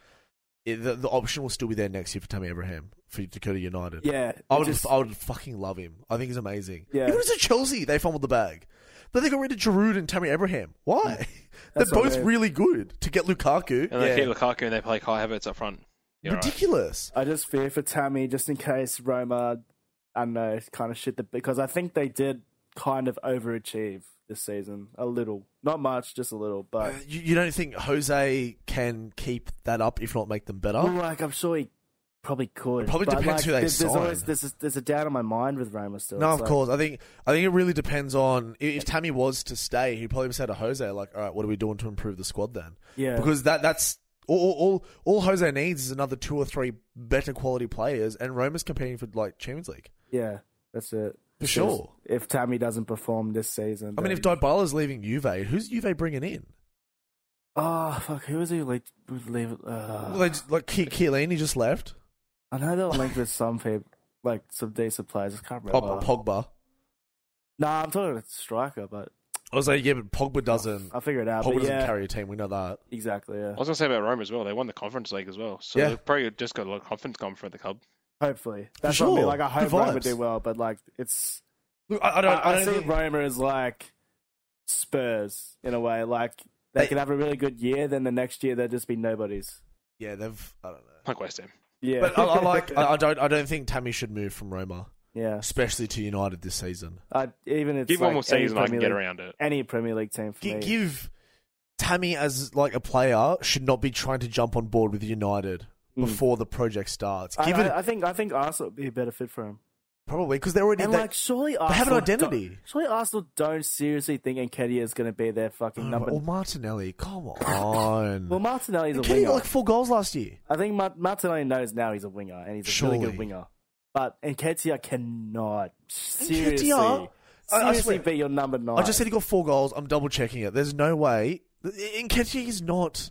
Speaker 1: It, the, the option will still be there next year for Tammy Abraham for to go to United.
Speaker 2: Yeah,
Speaker 1: I
Speaker 2: it
Speaker 1: would,
Speaker 2: just-
Speaker 1: I would fucking love him. I think he's amazing.
Speaker 2: Yeah.
Speaker 1: Even as a Chelsea, they fumbled the bag. But they got rid of Giroud and Tammy Abraham. Why? They're
Speaker 2: That's what I
Speaker 1: both
Speaker 2: mean.
Speaker 1: really good. To get Lukaku,
Speaker 3: And they
Speaker 1: yeah.
Speaker 3: keep Lukaku and they play Kai Havertz up front. Yeah, right.
Speaker 1: ridiculous.
Speaker 2: I just fear for Tammy just in case Roma, I don't know, kind of shit the because I think they did kind of overachieve this season a little, not much, just a little, but.
Speaker 1: Uh, You, you don't think Jose can keep that up, if not make them better?
Speaker 2: Well, like I'm sure he probably could.
Speaker 1: Oh. It probably
Speaker 2: but,
Speaker 1: depends
Speaker 2: like,
Speaker 1: who they
Speaker 2: there's, there's
Speaker 1: sign.
Speaker 2: always there's a, there's a doubt in my mind with Roma still.
Speaker 1: No,
Speaker 2: It's
Speaker 1: of
Speaker 2: like,
Speaker 1: course. I think I think it really depends on i- if Tammy was to stay, he'd probably say to Jose, like, all right, what are we doing to improve the squad then?
Speaker 2: Yeah,
Speaker 1: Because that that's all, all all all Jose needs is another two or three better quality players, and Roma's competing for like Champions League
Speaker 2: yeah, that's it.
Speaker 1: for sure.
Speaker 2: If Tammy doesn't perform this season,
Speaker 1: I mean, if
Speaker 2: then-
Speaker 1: Dybala's leaving Juve, who's Juve bringing in?
Speaker 2: Oh fuck! Who was he? Like would leave. Uh,
Speaker 1: Well, they just, like Ki- Chiellini just left.
Speaker 2: I know they were linked with some people, like some decent players. I can't
Speaker 1: Pog-
Speaker 2: remember.
Speaker 1: Pogba.
Speaker 2: Nah, I'm talking about striker, but
Speaker 1: I was like, yeah, but Pogba doesn't.
Speaker 2: I'll figure it out.
Speaker 1: Pogba
Speaker 2: but
Speaker 1: doesn't
Speaker 2: Oh, yeah,
Speaker 1: carry a team. We know that.
Speaker 2: exactly. Yeah,
Speaker 3: I was gonna say about Rome as well. They won the Conference League as well, so
Speaker 1: Yeah.
Speaker 3: they've probably just got a lot of confidence going for the club.
Speaker 2: hopefully that's what I mean,
Speaker 1: sure.
Speaker 2: Like I
Speaker 1: Good
Speaker 2: hope Roma
Speaker 1: vibes.
Speaker 2: do well, but like it's
Speaker 1: Look, I, I
Speaker 2: I,
Speaker 1: don't. I,
Speaker 2: I,
Speaker 1: don't
Speaker 2: see
Speaker 1: think-
Speaker 2: Roma as like Spurs in a way. Like they,
Speaker 1: They-
Speaker 2: can have a really good year, then the next year they'll just be nobodies.
Speaker 1: Yeah, they've. I don't know.
Speaker 3: Like West Ham.
Speaker 2: Yeah,
Speaker 1: But I, I like. I, I don't. I don't think Tammy should move from Roma,
Speaker 2: yeah,
Speaker 1: especially to United this season.
Speaker 2: I, even if
Speaker 3: Give
Speaker 2: it's
Speaker 3: one
Speaker 2: like
Speaker 3: more
Speaker 2: any
Speaker 3: season, I can
Speaker 2: Premier
Speaker 3: get
Speaker 2: League-
Speaker 3: around it.
Speaker 2: Any Premier League team for
Speaker 1: Gi-
Speaker 2: me.
Speaker 1: give Tammy as like a player should not be trying to jump on board with United
Speaker 2: Mm.
Speaker 1: before the project starts.
Speaker 2: I,
Speaker 1: Give it
Speaker 2: I, I think I think Arsenal would be a better fit for him.
Speaker 1: probably because they already.
Speaker 2: And
Speaker 1: they-
Speaker 2: like, surely
Speaker 1: they
Speaker 2: Arsenal
Speaker 1: have an identity.
Speaker 2: don't- surely Arsenal don't seriously think Enkedia is going to be their fucking
Speaker 1: Oh,
Speaker 2: number.
Speaker 1: or Martinelli, come on.
Speaker 2: well, Martinelli's a
Speaker 1: Kenny
Speaker 2: winger.
Speaker 1: got like four goals last year.
Speaker 2: I think Mart- Martinelli knows now he's a winger and he's a really
Speaker 1: Surely.
Speaker 2: good winger. But Enketia cannot seriously,
Speaker 1: Nketiah- I- I
Speaker 2: seriously
Speaker 1: swear-
Speaker 2: be your number nine.
Speaker 1: I just said he got four goals. I'm double checking it. There's no way. Nketiah is not.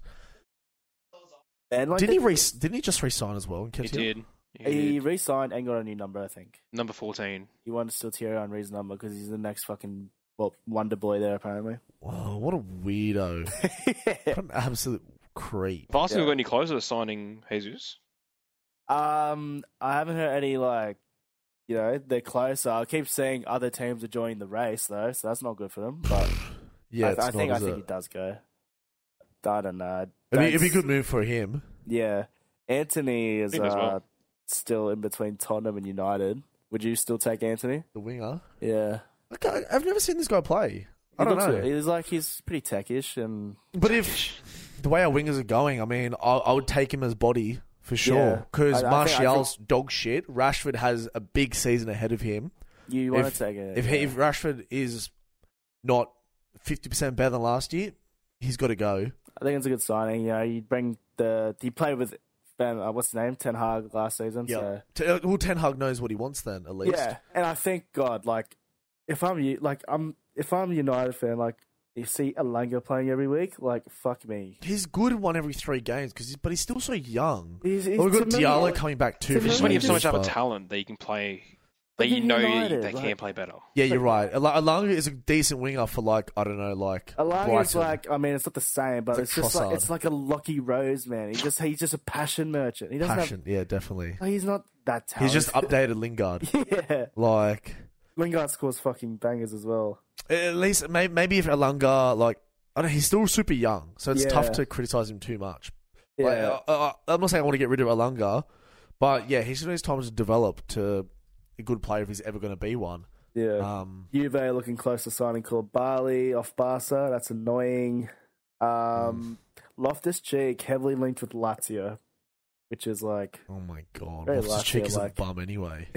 Speaker 2: and like
Speaker 1: Didn't he
Speaker 2: the-
Speaker 1: re- Didn't he just resign as well?
Speaker 3: He
Speaker 1: Nketiah?
Speaker 3: did. He
Speaker 2: He
Speaker 3: did.
Speaker 2: re-signed and got a new number. I think
Speaker 3: Number fourteen.
Speaker 2: he wanted to steal Thierry Henry's number because he's the next fucking well, wonder boy there apparently.
Speaker 1: Wow, what a weirdo! what an absolute creep.
Speaker 3: If Arsenal
Speaker 2: Yeah.
Speaker 3: got any closer to signing Jesus,
Speaker 2: Um, I haven't heard any like, you know, they're closer. I keep seeing other teams are joining the race though, so that's not good for them. But
Speaker 1: Yeah,
Speaker 2: I,
Speaker 1: it's
Speaker 2: I
Speaker 1: not,
Speaker 2: think I
Speaker 1: is
Speaker 2: think
Speaker 1: it?
Speaker 2: he does go. I don't know.
Speaker 1: It'd be, it'd be a
Speaker 2: That's-
Speaker 1: good move for him.
Speaker 2: Yeah, Anthony is uh,
Speaker 3: Him as well.
Speaker 2: still in between Tottenham and United. Would you still take Anthony?
Speaker 1: The winger.
Speaker 2: Yeah,
Speaker 1: Okay, I've never seen this guy play. I
Speaker 2: He
Speaker 1: don't
Speaker 2: looks-
Speaker 1: know.
Speaker 2: He's like he's pretty techish and
Speaker 1: But if the way our wingers are going, I mean, I, I would take him as body for
Speaker 2: Yeah.
Speaker 1: sure. Because
Speaker 2: I- I think- I
Speaker 1: Martial's dog shit. Rashford has a big season ahead of him.
Speaker 2: you want
Speaker 1: If-
Speaker 2: to take it
Speaker 1: If he, if Rashford is not fifty percent better than last year, he's got to go.
Speaker 2: I think it's a good signing. You know, you bring the he played with Ben. Uh, what's his name? Ten Hag last season. So.
Speaker 1: T- uh, well, Ten Hag knows what he wants then, at least.
Speaker 2: Yeah, and I thank God. Like, if I'm you, like I'm if I'm a United fan, like you see Alanga playing every week, like fuck me.
Speaker 1: He's good in one every three games, cause he's, but he's still so young.
Speaker 2: He's, he's
Speaker 1: Well, we've got
Speaker 2: to me,
Speaker 1: Diallo
Speaker 2: like,
Speaker 1: coming back too.
Speaker 2: to
Speaker 1: for
Speaker 2: me,
Speaker 3: just when you have so much
Speaker 2: just-
Speaker 3: other
Speaker 1: But-
Speaker 3: talent that you can play,
Speaker 2: But
Speaker 3: that you
Speaker 2: you're
Speaker 3: know
Speaker 2: United,
Speaker 3: they can
Speaker 2: like-
Speaker 3: play better.
Speaker 1: Yeah, you're right. Al- Alanga is a decent winger for like I don't know, like
Speaker 2: Alanga's
Speaker 1: Brighton.
Speaker 2: like, I mean, it's not the same,
Speaker 1: It's like
Speaker 2: but it's, just like
Speaker 1: Trossard.
Speaker 2: it's like a lucky Rose, man. He just he's just a passion merchant. He doesn't
Speaker 1: passion. Yeah, definitely.
Speaker 2: have. He's not that
Speaker 1: He's
Speaker 2: talented.
Speaker 1: just updated Lingard.
Speaker 2: yeah.
Speaker 1: Like
Speaker 2: Lingard scores fucking bangers as well.
Speaker 1: at least may- maybe if Alanga like I don't know, he's still super young, so it's
Speaker 2: Yeah.
Speaker 1: tough to criticize him too much.
Speaker 2: Yeah.
Speaker 1: Like, uh, uh, I'm not saying I want to get rid of Alanga, but yeah, he should have his time to develop to a good player if he's ever going to be one.
Speaker 2: yeah.
Speaker 1: Um,
Speaker 2: Juve are looking close to signing Koulibaly off Barca. That's annoying.
Speaker 1: Mm.
Speaker 2: Um, Loftus Cheek heavily linked with Lazio, which is like.
Speaker 1: oh my god,
Speaker 2: Very
Speaker 1: Loftus Cheek
Speaker 2: lucky,
Speaker 1: is a
Speaker 2: like-
Speaker 1: bum anyway.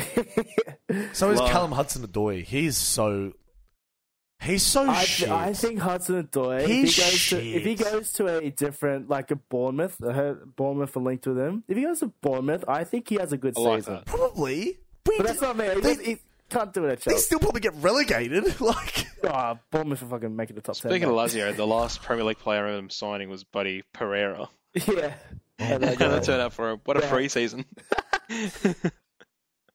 Speaker 1: So is
Speaker 2: Well,
Speaker 1: Callum Hudson Odoi. He's so he's so
Speaker 2: I,
Speaker 1: Oh, shit.
Speaker 2: I think Hudson Odoi. If he
Speaker 1: He's
Speaker 2: goes to if he
Speaker 1: shit.
Speaker 2: goes to a different like a Bournemouth, I heard Bournemouth are linked with him. If he goes to Bournemouth, I think he has a good
Speaker 3: I like
Speaker 2: season.
Speaker 3: that.
Speaker 1: probably. We
Speaker 2: But that's
Speaker 1: did-
Speaker 2: not me. He,
Speaker 1: They-
Speaker 2: just- he can't do it at
Speaker 1: They
Speaker 2: Chelsea.
Speaker 1: still probably get relegated. Like
Speaker 2: Oh, Bournemouth will fucking make it the top ten.
Speaker 3: Speaking of
Speaker 2: mate.
Speaker 3: Lazio, the last Premier League player I remember him signing was Buddy Pereira.
Speaker 2: yeah. And
Speaker 3: How
Speaker 2: they
Speaker 3: did
Speaker 2: go-
Speaker 3: that turn out for him? What a
Speaker 2: Yeah.
Speaker 3: free season!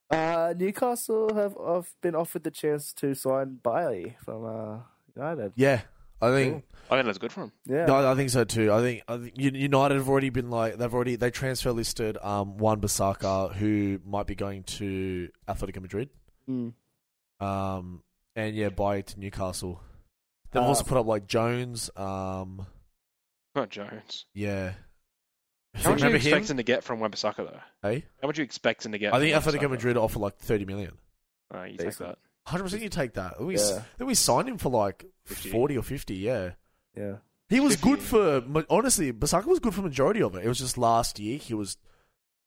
Speaker 2: Uh, Newcastle have, have been offered the chance to sign Bailey from uh, United.
Speaker 1: yeah, I think
Speaker 3: I think that's good for him.
Speaker 2: Yeah,
Speaker 1: No, I think so too. I think, I think Un- United have already been like they've already they transfer listed um Juan Bissaka who might be going to Athletic Madrid.
Speaker 2: Mm.
Speaker 1: Um and yeah, buy to Newcastle. They've
Speaker 2: Uh,
Speaker 1: also put up like Jones. Um
Speaker 3: Not Jones.
Speaker 1: yeah.
Speaker 3: How much are you
Speaker 1: Remember him?
Speaker 3: expecting to get from Wembasaka though?
Speaker 1: Hey?
Speaker 3: How much are you expecting to get?
Speaker 1: I think
Speaker 3: from
Speaker 1: Athletic
Speaker 3: Wan-Bissaka?
Speaker 1: Madrid offer like thirty million.
Speaker 3: Uh, you take
Speaker 2: Decent.
Speaker 3: that.
Speaker 1: Hundred percent, you take that. We s-
Speaker 2: Yeah.
Speaker 1: then we signed him for like
Speaker 3: 50.
Speaker 1: forty or fifty. Yeah,
Speaker 2: yeah.
Speaker 1: he was
Speaker 3: 50.
Speaker 1: good for ma- honestly. Bissaka was good for majority of it. It was just last year he was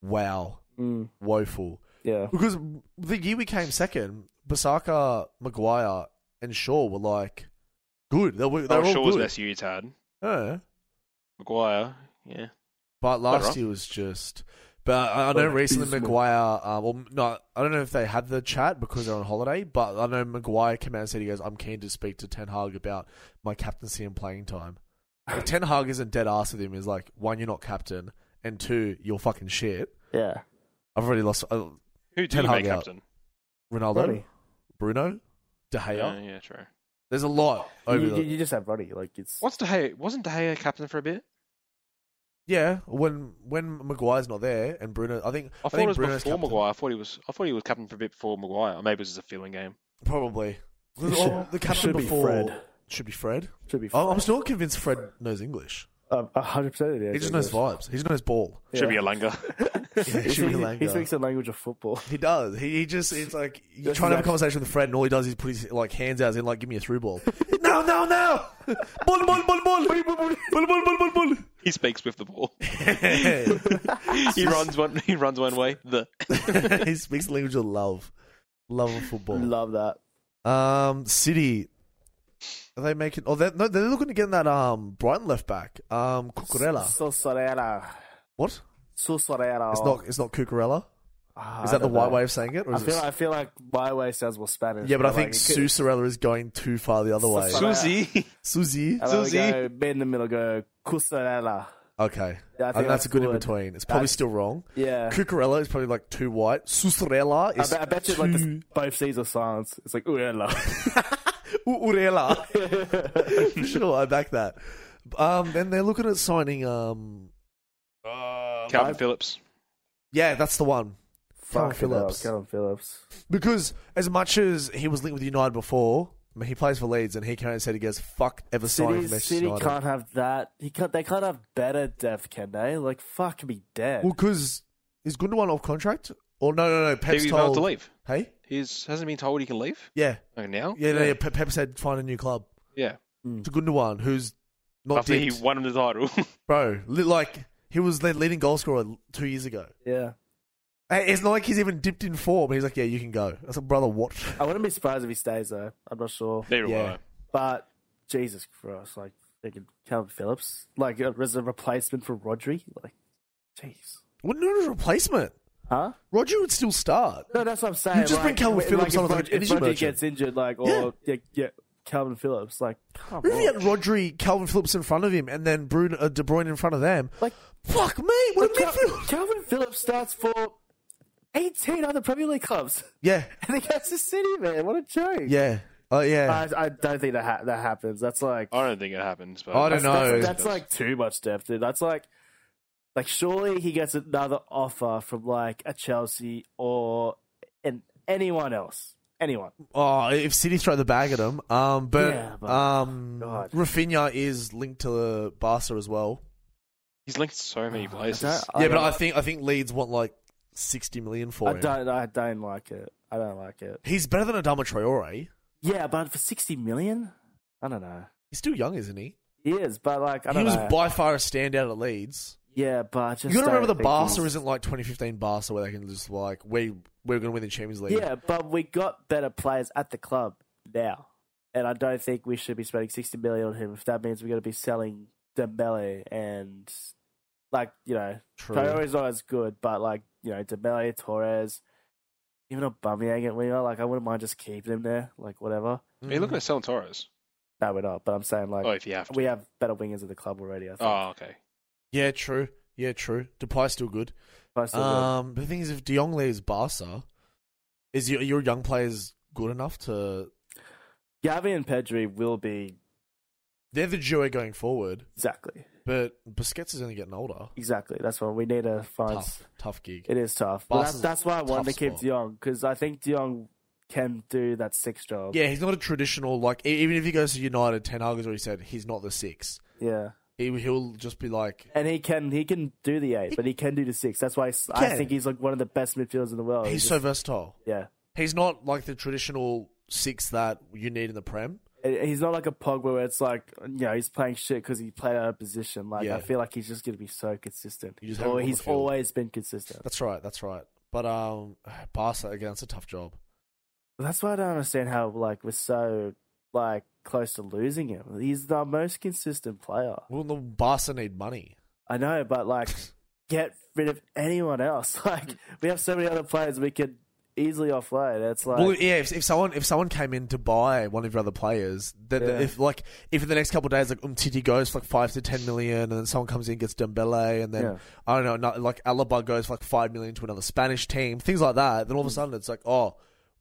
Speaker 1: wow
Speaker 2: Mm,
Speaker 1: woeful.
Speaker 2: yeah.
Speaker 1: Because the year we came second, Basaka, Maguire, and Shaw were like good. They were, they
Speaker 3: Oh,
Speaker 1: were all
Speaker 3: Shaw was
Speaker 1: good.
Speaker 3: best year he's had.
Speaker 1: Yeah.
Speaker 3: Maguire, yeah.
Speaker 1: But last
Speaker 3: Better.
Speaker 1: year was just. But I, I know
Speaker 2: But
Speaker 1: recently
Speaker 2: abysmal.
Speaker 1: Maguire, um, well, no, I don't know if they had the chat because they're on holiday. But I know Maguire came out and said he goes, "I'm keen to speak to Ten Hag about my captaincy and playing time." If Ten Hag isn't dead ass with him, is like one, you're not captain, and two, you're fucking shit.
Speaker 2: Yeah.
Speaker 1: I've already lost uh,
Speaker 3: Who do
Speaker 1: Ten
Speaker 3: you
Speaker 1: Hag
Speaker 3: make
Speaker 1: out.
Speaker 3: captain?
Speaker 1: Ronaldo,
Speaker 2: Roddy.
Speaker 1: Bruno, De Gea.
Speaker 3: Yeah, yeah, true.
Speaker 1: There's a lot over.
Speaker 2: You,
Speaker 1: the-
Speaker 2: you, you just have Roddy. Like it's
Speaker 3: What's De Gea? Wasn't De Gea captain for a bit?
Speaker 1: yeah, when when Maguire's not there and Bruno, I think
Speaker 3: I thought it
Speaker 1: think
Speaker 3: was
Speaker 1: Bruno's
Speaker 3: before
Speaker 1: captain.
Speaker 3: Maguire. I thought he was. I thought he was captain for a bit before Maguire. Or maybe it was just a feeling game.
Speaker 1: probably
Speaker 2: It should-
Speaker 1: Oh, the
Speaker 2: it
Speaker 1: captain
Speaker 2: should be
Speaker 1: before
Speaker 2: Fred.
Speaker 1: should be Fred.
Speaker 2: should be. Uh,
Speaker 1: Oh, I'm still not convinced Fred knows English.
Speaker 2: a hundred percent.
Speaker 1: He just knows vibes. He just knows ball.
Speaker 3: Should be a Langer.
Speaker 1: Yeah,
Speaker 2: He,
Speaker 1: it should be
Speaker 2: he, he
Speaker 1: Langer.
Speaker 2: speaks the language of football.
Speaker 1: He does. He, he just it's like you
Speaker 2: That's
Speaker 1: try to have a
Speaker 2: exact-
Speaker 1: conversation with Fred, and all he does is put his like hands out and like give me a through ball. no, no, no! Ball, ball, ball, ball, ball, ball, ball, ball, ball.
Speaker 3: he speaks with the ball.
Speaker 1: Yeah.
Speaker 3: he runs one. He runs one way. The
Speaker 1: he speaks the language of love, love of football.
Speaker 2: Love that.
Speaker 1: Um, City. Are they making? Oh, they're, no, they're looking to get that um Brighton left back. Um, Cucurella.
Speaker 2: Susorera.
Speaker 1: What?
Speaker 2: Susorera.
Speaker 1: It's not. It's not Cucurella.
Speaker 2: Ah,
Speaker 1: Is
Speaker 2: I
Speaker 1: that the
Speaker 2: don't
Speaker 1: white
Speaker 2: know.
Speaker 1: way of saying it? Or
Speaker 2: I
Speaker 1: is
Speaker 2: feel,
Speaker 1: it...
Speaker 2: I feel like my way sounds more Spanish.
Speaker 1: yeah, but I
Speaker 2: like,
Speaker 1: think
Speaker 2: it could-
Speaker 1: Susorella is going too far the other way.
Speaker 2: Susorella.
Speaker 1: Susie.
Speaker 3: Susie.
Speaker 2: And then we
Speaker 3: Susie.
Speaker 2: go bend in the middle, go Cusorella.
Speaker 1: Okay.
Speaker 2: Yeah, I
Speaker 1: I think
Speaker 2: think
Speaker 1: that's,
Speaker 2: that's
Speaker 1: a good, in
Speaker 2: good.
Speaker 1: between. It's probably
Speaker 2: That's-
Speaker 1: still wrong.
Speaker 2: Yeah.
Speaker 1: Cucurella is probably like too white. Susorella
Speaker 2: I
Speaker 1: is
Speaker 2: bet, I bet you
Speaker 1: too...
Speaker 2: like the, both seas of silence. It's like Urella.
Speaker 1: U- Urella. For sure, I back that. Um, then they're looking at signing. Um,
Speaker 3: Calvin Phillips.
Speaker 1: yeah, that's the one. Calvin
Speaker 2: Fucking hell,
Speaker 1: Phillips.
Speaker 2: Calvin Phillips.
Speaker 1: Because as much as he was linked with United before, I mean, he plays for Leeds, and he came out and said he goes, "Fuck ever signing for
Speaker 2: City,
Speaker 1: Manchester
Speaker 2: City
Speaker 1: United."
Speaker 2: can't have that. He can't. They can't have better depth, can they? Like fuck, be dead.
Speaker 1: Well, because is Gundogan off contract? Or no, no, no. Pep's
Speaker 3: He's about
Speaker 1: told
Speaker 3: to leave.
Speaker 1: Hey,
Speaker 3: He's hasn't been told he can leave.
Speaker 1: yeah,
Speaker 3: Oh, now.
Speaker 1: yeah, no, yeah. Pep, Pep said find a new club
Speaker 3: Yeah.
Speaker 1: to Gundogan, who's not
Speaker 3: After he
Speaker 1: dipped.
Speaker 3: won the title.
Speaker 1: bro. li- Like he was their leading goal scorer two years ago.
Speaker 2: yeah,
Speaker 1: Hey, It's not like he's even dipped in form. He's like, yeah, you can go. I said, brother, what?
Speaker 2: I wouldn't be surprised if he stays though. I'm not sure,
Speaker 3: Neither
Speaker 1: Yeah.
Speaker 3: will I.
Speaker 2: but Jesus Christ, like thinking Calvin Phillips, like uh, as a replacement for Rodri, like jeez,
Speaker 1: Wouldn't know his replacement.
Speaker 2: huh?
Speaker 1: Roger would still start.
Speaker 2: No, that's what I'm saying.
Speaker 1: just bring
Speaker 2: like,
Speaker 1: Calvin
Speaker 2: like,
Speaker 1: Phillips
Speaker 2: if
Speaker 1: on as, like,
Speaker 2: Rodri-
Speaker 1: an
Speaker 2: if
Speaker 1: energy
Speaker 2: Rodri
Speaker 1: merchant.
Speaker 2: gets injured, like or yeah, yeah, Calvin Phillips, like come
Speaker 1: If he had
Speaker 2: on.
Speaker 1: Rodri, Calvin Phillips in front of him, and then Bruno, uh, De Bruyne in front of them,
Speaker 2: Like- uh,
Speaker 1: fuck me, what a
Speaker 2: Cal-
Speaker 1: midfield!
Speaker 2: Calvin Phillips starts for 18 other Premier League clubs.
Speaker 1: Yeah,
Speaker 2: And he goes to City, man. What a joke.
Speaker 1: yeah, oh yeah.
Speaker 2: I, I don't think that ha- that happens. That's like
Speaker 3: I don't think it happens. But
Speaker 1: I don't know. No.
Speaker 2: that's, that's like too much depth, dude. That's like like surely he gets another offer from like a Chelsea or an anyone else. Anyone.
Speaker 1: oh, if City throw the bag at him, um, but,
Speaker 2: Yeah, but-
Speaker 1: um,
Speaker 2: God.
Speaker 1: Rafinha is linked to the Barca as well.
Speaker 3: he's linked to so many places.
Speaker 2: I don't-
Speaker 1: yeah, but
Speaker 2: don't-
Speaker 1: I think I think Leeds want like sixty million for
Speaker 2: I
Speaker 1: him.
Speaker 2: don't I don't like it. I don't like it.
Speaker 1: He's better than Adama Traore.
Speaker 2: Yeah, but for sixty million? I don't know.
Speaker 1: He's still young, isn't he?
Speaker 2: He is, but like I
Speaker 1: He
Speaker 2: don't
Speaker 1: was
Speaker 2: know.
Speaker 1: by far a standout at Leeds.
Speaker 2: yeah, but I just
Speaker 1: You gotta
Speaker 2: don't
Speaker 1: remember the
Speaker 2: think
Speaker 1: Barca
Speaker 2: he's-
Speaker 1: isn't like 2015 Barca where they can just like we we're gonna win the Champions League.
Speaker 2: Yeah, but we got better players at the club now. And I don't think we should be spending 60 million on him if that means we're going to be selling Dembele and, like, you know,
Speaker 1: true.
Speaker 2: Traore's not as good, but, like, you know, Dembele, Torres, even a Bumyang at winger, like, I wouldn't mind just keeping him there, like, whatever.
Speaker 1: Mm.
Speaker 3: Are you looking at selling Torres?
Speaker 2: No, we're not, but I'm saying, like,
Speaker 3: Oh, if you have to.
Speaker 2: we have better wingers at the club already, I think.
Speaker 3: Oh, okay.
Speaker 1: yeah, true. Yeah, true. Depay's still good.
Speaker 2: But I still do.
Speaker 1: Um, but the thing is, if De Jong leaves Barca, is your your young players good enough to?
Speaker 2: Gavi and Pedri will be
Speaker 1: They're the duo going forward,
Speaker 2: exactly,
Speaker 1: but Busquets is only getting older.
Speaker 2: exactly. That's why we need to find
Speaker 1: Tough, tough gig.
Speaker 2: It is tough. But that's,
Speaker 1: Barca's
Speaker 2: that's why I wanted
Speaker 1: tough
Speaker 2: to keep
Speaker 1: spot.
Speaker 2: De Jong because I think De Jong can do that six job.
Speaker 1: Yeah, he's not a traditional like. e- Even if he goes to United, Ten Hag has already said he's not the six.
Speaker 2: Yeah.
Speaker 1: He he'll just be like
Speaker 2: And he can he can do the eight, but he can do the six. That's why s- I
Speaker 1: can.
Speaker 2: think he's like one of the best midfielders in the world.
Speaker 1: he's so
Speaker 2: Oh, just-
Speaker 1: versatile.
Speaker 2: yeah.
Speaker 1: He's not like the traditional six that you need in the prem.
Speaker 2: And He's not like a Pogba where it's like you know he's playing shit because he played out of position. Like
Speaker 1: Yeah.
Speaker 2: I feel like he's just gonna be so consistent.
Speaker 1: You just have him on
Speaker 2: or
Speaker 1: the
Speaker 2: he's
Speaker 1: field.
Speaker 2: always been consistent.
Speaker 1: That's right. That's right. But um, Barca again, it's a tough job.
Speaker 2: That's why I don't understand how like we're so like close to losing him. He's the most consistent player.
Speaker 1: Well, the Barca need money.
Speaker 2: I know, but like, get rid of anyone else. Like, we have so many other players we could easily offload. It's like
Speaker 1: Well, yeah. If, if someone if someone came in to buy one of your other players, that
Speaker 2: Yeah.
Speaker 1: if like if in the next couple of days like Umtiti goes for like five to ten million, and then someone comes in and gets Dembele, and then
Speaker 2: Yeah.
Speaker 1: I don't know, not, like Alaba goes for like five million to another Spanish team, things like that. Then all of a
Speaker 2: Hmm.
Speaker 1: sudden it's like, oh,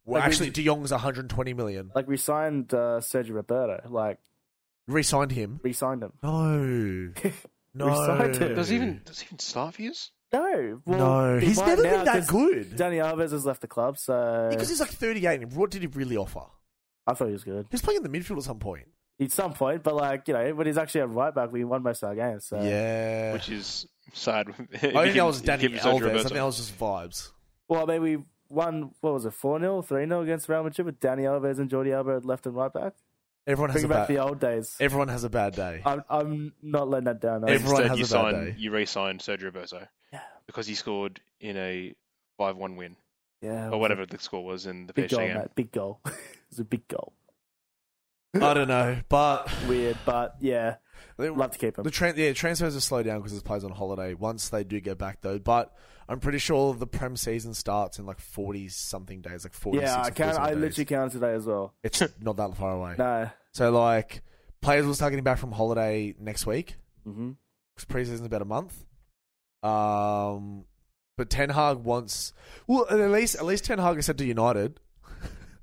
Speaker 1: well,
Speaker 2: Like,
Speaker 1: actually
Speaker 2: we-
Speaker 1: De Jong's one hundred twenty million.
Speaker 2: like we signed uh, Sergio Roberto, like
Speaker 1: Resigned him.
Speaker 2: re-signed him.
Speaker 1: No, no.
Speaker 2: Resigned him.
Speaker 3: Does he even does he even start for years?
Speaker 2: No, well,
Speaker 1: no,
Speaker 2: he
Speaker 1: he's
Speaker 2: might
Speaker 1: never
Speaker 2: now
Speaker 1: been that
Speaker 2: 'cause
Speaker 1: good.
Speaker 2: Danny Alves has left the club, so
Speaker 1: Because he's like 38, and what did he really offer?
Speaker 2: I thought he was good
Speaker 1: He was playing in the midfield at some point.
Speaker 2: at some point. But like you know, when he's actually a right back, we won most of our games. So
Speaker 1: yeah.
Speaker 3: Which is sad.
Speaker 1: I don't think that was Danny Alves. I think that was just vibes.
Speaker 2: well, I mean, we won. What was it? Four 0 three 0 against Real Madrid with Danny Alves and Jordi Alba at left and right back.
Speaker 1: Everyone has
Speaker 2: Bring
Speaker 1: a
Speaker 2: back
Speaker 1: bad.
Speaker 2: the old days.
Speaker 1: everyone has a bad day.
Speaker 2: I'm, I'm not letting that down.
Speaker 1: Every-
Speaker 2: I
Speaker 1: Everyone
Speaker 3: Instead,
Speaker 1: has
Speaker 3: you
Speaker 1: a bad
Speaker 3: signed,
Speaker 1: day.
Speaker 3: you re-signed Sergio Roberto
Speaker 2: Yeah.
Speaker 3: because he scored in a five-one win
Speaker 2: yeah,
Speaker 3: or whatever the score was in the
Speaker 2: Big
Speaker 3: PSG
Speaker 2: goal,
Speaker 3: game.
Speaker 2: mate. Big goal. it's a big goal.
Speaker 1: I don't know, but
Speaker 2: Weird, but yeah,
Speaker 1: they-
Speaker 2: love to keep him.
Speaker 1: the tran yeah transfers are slow down because there's players on holiday. Once they do get back though, but I'm pretty sure the prem season starts in like 40 something days, like 46.
Speaker 2: Yeah, I
Speaker 1: or
Speaker 2: can.
Speaker 1: 47
Speaker 2: I
Speaker 1: days.
Speaker 2: literally counted today as well.
Speaker 1: It's not that far away.
Speaker 2: No.
Speaker 1: So like players will start getting back from holiday next week
Speaker 2: Mm-hmm.
Speaker 1: because preseason's about a month. Um, but Ten Hag wants well at least at least Ten Hag has said to United,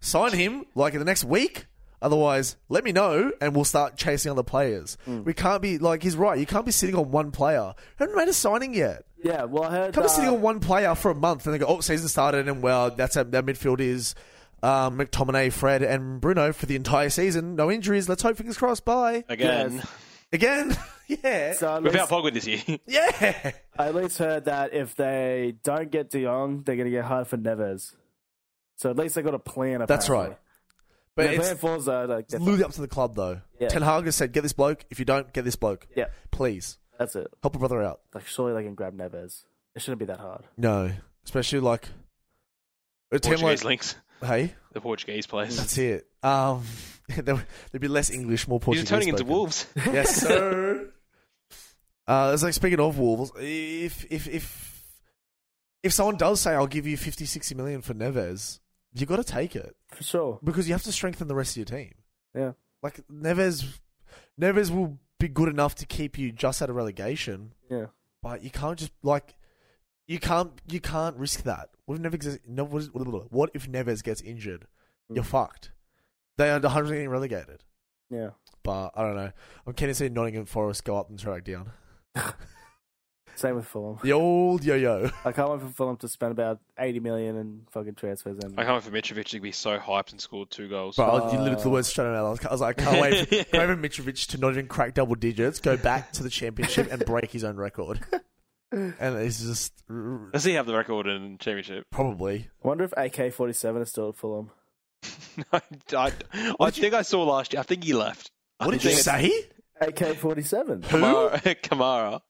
Speaker 1: sign him like in the next week. Otherwise, let me know and we'll start chasing other players. We can't be like he's right. You can't be sitting on one player. We haven't made a signing yet.
Speaker 2: Yeah. Well, I heard.
Speaker 1: Can't
Speaker 2: uh,
Speaker 1: be sitting on one player for a month and they go, oh, season started and well, that's our, that midfield is um, McTominay, Fred, and Bruno for the entire season. No injuries. Let's hope fingers crossed. Bye
Speaker 3: Again,
Speaker 1: again. yeah,
Speaker 2: so at,
Speaker 3: without
Speaker 2: least,
Speaker 3: Pogba this year.
Speaker 1: yeah.
Speaker 2: I at least heard that if they don't get De Jong, they're going to get hard for Neves. So at least they got a plan. Apparently.
Speaker 1: That's right. But
Speaker 2: the
Speaker 1: it's
Speaker 2: plan falls though. Like,
Speaker 1: it's literally up to the club, though.
Speaker 2: Yeah.
Speaker 1: Ten Hag has said, "Get this bloke. If you don't, get this bloke.
Speaker 2: yeah,
Speaker 1: Please
Speaker 2: that's it.
Speaker 1: help a brother out."
Speaker 2: Like, surely they can grab Neves. It shouldn't be that hard.
Speaker 1: No, especially like a team like
Speaker 3: Portuguese links.
Speaker 1: hey,
Speaker 3: The Portuguese players.
Speaker 1: that's it. Um, there- there'd be less English, more
Speaker 3: He's
Speaker 1: Portuguese.
Speaker 3: turning into
Speaker 1: spoken.
Speaker 3: wolves.
Speaker 1: Yes, sir. uh, it's like speaking of wolves. If if if if someone does say, "I'll give you 50, 60 million for Neves," you got to take it.
Speaker 2: For sure.
Speaker 1: because you have to strengthen the rest of your team.
Speaker 2: Yeah.
Speaker 1: Like Neves, Neves will be good enough to keep you just out of relegation,
Speaker 2: Yeah.
Speaker 1: but you can't just like you can't you can't risk that. What if Neves gets- no, what is- what if Neves gets injured? You're
Speaker 2: Mm.
Speaker 1: fucked. They are 100 getting relegated.
Speaker 2: Yeah.
Speaker 1: But I don't know. I'm keen to see Nottingham Forest go up and track down.
Speaker 2: Same with Fulham.
Speaker 1: The old yo-yo.
Speaker 2: I can't wait for Fulham to spend about eighty million in fucking transfers and
Speaker 3: I can't wait for Mitrovic to be so hyped and scored two goals.
Speaker 1: Bro, I- you literally the words straight out. of my mouth. I was like, I can't wait, for, can't wait for Mitrovic to not even crack double digits, go back to the championship and break his own record. And it's just r-
Speaker 3: Does he have the record in championship?
Speaker 1: probably
Speaker 2: I wonder if AK forty seven is still at Fulham.
Speaker 3: I, I, I think I saw last year. I think he left.
Speaker 1: what did you say?
Speaker 2: AK forty seven.
Speaker 3: Kamara. Kamara.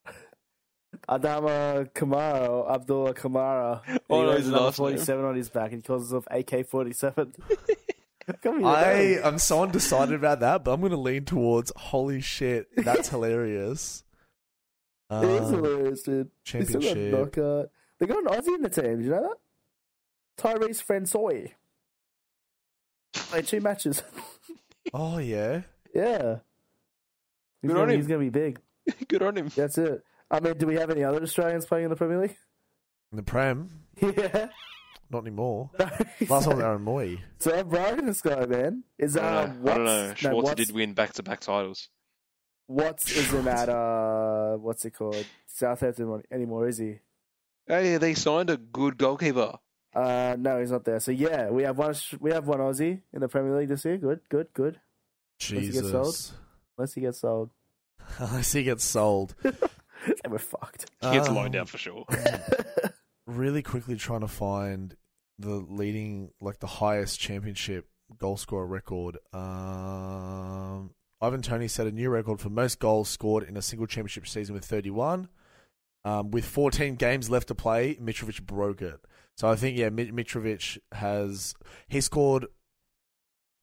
Speaker 2: Adama Kamara, Abdullah Kamara. He
Speaker 3: Oh, no,
Speaker 2: wears
Speaker 3: his
Speaker 2: number
Speaker 3: last name.
Speaker 2: 47 on his back and he calls himself AK-47. Come here,
Speaker 1: I am so undecided about that, but I'm going to lean towards holy shit, that's hilarious.
Speaker 2: man. It is
Speaker 1: Um,
Speaker 2: hilarious, dude. They still got
Speaker 1: championship.
Speaker 2: knockout. They got an Aussie in the team, did you know that? Tyrese Francois. Played two matches.
Speaker 1: oh yeah,
Speaker 2: yeah. He's
Speaker 3: Good on
Speaker 2: gonna,
Speaker 3: him.
Speaker 2: he's gonna be big.
Speaker 3: Good on him.
Speaker 2: That's it. I mean, do we have any other Australians playing in the Premier League?
Speaker 1: in the prem,
Speaker 2: yeah.
Speaker 1: not anymore. Last one, uh, was Aaron Moy.
Speaker 2: So I'm bragging this guy, man. Is uh,
Speaker 3: I don't know. I don't know.
Speaker 2: Watts- no,
Speaker 3: Schwarzer
Speaker 2: Watts-
Speaker 3: did win back-to-back titles.
Speaker 2: Watts isn't at uh, what's it called? Southampton one- anymore, is he?
Speaker 3: Oh yeah, they signed a good goalkeeper.
Speaker 2: Uh, no, he's not there. So yeah, we have one. We have one Aussie in the Premier League this year. Good, good, good. he get
Speaker 1: Jesus,
Speaker 2: Unless he gets sold,
Speaker 1: unless he gets sold,
Speaker 2: and we're fucked.
Speaker 3: He gets
Speaker 1: Um,
Speaker 3: loaned out for sure.
Speaker 1: really quickly trying to find the leading, like the highest championship goal scorer record. Um, Ivan Tony set a new record for most goals scored in a single championship season with 31. Um, with 14 games left to play, Mitrovic broke it. So I think, yeah, Mi- Mitrovic has. He scored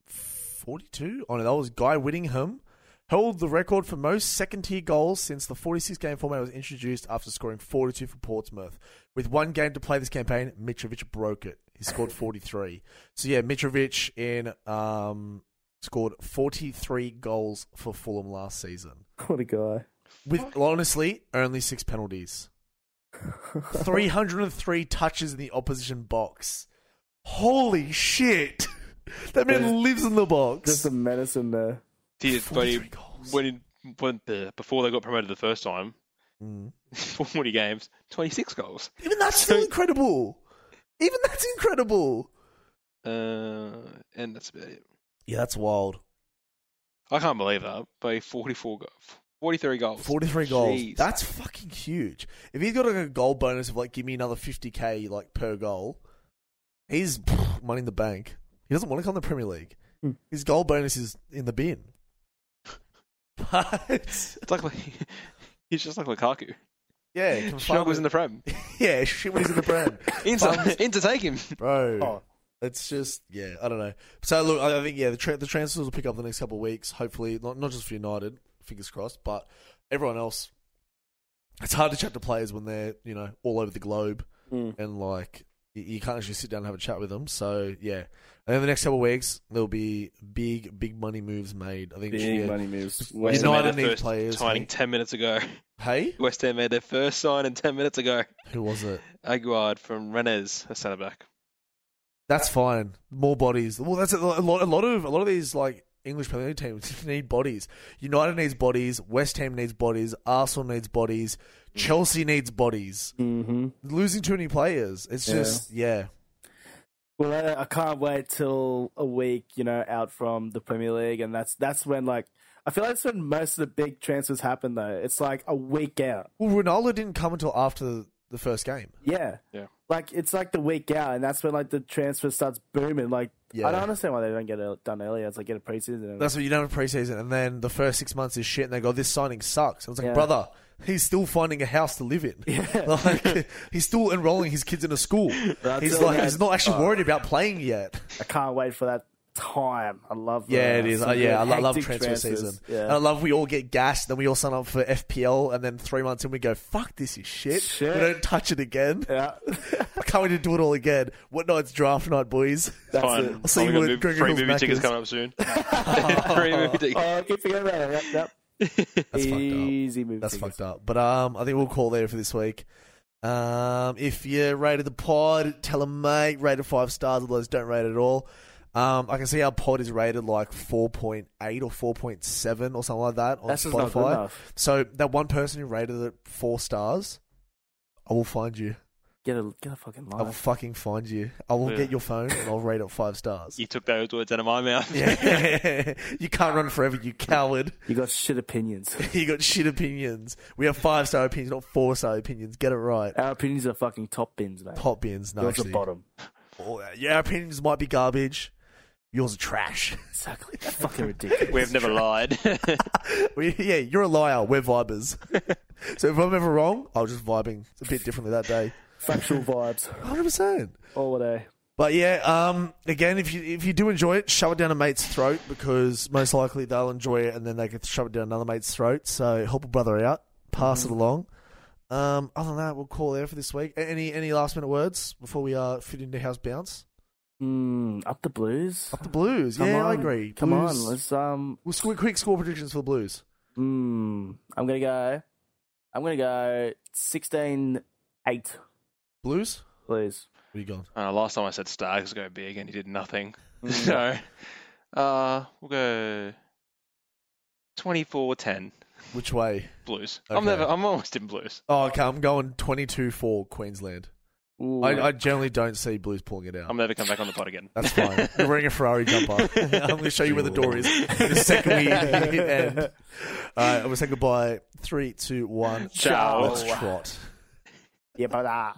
Speaker 1: 42? Oh, no, that was Guy Whittingham. Held the record for most second tier goals since the 46 game format was introduced after scoring 42 for Portsmouth. With one game to play this campaign, Mitrovic broke it. He scored 43. So yeah, Mitrovic in um scored 43 goals for Fulham last season.
Speaker 2: What a guy.
Speaker 1: With honestly, only 6 penalties. 303 touches in the opposition box. Holy shit. That man
Speaker 2: Yeah.
Speaker 1: lives in the box.
Speaker 2: Just a medicine there.
Speaker 3: He, but he,
Speaker 1: 43 goals.
Speaker 3: when, when the, before they got promoted the first time,
Speaker 1: Mm.
Speaker 3: 40 games, 26 goals.
Speaker 1: Even that's still incredible. Even that's incredible.
Speaker 3: Uh, and that's about it.
Speaker 1: Yeah, that's wild.
Speaker 3: I can't believe that. But 44 go- 43 goals.
Speaker 1: 43 goals.
Speaker 3: Jeez.
Speaker 1: That's fucking huge. If he's got like a goal bonus of like give me another 50k like per goal, he's pff, money in the bank. He doesn't want to come to the Premier League.
Speaker 2: Hmm.
Speaker 1: His goal bonus is in the bin. But
Speaker 3: It's like he's just like Lukaku.
Speaker 1: yeah, can farm
Speaker 3: Struggles
Speaker 1: it.
Speaker 3: in the prem.
Speaker 1: yeah, shit when he's in the brand,
Speaker 3: Into, into take him.
Speaker 1: bro.
Speaker 2: Oh,
Speaker 1: It's just yeah, I don't know. So look, I I think yeah, the tra- the transfers will pick up the next couple of weeks. Hopefully, not not just for United, fingers crossed, but everyone else. It's hard to chat to players when they're you know all over the globe
Speaker 2: mm.
Speaker 1: and like y- you can't actually sit down and have a chat with them. So yeah, and then the next couple of weeks there'll be big big money moves made. I think
Speaker 2: Big
Speaker 1: yeah.
Speaker 2: money moves.
Speaker 1: Well,
Speaker 2: Way
Speaker 1: United
Speaker 3: West Ham
Speaker 2: more.
Speaker 3: made
Speaker 1: need
Speaker 3: their first
Speaker 1: players,
Speaker 3: signing
Speaker 1: mate.
Speaker 3: 10 minutes ago.
Speaker 1: Hey,
Speaker 3: West Ham made their first signing 10 minutes ago.
Speaker 1: who was it?
Speaker 3: Aguard from Rennes, a centre back.
Speaker 1: That's fine. More bodies. Well, that's a, a lot. A lot of a lot of these like English Premier League teams need bodies. United needs bodies. West Ham needs bodies. Arsenal needs bodies.
Speaker 2: Mm.
Speaker 1: Chelsea needs bodies.
Speaker 2: Mm-hmm.
Speaker 1: Losing too many players. It's
Speaker 2: Yeah.
Speaker 1: just yeah.
Speaker 2: Well, I, I can't wait till a week, you know, out from the Premier League, and that's that's when like I feel like that's when most of the big transfers happen. Though it's like a week out.
Speaker 1: Well, Ronaldo didn't come until after the first game.
Speaker 2: Yeah,
Speaker 3: Yeah.
Speaker 2: Like it's like the week out, and that's when like the transfer starts booming. Like
Speaker 1: Yeah.
Speaker 2: I don't understand why they don't get it done earlier. It's like get a preseason. And
Speaker 1: That's what you don't have preseason, and then the first six months is shit, and they go, "This signing sucks." And it's like,
Speaker 2: Yeah.
Speaker 1: brother, he's still finding a house to live in.
Speaker 2: yeah,
Speaker 1: Like he's still enrolling his kids in a school.
Speaker 2: That's Oh.
Speaker 1: he's
Speaker 2: it,
Speaker 1: like,
Speaker 2: man.
Speaker 1: he's not actually worried about playing yet.
Speaker 2: I can't wait for that time. I love.
Speaker 1: Yeah,
Speaker 2: that.
Speaker 1: it is.
Speaker 2: Some
Speaker 1: Uh, yeah, I
Speaker 2: good
Speaker 1: lo- love
Speaker 2: hectic
Speaker 1: transfer
Speaker 2: transfers.
Speaker 1: season. And I
Speaker 2: Yeah.
Speaker 1: love we all get gassed, then we all sign up for FPL, and then three months in we go, "Fuck, this is shit."
Speaker 2: Shit.
Speaker 1: We don't touch it again.
Speaker 2: yeah.
Speaker 1: I can't wait to do it all again. What night's draft night, boys?
Speaker 2: That's
Speaker 3: Fine.
Speaker 2: it.
Speaker 1: I'll see
Speaker 3: Oh,
Speaker 1: you
Speaker 3: we got
Speaker 1: with
Speaker 3: mov-
Speaker 1: Greg
Speaker 3: free
Speaker 1: Eagles
Speaker 3: movie tickets
Speaker 1: Maccas.
Speaker 3: coming up soon. free
Speaker 2: Oh,
Speaker 3: movie tickets.
Speaker 2: I keep forgetting about it. Yep, yep.
Speaker 1: That's fucked up.
Speaker 2: Easy move.
Speaker 1: That's
Speaker 2: fingers.
Speaker 1: fucked up. But um, I think we'll call it there for this week. Um, if you rated the pod, tell a mate. Rate it five stars. Otherwise, don't rate it at all. Um, I can see our pod is rated like four point eight or four point seven or something like that on
Speaker 2: That's just not good
Speaker 1: Spotify.
Speaker 2: enough.
Speaker 1: So that one person who rated it four stars, I will find you.
Speaker 2: Get a get a fucking
Speaker 1: I will
Speaker 2: life.
Speaker 1: fucking find you. I will
Speaker 3: Yeah.
Speaker 1: get your phone and I'll rate it five stars.
Speaker 3: You took those words out of my mouth.
Speaker 1: Yeah, you can't run forever, you coward.
Speaker 2: You got shit opinions.
Speaker 1: you got shit opinions. We have five star opinions, not four star opinions. Get it right.
Speaker 2: Our opinions are fucking top bins, mate.
Speaker 1: Top bins, no,
Speaker 2: Yours are
Speaker 1: actually.
Speaker 2: bottom.
Speaker 1: Oh, yeah, our opinions might be garbage. Yours are trash.
Speaker 2: Exactly. That's fucking ridiculous.
Speaker 3: We've never lied.
Speaker 1: We, yeah, you're a liar. We're vibers. so if I'm ever wrong, I was just vibing a bit differently that day.
Speaker 2: Factual vibes
Speaker 1: 100%.
Speaker 2: all day.
Speaker 1: But yeah, um, again, if you if you do enjoy it, shove it down a mate's throat because most likely they'll enjoy it and then they can shove it down another mate's throat. So help a brother out, pass
Speaker 2: Mm-hmm.
Speaker 1: it along. Um, other than that, we'll call there for this week. A- Any any last minute words before we uh, fit into house bounce?
Speaker 2: Mm, up the blues.
Speaker 1: Up the Blues.
Speaker 2: Come
Speaker 1: yeah,
Speaker 2: on.
Speaker 1: I agree.
Speaker 2: Come
Speaker 1: Blues-
Speaker 2: on, let's um.
Speaker 1: Well, squ- quick score predictions for the Blues.
Speaker 2: Mm, I'm gonna go. I'm gonna go 16-8,
Speaker 1: Blues?
Speaker 2: please.
Speaker 1: Where you going?
Speaker 3: uh, last time I said Starks go big and he did nothing.
Speaker 2: Mm.
Speaker 3: So, uh, we'll go 24-10
Speaker 1: Which way?
Speaker 3: Blues. I'm
Speaker 1: Okay.
Speaker 3: never. I'm almost in Blues.
Speaker 1: Oh, okay. I'm going 22 for Queensland.
Speaker 2: Ooh.
Speaker 1: I, I generally don't see Blues pulling it out.
Speaker 3: I'm never come back on the pod again.
Speaker 1: That's fine. You're wearing a Ferrari jumper. I'm going to show you where the door is the second we hit end. All right, I'm going to say goodbye. Three, two, one.
Speaker 3: Ciao.
Speaker 1: Let's trot.
Speaker 2: yeah, but ah.